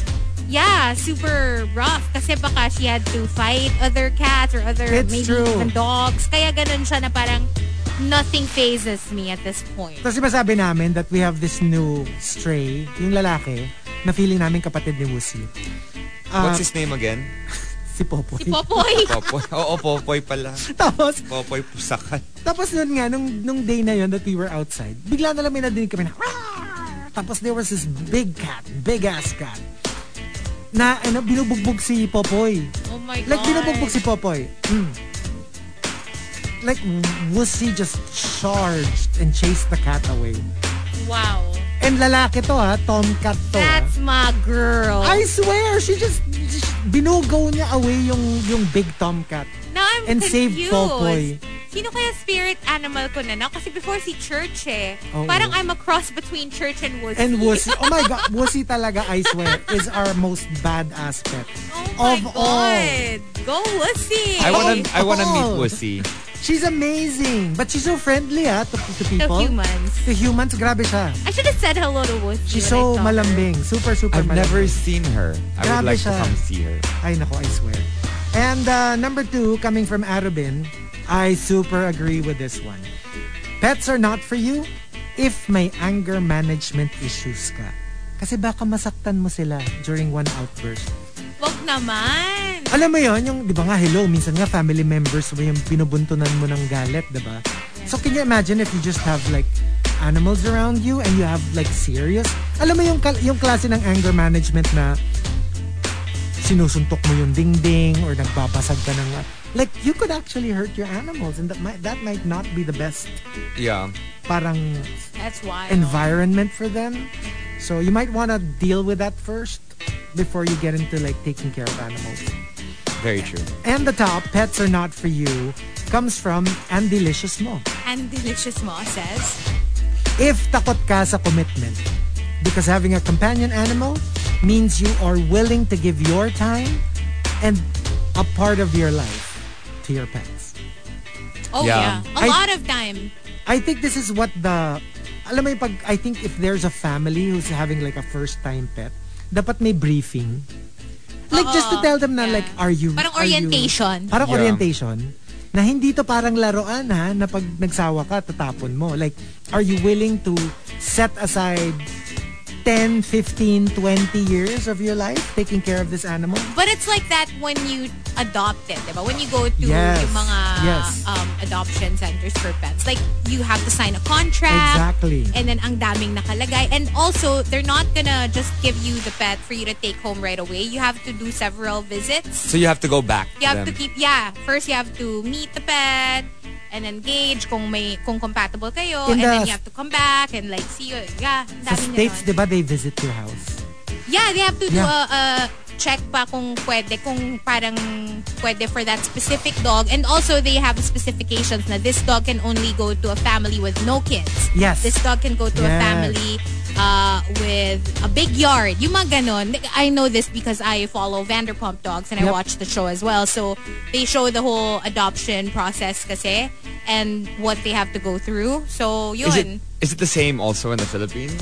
S7: yeah, super rough. Kasi baka she had to fight other cats or other
S5: It's
S7: maybe
S5: true.
S7: even dogs. Kaya ganun siya na parang nothing phases me at this point.
S5: Tapos masabi namin that we have this new stray, yung lalaki, na feeling namin kapatid ni Wusi. Ah,
S6: What's his name again?
S5: si Popoy.
S7: Si Popoy.
S6: Popoy. <laughs> Oo, Popoy pala.
S5: <laughs> Tapos,
S6: Popoy Pusakal.
S5: Tapos noon nga, nung, nung day na yon that we were outside, bigla na lang may nadinig kami na, "Rawr!" tapos there was this big cat, big ass cat, na ano, binubugbog si Popoy.
S7: Oh my God.
S5: Like, binubugbog si Popoy. Mm. Like, Wussy just charged and chased the cat away.
S7: Wow.
S5: And lalaki to ha, tomcat to. ha.
S7: That's my girl.
S5: I swear, she just, just binugaw niya away yung, yung big tomcat.
S7: Now I'm
S5: And save
S7: confused.
S5: Popoy.
S7: Sino kaya spirit animal ko na now? Kasi before si Church eh.
S5: Oo.
S7: Parang I'm a cross between Church and Wussy.
S5: Oh. And Wussy, oh my God, Wussy talaga, I swear, is our most badass pet.
S7: Oh my
S5: of
S7: God.
S5: all.
S7: Go Wussy.
S6: I wanna, I wanna meet
S5: Oh.
S6: Wussy.
S5: She's amazing. But she's so friendly, ha, to, to people.
S7: To humans.
S5: To humans, grabe siya.
S7: I should have said hello to Wussy.
S5: She's
S7: when I
S5: so
S7: saw her.
S5: malambing. Super, super
S6: I've never
S5: malambing.
S6: seen her. I
S5: Grabe
S6: would like to
S5: siya.
S6: come see her.
S5: Ay, nako, I swear. And uh, number two, coming from Arabin, I super agree with this one. Pets are not for you if may anger management issues ka. Kasi baka masaktan mo sila during one outburst.
S7: Wag naman.
S5: Alam mo yon yung, di ba nga, hello, minsan nga family members mo yung pinubuntunan mo ng galit, di ba? So can you imagine if you just have like animals around you and you have like serious? Alam mo yung, kal- yung klase ng anger management na sinusuntok mo yung dingding or nagbabasag ka ng... Like, you could actually hurt your animals and that might, that might not be the best
S6: Yeah.
S5: parang
S7: That's wild.
S5: environment for them. So you might want to deal with that first before you get into like taking care of animals.
S6: Very true.
S5: And the top, Pets Are Not For You, comes from And Delicious Mo.
S7: And delicious eh? mo says,
S5: If takot ka sa commitment, because having a companion animal means you are willing to give your time and a part of your life to your pets.
S7: oh yeah, a
S6: Yeah.
S5: I-
S7: lot of time.
S5: I think this is what the, alam mo yung pag, I think if there's a family who's having like a first-time pet, dapat may briefing. Like just to tell them na
S7: yeah.
S5: like, are you...
S7: Parang
S5: are you-
S7: orientation.
S5: parang
S6: Yeah.
S5: orientation na hindi to parang laruan ha na pag nagsawa ka tatapon mo like are you willing to set aside 10, 15, 20 years of your life taking care of this animal
S7: But it's like that when you adopt it, diba? When you go to
S5: Yes.
S7: yung mga
S5: Yes.
S7: um, adoption centers for pets, like you have to sign a contract.
S5: Exactly.
S7: And then ang daming nakalagay. And also, they're not gonna just give you the pet for you to take home right away. You have to do several visits.
S6: So you have to go back.
S7: You have to
S6: them.
S7: keep, yeah. First, you have to meet the pet and engage kung may kung compatible kayo.
S5: In
S7: and
S5: the-
S7: then you have to come back and like see you. Yeah, ang
S5: sa
S7: daming
S5: states
S7: ganon.
S5: di ba they visit your house
S7: Yeah, they have to do
S5: Yeah.
S7: a, a check pa kung pwede, kung parang pwede for that specific dog. And also, they have specifications na this dog can only go to a family with no kids.
S5: Yes.
S7: This dog can go to a
S5: Yes.
S7: family uh, with a big yard. Yung mga ganon. I know this because I follow Vanderpump Dogs and I
S5: Yep.
S7: watch the show as well. So, they show the whole adoption process kasi and what they have to go through. So, yun.
S6: Is it, is it the same also in the Philippines?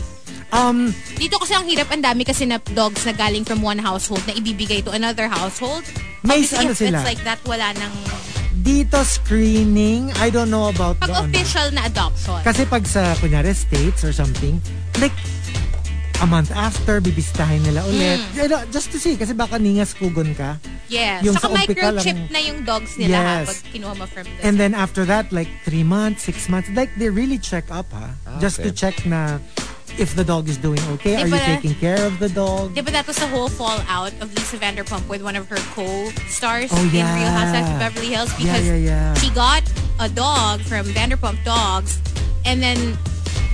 S5: um
S7: Dito kasi ang hirap, ang dami kasi na dogs na galing from one household na ibibigay to another household.
S5: May
S7: Obviously,
S5: ano
S7: if
S5: sila?
S7: it's like that, wala nang
S5: dito screening I don't know about
S7: pag
S5: the ano.
S7: official na adoption.
S5: kasi pag sa kunyari states or something like a month after bibistahin nila ulit
S7: Hmm.
S5: You know, just to see kasi baka ningas kugon ka
S7: yes.
S5: yung
S7: Saka
S5: sa umpi ka
S7: microchip
S5: lang-
S7: na yung dogs nila ha,
S5: Yes.
S7: pag kinuha mo from the...
S5: And then after that, like three months, six months, like they really check up, ha? Just to
S6: okay.
S5: check na if the dog is doing okay. Are
S7: Di
S5: you
S7: ba-
S5: taking care of the dog?
S7: Di ba that was the whole fallout of Lisa Vanderpump with one of her co-stars
S5: Oh,
S7: in
S5: yeah.
S7: Real Housewives of Beverly Hills
S5: Yeah,
S7: because
S5: yeah, yeah.
S7: she got a dog from Vanderpump Dogs and then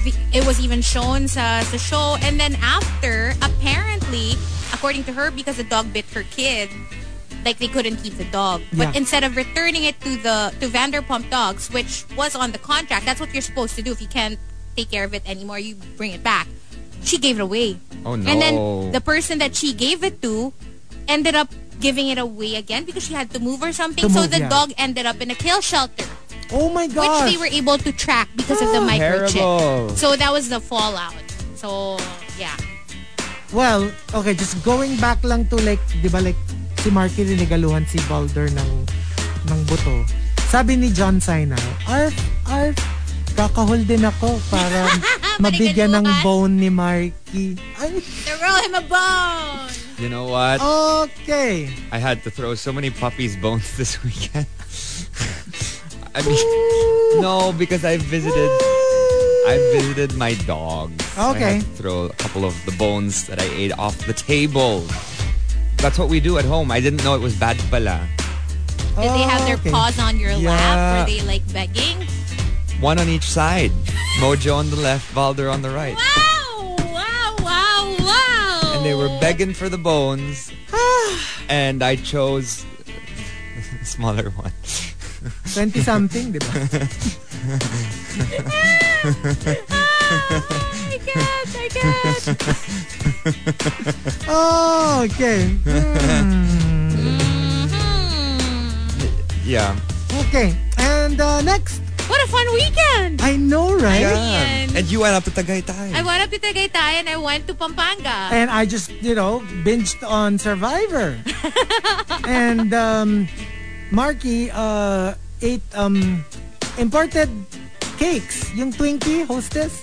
S7: the- it was even shown sa, sa show and then after, apparently, according to her, because the dog bit her kid, like they couldn't keep the dog. But
S5: Yeah.
S7: instead of returning it to the to Vanderpump Dogs, which was on the contract, that's what you're supposed to do. If you can't take care of it anymore, you bring it back. She gave it away.
S6: Oh, no.
S7: And then the person that she gave it to ended up giving it away again because she had to move or something.
S5: To
S7: so
S5: move, yeah.
S7: the dog ended up in a kill shelter,
S5: Oh my gosh! Oh,
S7: which they were able to track because of the microchip.
S6: terrible.
S7: So that was the fallout. So yeah.
S5: Well, okay, just going back lang to like, di ba like, si Marky rinigaluhan si Balder ng, ng buto. Sabi ni John Sina, arf, arf, kakahol din ako para mabigyan ng
S7: Balikan bukas."
S5: bone ni Marky. Ay,
S7: Throw him a bone.
S6: You know what?
S5: Oh. okay.
S6: I had to throw so many puppies' bones <laughs> this weekend. I mean, no, because I visited. I
S5: <laughs>
S6: visited my dogs. I
S5: Okay.
S6: had to throw a couple of the bones that I ate off the table. That's what we do at home. I didn't know it was bad pala.
S7: Did they have their
S5: Oh, Okay.
S7: paws on your lap? Were
S5: Yeah.
S7: they like begging?
S6: One on each side. Mojo on the left, Valder on the right.
S7: Wow! Wow! Wow! Wow!
S6: And they were begging for the bones. and I chose <laughs> the smaller one.
S5: 20-something, di ba?
S7: I guess. I
S5: <laughs>
S7: guess.
S5: Oh, okay.
S6: Yeah.
S5: Okay. And uh, next,
S7: What a fun weekend!
S5: I know, right?
S7: Ian.
S6: And you went up to Tagaytay.
S7: I went up to Tagaytay and I went to Pampanga.
S5: And I just, you know, binged on
S7: <laughs>
S5: Survivor. and um, Marky uh, ate um, imported cakes. Yung Twinkie Hostess.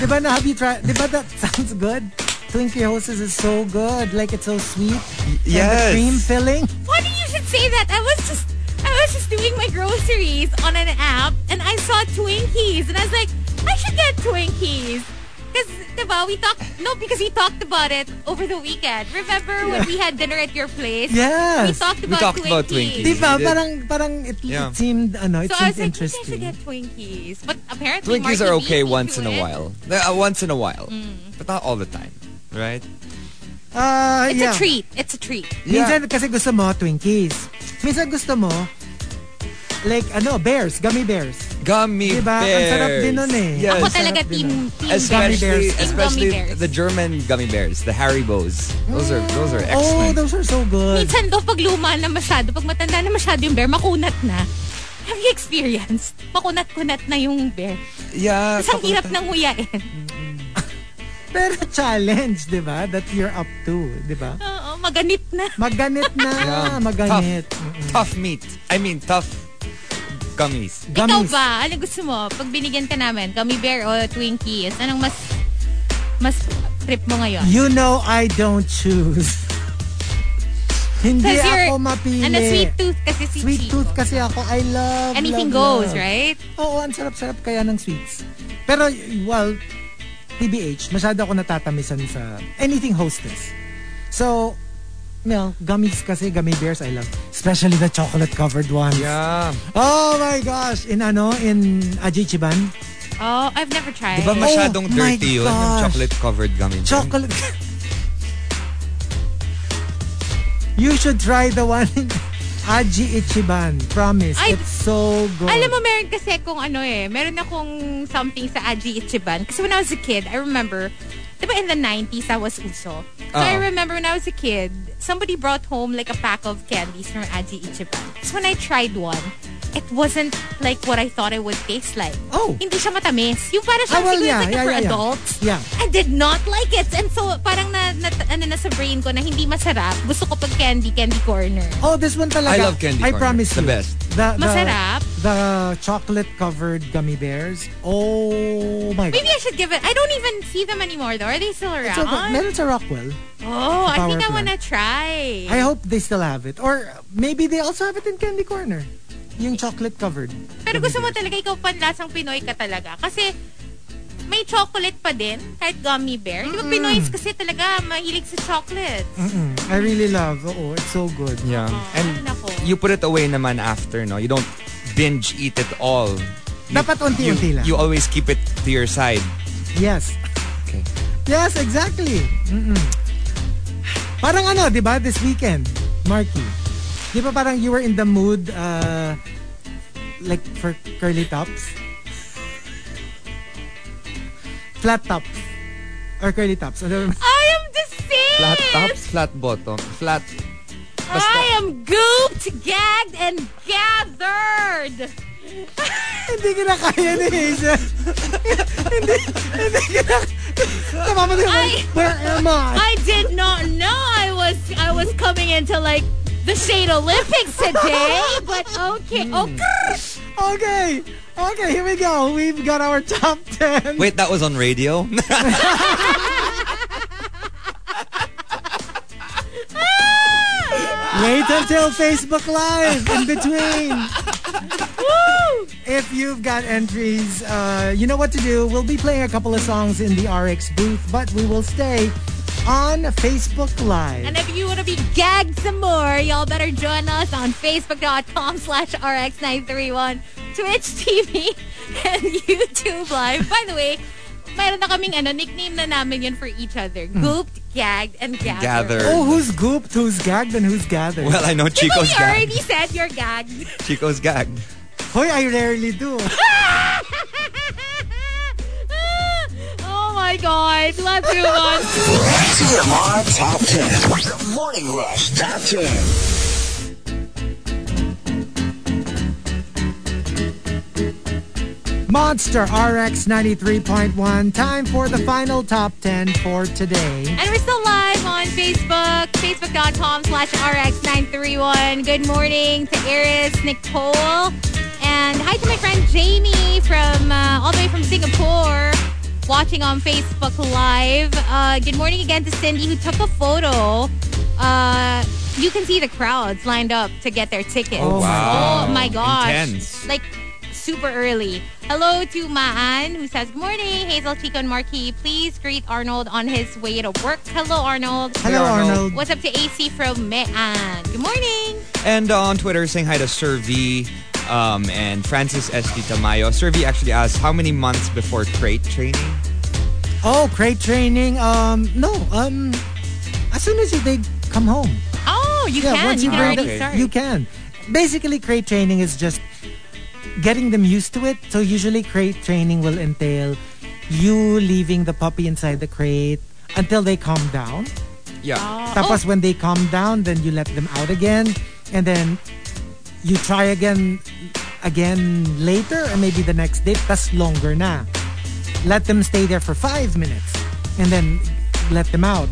S5: Di ba na, have you tried? Di ba that <laughs> sounds good? Twinkie Hostess is so good. Like, it's so sweet. And the
S6: yes.
S5: cream filling.
S7: Funny you should say that. I was just I was just doing my groceries on an app and I saw Twinkies and I was like, I should get Twinkies. Because diba, we talked no, because we talked about it over the weekend. Remember when we had dinner at your place? We
S5: Yes.
S7: talked about
S6: talked about
S7: Twinkies.
S5: Di ba?
S6: We did.
S5: Parang, parang it,
S6: Yeah.
S5: it seemed, ano, it
S7: So I
S5: seemed
S7: was like,
S5: interesting.
S7: maybe I should get Twinkies. But apparently
S6: Twinkies
S7: Marky
S6: are
S7: beat
S6: okay
S7: me
S6: once
S7: to
S6: in a
S7: it. Mm.
S6: while. They're, uh, once in a while. But not all the time. Right?
S5: Ah,
S7: It's
S5: yeah.
S7: a treat. It's a treat.
S5: Minsan kasi gusto mo Twinkies. Minsan gusto mo like ano, bears, gummy bears.
S6: Gummy
S5: Diba? Ang
S6: bears.
S5: sarap din nun eh.
S6: Yes.
S7: Ako
S5: sarap
S7: talaga
S5: din
S7: team, team
S5: Gummy
S6: Especially,
S5: bears.
S7: Team
S6: especially
S7: gummy bears.
S6: the German gummy bears, the Haribos. Those are those are
S5: Oh,
S6: excellent.
S5: those are so good.
S7: Minsan daw pag luma na masyado, pag matanda na masyado yung bear, makunat na. Have you experienced? Makunat-kunat na yung bear.
S6: yeah,
S7: Tapos ang
S6: couple
S7: hirap
S6: of
S7: nang nguyain.
S5: Pero challenge, 'di ba? That you're up to, 'di ba?
S7: Oo, maganit na.
S5: Maganit na,
S6: <laughs> Yeah.
S5: Ah, maganit.
S6: times. tough meat. I mean tough gummies.
S7: Ikaw
S5: Gummies.
S7: ba? Ano gusto mo? Pag binigyan ka namin, gummy bear o Twinkies, anong mas mas trip mo ngayon?
S5: You know I don't choose. Hindi
S7: Because you're
S5: ako mapili.
S7: Ano, sweet tooth kasi si
S5: Sweet
S7: Chico.
S5: tooth kasi ako. I love,
S7: Anything
S5: love,
S7: goes,
S5: love.
S7: right?
S5: Oo, ang sarap-sarap kaya ng sweets. Pero, well, TBH, masyado ako natatamisan sa anything hostess. So, Mel, gummies kasi, gummy bears, I love. Especially the chocolate-covered ones.
S6: Yeah.
S5: Oh my gosh! In ano, in Ajichiban.
S7: Oh, I've never tried.
S6: Diba masyadong
S5: Oh my
S6: dirty yun? Yung
S5: gosh.
S6: chocolate covered gummy. bear?
S5: Chocolate... <laughs> you should try the one in <laughs> Aji Ichiban. Promise.
S7: Ay,
S5: it's so good.
S7: Alam mo, meron kasi kung ano eh, meron akong something sa Aji Ichiban. Kasi when I was a kid, I remember, di ba in the 90s, I was uso. So I
S5: Ah.
S6: Oo.
S7: remember when I was a kid, somebody brought home like a pack of candies from Aji Ichiban. So when I tried one, it wasn't like what I thought it would taste like.
S5: Oh.
S7: Hindi siya matamis. Yung parang siya
S5: Ah, well,
S7: siguro
S5: yeah,
S7: like
S5: yeah,
S7: for
S5: yeah, yeah.
S7: adults.
S5: Yeah.
S7: I did not like it. And so parang na, na, ano, na sa brain ko na hindi masarap. Gusto ko pag candy, candy corner.
S5: Oh, this one talaga.
S6: I love candy
S5: I
S6: corn.
S5: promise
S6: The
S5: you.
S6: best.
S5: The, the,
S7: Masarap.
S5: The chocolate-covered gummy bears. Oh my
S7: Maybe
S5: God.
S7: I should give it. I don't even see them anymore though. Are they still around?
S5: So, meron sa Rockwell.
S7: Oh, I
S5: Power
S7: think I
S5: plant.
S7: want to try.
S5: I hope they still have it. Or maybe they also have it in Candy Corner. Yung chocolate-covered.
S7: Pero gusto mo talaga ikaw panlasang Pinoy ka talaga. Kasi may chocolate pa din, kahit gummy bear. Di ba Pinoys kasi talaga mahilig sa chocolate.
S5: Mm, I really love. Oo, it's so good.
S6: Yeah. And
S7: Nako.
S6: you put it away naman after, no? You don't binge eat it all. You-
S5: Dapat unti-unti
S6: you,
S5: lang.
S6: You always keep it to your side.
S5: Yes.
S6: Okay.
S5: Yes, exactly. Mm-mm. Parang ano, di ba, this weekend, Marky, di ba parang you were in the mood, uh, like for curly tops? Flat tops. Or curly tops. Ano- <laughs>
S7: I am the same!
S6: Flat tops, flat bottom, flat...
S7: I am gooped, gagged, and gathered!
S5: <laughs> Hindi ko na kaya ni Hazel. hindi, hindi ko na, Namamatay ako.
S7: I-
S5: Parang Irma.
S7: I did not know I was I was coming into like the Shade Olympics today, but okay.
S5: Mm.
S7: Oh,
S5: Okay.
S7: Okay.
S5: Okay, here we go. We've got our top 10.
S9: Wait, that was on radio? <laughs>
S5: Wait until Facebook Live in between. If you've got entries, uh, you know what to do. We'll be playing a couple of songs in the RX booth, but we will stay on Facebook Live.
S7: And if you want to be gagged some more, y'all better join us on Facebook.com slash RX931, Twitch TV, <laughs> and YouTube Live. By the way, mayroon na kaming ano, nickname na namin yun for each other. Gooped, gagged, and gathered.
S9: Gathered.
S5: oh, who's gooped, who's gagged, and who's gathered?
S9: Well, I know
S7: Diba
S9: Chico's
S7: we
S9: gagged.
S7: already said you're gagged? <laughs>
S9: Chico's gagged.
S5: Hoy, I rarely do.
S7: oh my God. Let's move on.
S4: TMR Top 10. The Morning Rush Top 10.
S5: Monster RX 93.1. Time for the final top 10 for today.
S7: And we're still live on Facebook, facebook.com slash rx931. Good morning to Iris, Nicole, and hi to my friend Jamie from uh, all the way from Singapore watching on Facebook Live. Uh, good morning again to Cindy who took a photo. Uh, you can see the crowds lined up to get their tickets.
S5: Oh,
S9: wow.
S7: Oh my gosh.
S9: Intense.
S7: Like super early. Hello to Maan who says, Good morning, Hazel, Chico, and Marquis. Please greet Arnold on his way to work. Hello, Arnold.
S5: Hello, Arnold.
S7: What's up to AC from Mean? Good morning.
S9: And uh, on Twitter, saying hi to Sir V um, and Francis S. Di Tamayo. Sir V actually asked, how many months before trait training?
S5: Oh, crate training. Um, no. Um, as soon as you, they come home.
S7: Oh, you
S5: yeah,
S7: can.
S5: once you
S7: You can
S5: bring
S7: already
S5: them,
S7: start.
S5: you can. Basically, crate training is just getting them used to it. So usually, crate training will entail you leaving the puppy inside the crate until they calm down.
S9: Yeah.
S7: Oh.
S5: Tapos when they calm down, then you let them out again, and then you try again, again later or maybe the next day. Tas longer na. Let them stay there for five minutes, and then let them out.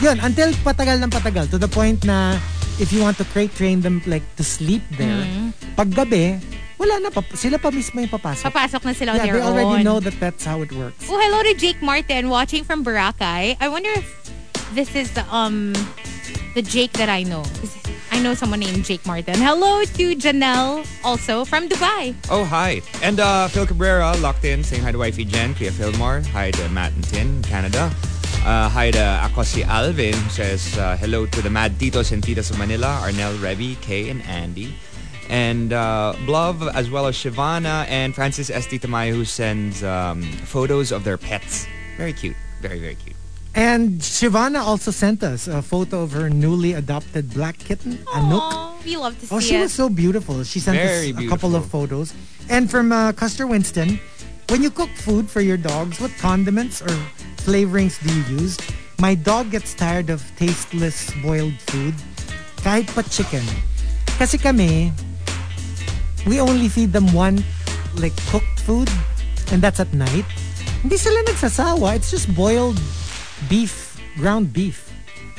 S5: Yun, until patagal ng patagal. To the point na if you want to crate train them like to sleep there, paggabi, wala na. pap- sila pa mismo yung papasok.
S7: Mm-hmm. Papasok na sila on
S5: yeah,
S7: their
S5: they already
S7: own.
S5: know that that's how it works.
S7: Oh, hello to Jake Martin watching from Boracay. I wonder if this is the um the Jake that I know. 'Cause I know someone named Jake Martin. Hello to Janelle also from Dubai.
S9: Oh, hi. And uh, Phil Cabrera locked in, saying hi to wifey Jen, Kuya Fillmore. Hi to Matt and Tin in Canada. Uh, hi to ako si Alvin, who says uh, hello to the mad titos and titas of Manila, Arnel, Revi, Kay, and Andy. And uh, Blove, as well as Shivana and Francis S. Di Tamayo, who sends um, photos of their pets. Very cute. Very, very cute.
S5: And Shivana also sent us a photo of her newly adopted black kitten, Anouk.
S7: Aw, we love to see
S5: Oh, she
S7: it.
S5: was so beautiful. She sent
S9: Very
S5: us a couple of
S9: beautiful.
S5: photos. And from uh, Custer Winston, when you cook food for your dogs, what condiments or flavorings do you use? My dog gets tired of tasteless boiled food, kahit pa chicken. Kasi kami, we only feed them one like cooked food and that's at night. Hindi sila nagsasawa. It's just boiled beef, ground beef.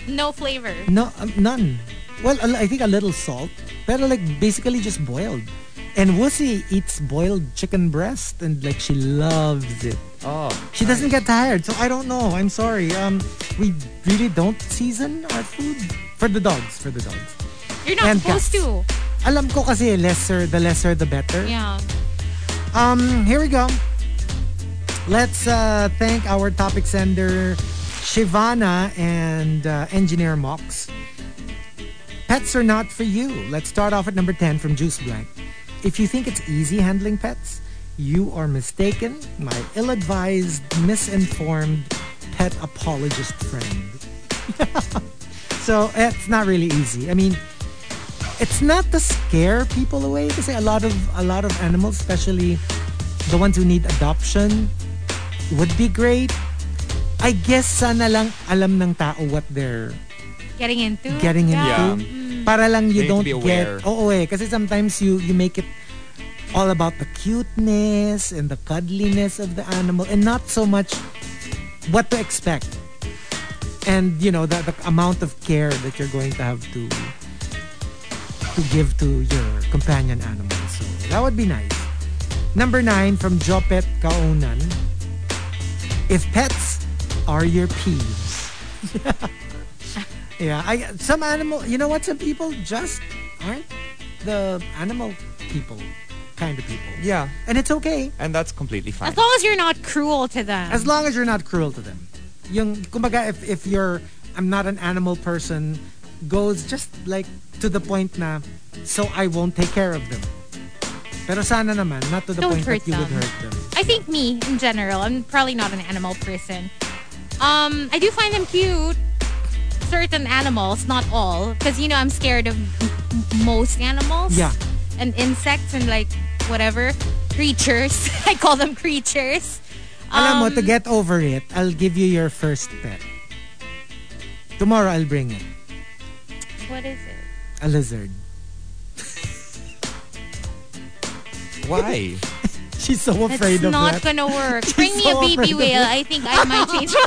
S7: no flavor.
S5: No, um, none. Well, a li- I think a little salt, but like basically just boiled. And Wussy eats boiled chicken breast, and like she loves it.
S9: Oh.
S5: She doesn't get tired, so I don't know. I'm sorry. Um, we really don't season our food for the dogs. For the dogs.
S7: You're not
S5: And
S7: supposed
S5: cats.
S7: to.
S5: Alam ko kasi lesser, the lesser the better.
S7: Yeah.
S5: Um, here we go. Let's uh, thank our topic sender, Shivana and uh, engineer Mox. Pets are not for you. Let's start off at number 10 from Juice Blank. If you think it's easy handling pets, you are mistaken, my ill advised, misinformed pet apologist friend. <laughs> so it's not really easy. I mean, it's not to scare people away because a lot of a lot of animals especially the ones who need adoption would be great I guess sana lang alam ng tao what they're
S7: Getting into.
S5: getting into
S9: Yeah.
S5: para lang you
S9: They need to
S5: don't
S9: be aware.
S5: get oo eh kasi sometimes you you make it all about the cuteness and the cuddliness of the animal and not so much what to expect and you know the, the amount of care that you're going to have to to give to your companion animals. So that would be nice. Number nine from Jopet Kaonan. If pets are your peeves. <laughs> yeah, I some animal you know what some people just aren't the animal people kind of people.
S9: Yeah,
S5: And it's okay.
S9: and that's completely fine.
S7: As long as you're not cruel to them.
S5: As long as you're not cruel to them. Yung, kumbaga, if, if you're, I'm not an animal person, goes just like to the point na, so I won't take care of them. Pero sana naman, not to the
S7: Don't
S5: point that
S7: hurt
S5: you would
S7: them.
S5: hurt them.
S7: I think me in general. I'm probably not an animal person. Um, I do find them cute. Certain animals, not all, because you know I'm scared of m- m- most animals.
S5: Yeah.
S7: And insects and like whatever creatures. <laughs> I call them creatures.
S5: Alam mo,
S7: Um,
S5: to get over it, I'll give you your first pet. Tomorrow, I'll bring it.
S7: What is it?
S5: A lizard.
S9: Why?
S5: She's so afraid
S7: That's
S5: of
S7: not
S5: that. <laughs>
S7: gonna work. Bring me
S5: so
S7: a
S5: afraid
S7: baby
S5: of
S7: whale.
S5: that.
S7: I think I might change. <laughs>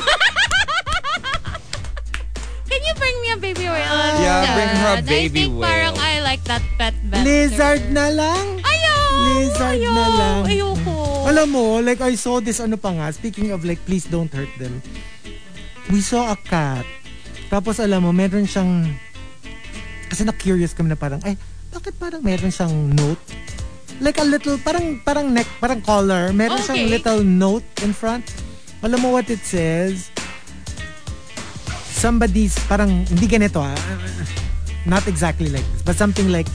S7: Can you bring me a baby whale?
S9: Yeah, bring her a
S7: Dad,
S9: baby
S7: I think Parang
S9: whale.
S7: I like that pet better.
S5: Lizard na lang.
S7: Ayaw!
S5: Lizard
S7: ayaw,
S5: na lang.
S7: Ayoko.
S5: Alam mo, like I saw this ano pa nga, speaking of like please don't hurt them. We saw a cat. Tapos alam mo, meron siyang kasi na-curious kami na parang ay, bakit parang meron siyang note? Like a little parang parang neck, parang collar. Meron siyang
S7: Okay.
S5: little note in front. Alam mo what it says? Somebody's parang hindi ganito ah. Not exactly like this, but something like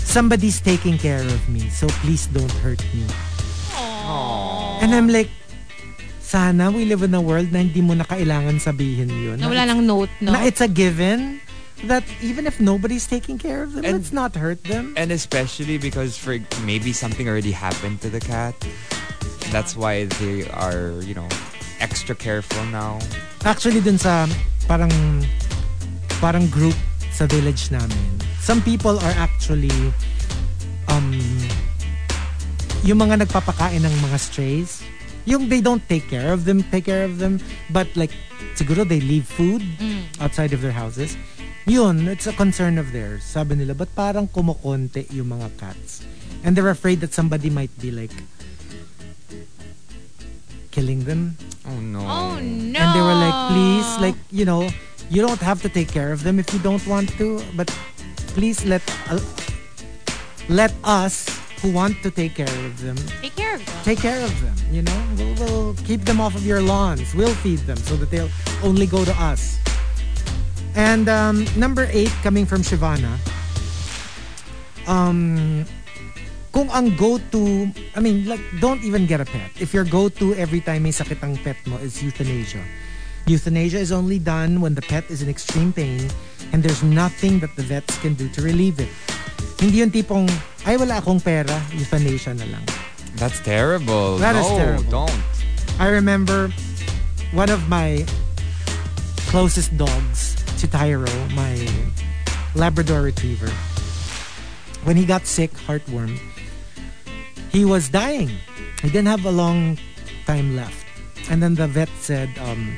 S5: somebody's taking care of me, so please don't hurt me. And I'm like, sana we live in a world na hindi mo na kailangan sabihin yun.
S7: Na wala ng note, no?
S5: Na it's a given that even if nobody's taking care of them,
S9: And-
S5: let's not hurt them.
S9: and especially because for maybe something already happened to the cat. That's why they are, you know, extra careful now.
S5: Actually, dun sa parang parang group sa village namin, some people are actually um yung mga nagpapakain ng mga strays, yung they don't take care of them, take care of them, but like siguro they leave food outside of their houses. Yun, it's a concern of theirs. Sabi nila, but parang kumukonte yung mga cats? And they're afraid that somebody might be like killing them
S9: Oh no.
S7: oh, no.
S5: and they were like please like you know you don't have to take care of them if you don't want to but please let uh, let us who want to take care of them
S7: Take care of them.
S5: take care of them you know we'll, we'll keep them off of your lawns we'll feed them so that they'll only go to us and um, number eight coming from Shivana um kung ang go-to, I mean, like, don't even get a pet. If your go-to every time may sakit ang pet mo is euthanasia. Euthanasia is only done when the pet is in extreme pain and there's nothing that the vets can do to relieve it. Hindi yung tipong, ay, wala akong pera, euthanasia na lang.
S9: That's terrible. no,
S5: That is terrible.
S9: don't.
S5: I remember one of my closest dogs, si Tyro, my Labrador Retriever. When he got sick, heartworm, he was dying. He didn't have a long time left. And then the vet said, um,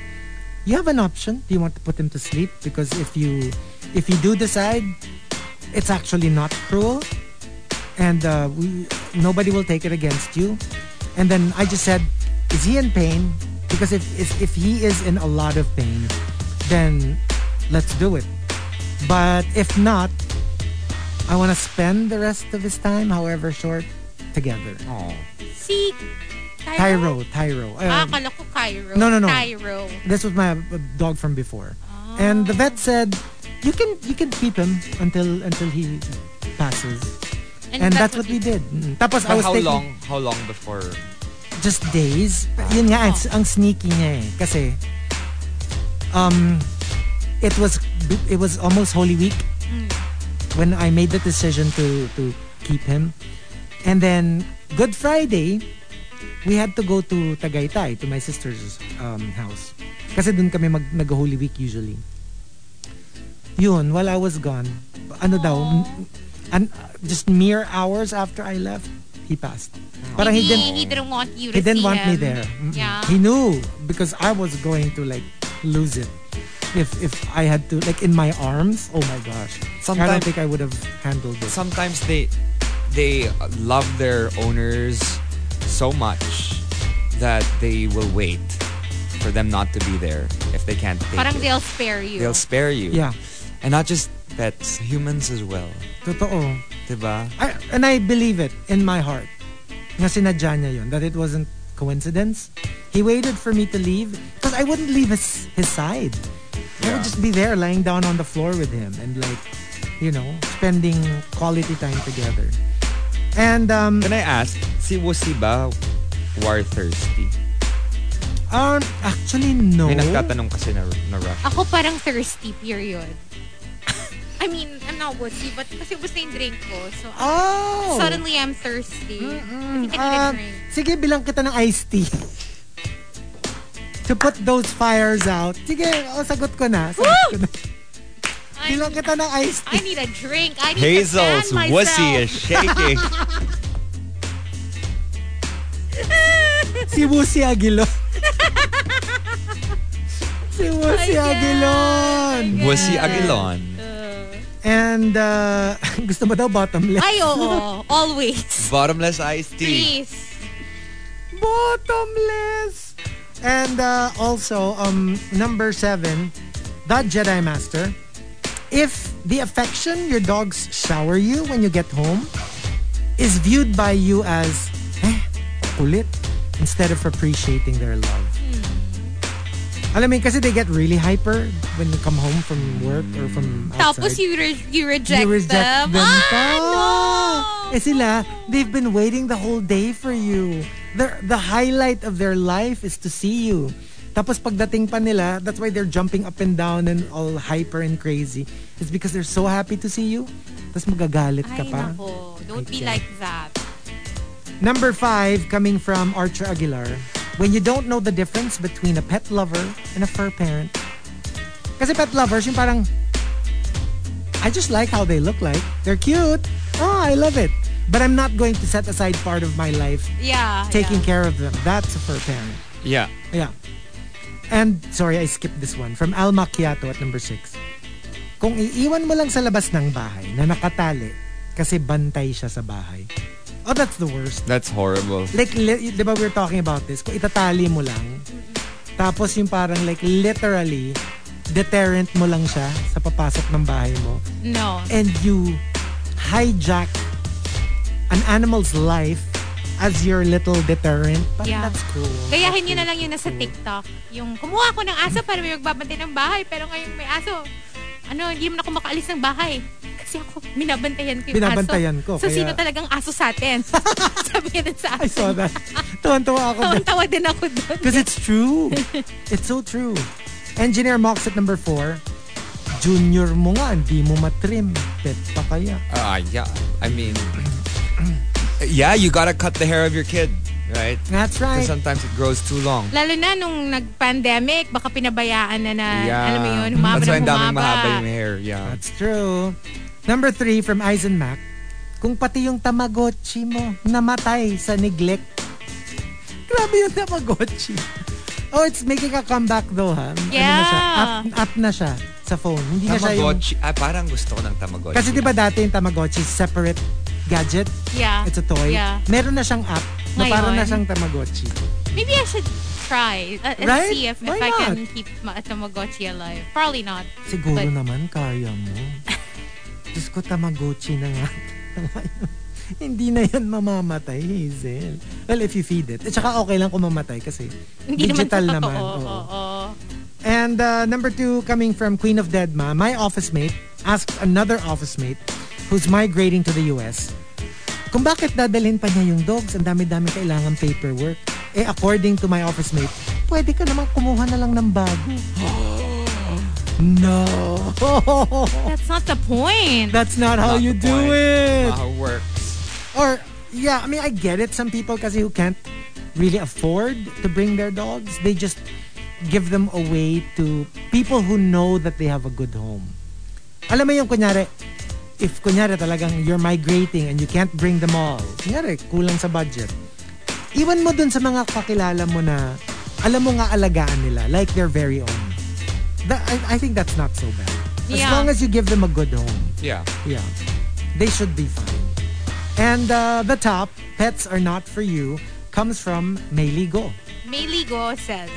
S5: "You have an option. Do you want to put him to sleep? Because if you if you do decide, it's actually not cruel, and uh, we nobody will take it against you." And then I just said, "Is he in pain? Because if if, if he is in a lot of pain, then let's do it. But if not, I want to spend the rest of his time, however short, together."
S9: Oh.
S7: See?
S5: Tyro,
S7: Tyro?
S5: Tyro.
S7: Ah,
S5: Um,
S7: akala ko Cairo.
S5: No, no, no.
S7: Tyro.
S5: this was my uh, dog from before, and the vet said, "You can you can keep him until until he passes." And, that's, what we did. Mm. Tapos I
S9: But
S5: was
S9: how
S5: taking
S9: long? How long before?
S5: just days. Yun nga, ang, ang sneaky niya eh. Kasi, um, it was, it was almost Holy Week when I made the decision to, to keep him. And then, Good Friday, we had to go to Tagaytay, to my sister's um, house. Kasi dun kami mag, nag-Holy Week usually. Yun, while I was gone, ano daw, n- an, just mere hours after I left, he passed. Parang he
S7: Maybe
S5: didn't,
S7: he didn't want you to
S5: he didn't
S7: see
S5: want me
S7: him.
S5: there. Mm-mm.
S7: Yeah.
S5: He knew because I was going to like lose it. If if I had to like in my arms, oh my gosh. I don't
S9: Sometime-
S5: think I would have handled it.
S9: sometimes they they love their owners so much that they will wait for them not to be there if they can't take
S7: Parang
S9: it.
S7: they'll spare you.
S9: They'll spare you.
S5: yeah.
S9: And not just pets, humans as well.
S5: Totoo.
S9: Diba?
S5: I, and I believe it in my heart na sinadya niya yun, that it wasn't coincidence. He waited for me to leave because I wouldn't leave his, his side. I would just be there lying down on the floor with him and like, you know, spending quality time together. And um,
S9: Can I ask, si Wusi ba war thirsty?
S5: um actually no.
S9: May nagtatanong kasi na, na rough.
S7: Ako parang thirsty, period. <coughs> I mean, I'm not wussy, but kasi ubos na yung drink ko. So,
S5: Oh.
S7: suddenly I'm thirsty. I think I need a
S5: Ah,
S7: drink.
S5: sige, bilang kita ng iced tea. to put those fires out. Sige, oh, sagot ko na. Sagot
S7: Woo!
S5: ko na.
S7: I
S5: Bilang
S7: need,
S5: kita ng iced tea.
S7: I need a drink. I need
S9: Hazel's
S7: to fan myself.
S9: wussy is
S7: <laughs>
S9: shaking.
S5: Si Wusi Aguilon. si Wusi
S7: Ayan,
S5: Aguilon.
S9: Wussy Aguilon.
S5: And uh, <laughs> gusto mo daw bottom left?
S7: Ay, oo. Always.
S9: Bottomless iced tea.
S7: Please.
S5: Bottomless. And uh, also, um, number seven, the Jedi Master. If the affection your dogs shower you when you get home is viewed by you as eh, kulit instead of appreciating their love.
S7: Hmm.
S5: Alam mo yun, kasi they get really hyper when you come home from work or from outside.
S7: Tapos you, re- you reject,
S5: You reject them.
S7: Ah, no!
S5: Eh sila, they've been waiting the whole day for you. The, the highlight of their life is to see you. Tapos pagdating pa nila, that's why they're jumping up and down and all hyper and crazy. It's because they're so happy to see you. Tapos magagalit
S7: Ay,
S5: ka pa.
S7: nako. Don't be like that.
S5: Number five, coming from Archer Aguilar. When you don't know the difference between a pet lover and a fur parent. Kasi pet lovers, yung parang, I just like how they look like. They're cute. Oh, I love it. But I'm not going to set aside part of my life
S7: Yeah.
S5: taking
S7: yeah.
S5: care of them. That's a fur parent.
S9: Yeah.
S5: Yeah. And, sorry, I skipped this one. From Al Macchiato at number 6. Kung iiwan mo lang sa labas ng bahay na nakatali kasi bantay siya sa bahay. Oh, that's the worst
S9: That's horrible.
S5: like, li- di ba we we're talking about this? Kung itatali mo lang, tapos yung parang like literally, deterrent mo lang siya sa papasok ng bahay mo.
S7: No.
S5: And you hijack an animal's life as your little deterrent. Parang
S7: Yeah.
S5: that's cruel.
S7: Gayahin nyo na lang yun nasa TikTok. Yung kumuha ako ng aso para may magbabantay ng bahay. Pero ngayon may aso. Ano, hindi naman ako makaalis ng bahay. Kasi ako, binabantayan ko yung
S5: Binabantayan
S7: aso.
S5: ko,
S7: So,
S5: kaya-
S7: sino talagang aso sa
S5: <laughs>
S7: atin? Sabi niya dun sa aso.
S5: I saw that. <laughs> Tuwan-tuwa ako.
S7: <laughs>
S5: dun.
S7: Tawa din ako doon.
S5: Because it's true. it's so true. Engineer Mox at number 4. Junior mo nga, hindi mo matrim. Pet pa kaya.
S9: Ah, yeah. I mean, <clears throat> yeah, you gotta cut the hair of your kid, right?
S5: That's right.
S9: Because sometimes it grows too long.
S7: Lalo na nung nag-pandemic, baka pinabayaan na na, alam mo
S5: Mm-hmm.
S7: yun, humaba
S9: That's why
S7: na
S9: ang daming
S7: humaba.
S9: mahaba yung hair. Yeah.
S5: That's true. Number three from Eisenmack, kung pati yung Tamagotchi mo namatay sa neglect. Grabe yung Tamagotchi. Oh, it's making a comeback though, ha? Ano na siya?
S7: Yeah.
S5: Up, up na siya sa phone. Hindi na siya yung...
S9: Tamagotchi. Ah, parang gusto ko ng Tamagotchi.
S5: Kasi
S7: diba
S5: di ba dati yung Tamagotchi separate gadget?
S7: Yeah.
S5: It's a toy.
S7: Yeah.
S5: Meron na siyang app na parang
S7: Ngayon.
S5: na siyang Tamagotchi.
S7: Maybe I should try uh, and
S5: Right?
S7: see if, if
S5: Why
S7: I can
S5: not?
S7: keep ma- Tamagotchi alive. Probably not.
S5: Siguro
S7: But-
S5: naman kaya
S7: <laughs>
S5: mo. Diyos ko, Tamagotchi na nga. <laughs> Hindi na yan mamamatay, Hazel. Well, if you feed it. At saka okay lang kung mamatay kasi
S7: Hindi
S5: digital
S7: naman,
S5: naman.
S7: Oo,
S5: oo.
S7: oo, oo.
S5: And uh, number two, coming from Queen of Deadma, my office mate asked another office mate who's migrating to the US kung bakit dadalhin pa niya yung dogs. Ang dami-dami kailangan paperwork. Eh, according to my office mate, pwede ka naman kumuha na lang ng bago. <gasps> no. <laughs>
S7: That's not the point.
S5: That's not how
S9: Not
S5: you
S9: the
S5: do
S9: point.
S5: it.
S9: How it works.
S5: Or, yeah, I mean, I get it. Some people, kasi who can't really afford to bring their dogs, they just give them away to people who know that they have a good home. Alam mo yung kunyari, if kunyari talagang you're migrating and you can't bring them all, kunyari kulang sa budget, iwan mo dun sa mga kakilala mo na alam mo nga alagaan nila like they're very own. That, I, I think that's not so bad. As
S7: Yeah.
S5: long as you give them a good home.
S9: Yeah.
S5: Yeah. They should be fine. And uh, the top, pets are not for you, comes from Meiligo.
S7: Mayligo says,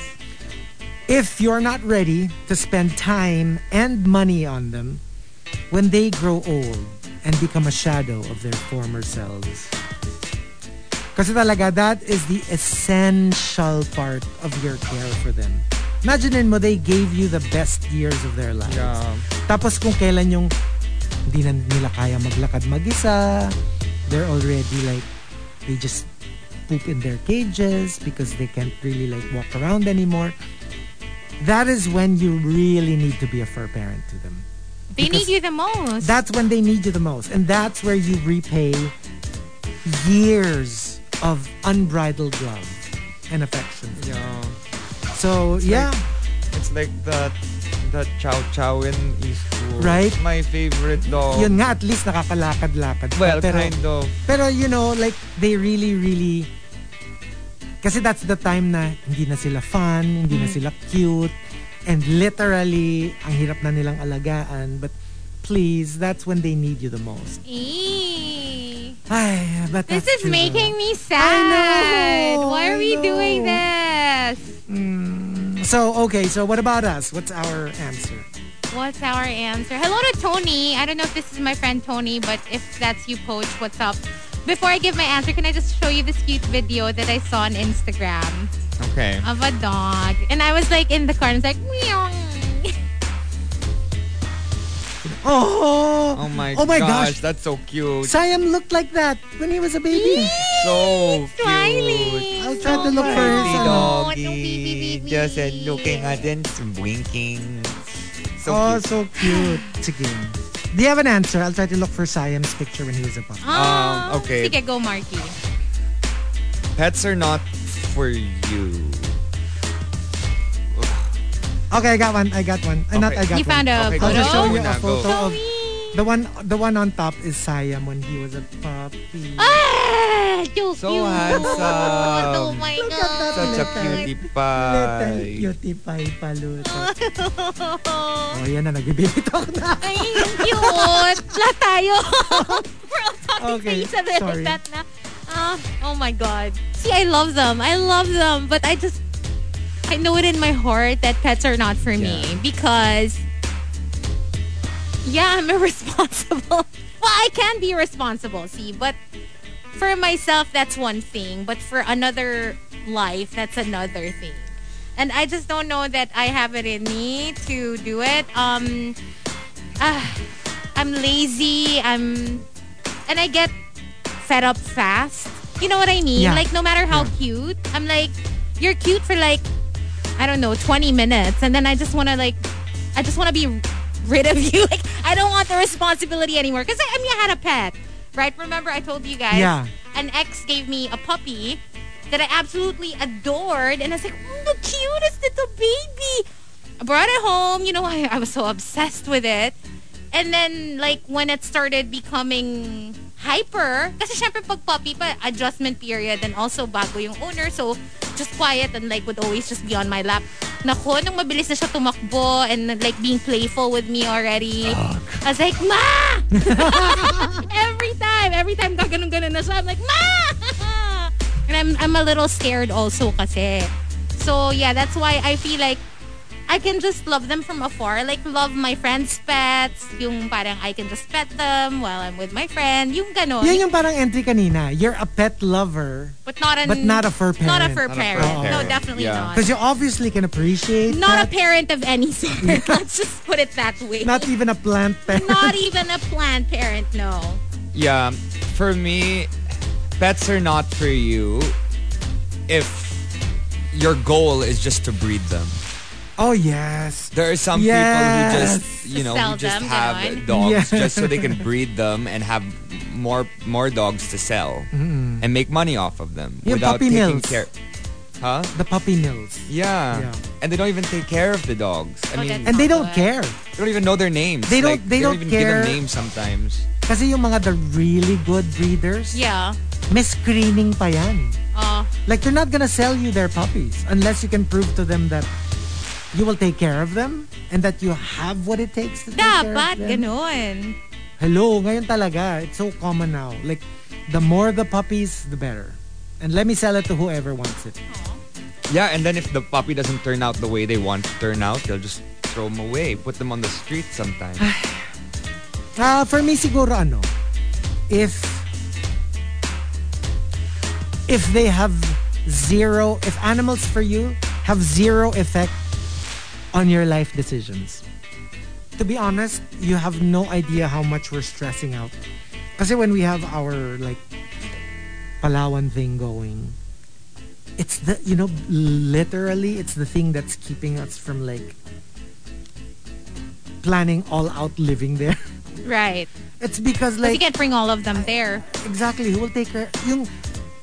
S5: If you're not ready to spend time and money on them when they grow old and become a shadow of their former selves. Kasi talaga, that is the essential part of your care for them. Imagine mo, they gave you the best years of their lives.
S9: Yeah.
S5: Tapos kung kailan yung hindi na nila kaya maglakad mag-isa, they're already like, they just poop in their cages because they can't really like walk around anymore. That is when you really need to be a fur parent to them.
S7: they
S5: Because-
S7: need you the most.
S5: That's when they need you the most. And that's where you repay years of unbridled love and affection.
S9: Yeah.
S5: So, yeah.
S9: It's like that that chow chow in Eastwood.
S5: Right?
S9: My favorite dog.
S5: Yun nga, at least nakakalakad-lakad. ka.
S9: Well,
S5: Pero-
S9: kind of.
S5: Pero you know, like they really really kasi that's the time na hindi na sila fun, hindi na
S9: Mm.
S5: sila cute and literally ang hirap na nilang alagaan but please, that's when they need you the most.
S7: Eee.
S5: Ay, but
S7: This
S5: that's
S7: is
S5: true.
S7: making me sad.
S5: know,
S7: Why
S5: I
S7: are we
S5: know.
S7: doing this?
S5: So, okay, so what about us? What's our answer?
S7: What's our answer? Hello to Tony. I don't know if this is my friend Tony, but if that's you, Poach, what's up? Before I give my answer, can I just show you this cute video that I saw on Instagram
S9: Okay.
S7: of a dog? And I was like in the car and it's like, meow. <laughs>
S5: Oh!
S9: Oh my,
S5: oh my
S9: gosh,
S5: gosh.
S9: that's so cute.
S5: Siam looked like that when he was a baby.
S9: so cute.
S7: Smiling.
S5: I was trying to look for
S7: Pretty
S5: his, uh, ano,
S7: dog.
S9: doggy.
S7: don't be- be- be-
S9: Just uh,
S7: be.
S9: looking at and winking. So
S5: oh,
S9: cute.
S5: so cute. Sige. Do you have an answer? I'll try to look for Siam's picture when he was a puppy.
S7: Ah,
S9: Um, okay.
S7: Sige, go, Marky.
S9: Pets are not for you.
S5: Okay, I got one. I got one. Uh, Not I
S9: Okay.
S5: got
S7: You found
S5: one.
S7: a Oh,
S9: Okay, go.
S5: I'll just show
S7: photo?
S5: you
S9: Una,
S5: a
S9: go.
S5: photo of the one. The one on top is Siam when he was a puppy.
S7: Ah, so,
S9: So
S7: cute.
S9: handsome.
S7: Oh my
S5: Look at that
S7: god.
S9: Such a
S5: Little-
S9: cutie
S5: Little
S9: pie.
S5: cutie pie paluto. Oh, yan na. <laughs> Nagbibitok na.
S7: Ay, ang cute. Lahat tayo. <laughs> We're all talking
S5: Okay,
S7: to each other
S5: sorry.
S7: like that na. Ah, oh my god. See, I love them. I love them. But I just, I know it in my heart that pets are not for me. Because, yeah, I'm irresponsible. <laughs> well, I can be responsible, see. But for myself, that's one thing. But for another life, that's another thing. And I just don't know that I have it in me to do it. Um, ah, I'm lazy. I'm, and I get fed up fast. You know what I mean?
S5: Yeah.
S7: Like no matter how cute, I'm like, you're cute for like, I don't know, 20 minutes, and then I just want to like, I just want to be rid of <laughs> you. Like I don't want the responsibility anymore. Cause I, I mean, I had a pet, right? Remember I told you guys?
S5: Yeah.
S7: An ex gave me a puppy that I absolutely adored, and I was like, "Mm, the cutest little baby. I brought it home. You know, I, I was so obsessed with it. And then, like, when it started becoming hyper, kasi syempre pag puppy pa, adjustment period, and also bago yung owner, so just quiet and like would always just be on my lap. Nako, nung mabilis na siya tumakbo and like being playful with me already. I was like, Ma! every time, every time gaganong-ganon na siya, I'm like, Ma! <laughs> And I'm, I'm a little scared also kasi. So, yeah, that's why I feel like I can just love them from afar. Like, love my friend's pets. Yung parang I can just pet them while I'm with my friend. Yung ganon.
S5: Yan yung parang entry kanina. You're a pet lover
S7: but not an,
S5: but not a fur
S7: Not
S5: parent. Not
S7: a fur
S9: a fur
S7: parent. No,
S9: parent.
S7: definitely
S9: Yeah.
S7: not.
S5: because you obviously can appreciate
S7: Not a
S5: pet,
S7: parent of any <laughs> sort. Let's just put it that way.
S5: not even a plant parent. <laughs>
S7: Not e- even a plant parent, no.
S9: Yeah, for me, pets are not for you if your goal is just to breed them.
S5: oh yes.
S9: There are some
S5: Yes.
S9: people who just you know
S7: Sell
S9: who just
S7: them,
S9: have
S7: ganon.
S9: dogs
S5: <laughs> Yeah.
S9: just so they can breed them and have more more dogs to sell and make money off of them
S5: Yung
S9: without
S5: Mm-hmm. puppy
S9: taking
S5: mills.
S9: care. Huh?
S5: The puppy mills.
S9: Yeah.
S5: Yeah.
S9: And they don't even take care of the dogs. I
S7: Oh,
S9: mean,
S7: that's-
S5: And they don't
S7: Not
S5: care.
S9: they don't even know their names.
S5: They don't-
S9: Like,
S5: they don't
S9: even
S5: care.
S9: give them names sometimes.
S5: Kasi yung mga the really good breeders, <laughs>
S7: Yeah.
S5: may screening pa yan.
S7: Uh,
S5: Like they're not gonna sell you their puppies unless you can prove to them that you will take care of them and that you have what it takes to take care of
S7: dapat,
S5: them.
S7: ganun.
S5: Hello, ngayon talaga. It's so common now. Like, the more the puppies, the better. And let me sell it to whoever wants it.
S9: Yeah, and then if the puppy doesn't turn out the way they want to turn out, they'll just throw them away, put them on the street sometimes.
S5: Ah, for me siguro ano, if if they have zero, if animals for you have zero effect on your life decisions. To be honest, you have no idea how much we're stressing out. Kasi when we have our like Palawan thing going, it's the you know literally it's the thing that's keeping us from like planning all out living there. <laughs>
S7: Right.
S5: It's because
S7: But you
S5: like
S7: can't bring all of them there.
S5: exactly who will take care yung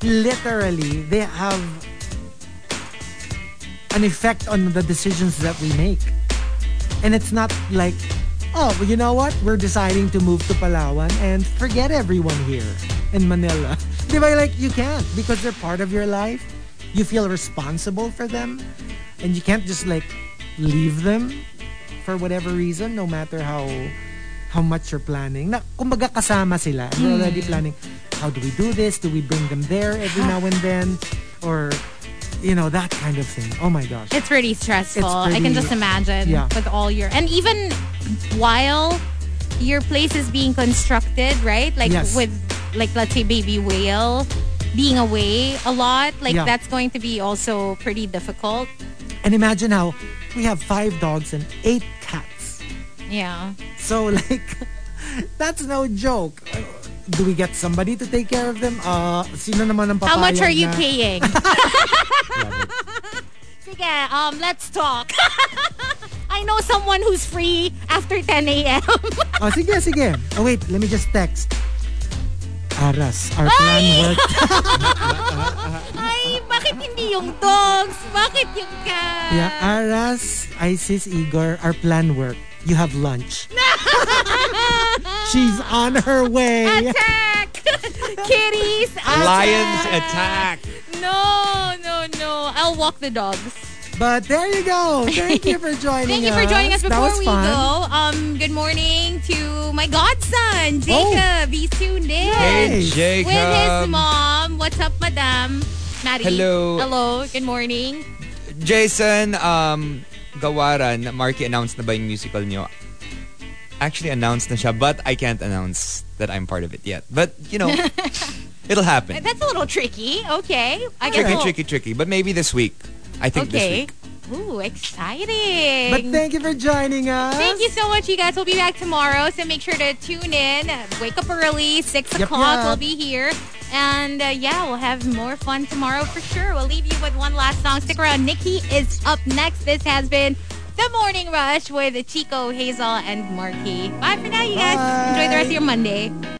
S5: literally they have an effect on the decisions that we make. And it's not like oh, well, you know what? We're deciding to move to Palawan and forget everyone here in Manila. <laughs> Di ba? Like you can't because they're part of your life. You feel responsible for them and you can't just like leave them for whatever reason no matter how how much you're planning. Na, kumbaga kasama sila. And We're already planning, how do we do this? Do we bring them there every now and then? Or, you know, that kind of thing. Oh my gosh.
S7: It's pretty stressful.
S5: It's pretty-
S7: I can just imagine
S5: Yeah.
S7: with all your and even while your place is being constructed, right? Like
S5: Yes.
S7: with like let's say baby whale being away a lot, like
S5: Yeah.
S7: that's going to be also pretty difficult.
S5: And imagine how we have five dogs and eight cats.
S7: Yeah.
S5: So <laughs> like, that's no joke. Do we get somebody to take care of them? Uh, sino naman ang
S7: How much
S5: papayag
S7: are you
S5: na- <laughs>
S7: paying? <laughs> Sige, um, let's talk. <laughs> I know someone who's free after
S5: <laughs>
S7: 10 a.m.
S5: Oh, sige, sige. Oh, wait. Let me just text. Aras, our plan
S7: <laughs>
S5: worked.
S7: Ay, bakit hindi yung dogs? Bakit yung cat?
S5: Yeah, Aras, Isis, Igor, our plan worked. You have
S7: <laughs>
S5: lunch. She's on her way.
S7: attack! <laughs> Kitties, attack!
S9: Lions attack!
S7: No, no, no. I'll walk the dogs.
S5: But there you go. Thank you
S7: <laughs>
S5: for joining
S7: Thank
S5: us.
S7: you for joining us.
S5: that
S7: Before
S5: was
S7: we
S5: fun.
S7: go, um, good morning to my godson,
S5: Oh.
S7: Jacob. He's tuned in
S9: Hey,
S5: Nice.
S9: Jacob!
S7: with his mom. What's up, madam? Maddie.
S9: Hello.
S7: Hello. Good morning.
S9: Jason, um, Gawaran, Marky announced na ba yung musical nyo? Actually, announced na siya, but I can't announce that I'm part of it yet. But, you
S7: <laughs>
S9: know, it'll happen.
S7: That's a little tricky. Okay. I guess
S9: Tricky,
S7: we'll-
S9: tricky, tricky. But maybe this week. I think this
S7: Okay.
S9: week.
S7: Ooh, exciting.
S5: But thank you for joining us.
S7: Thank you so much, you guys. We'll be back tomorrow, so make sure to tune in. Uh, Wake up early, 6
S5: Yep,
S7: o'clock.
S5: yep.
S7: We'll be here. And uh, yeah, we'll have more fun tomorrow for sure. We'll leave you with one last song. Stick around. Nikki is up next. This has been The Morning Rush with Chico, Hazel, and Marky. Bye for now, you guys. Enjoy the rest of your Monday.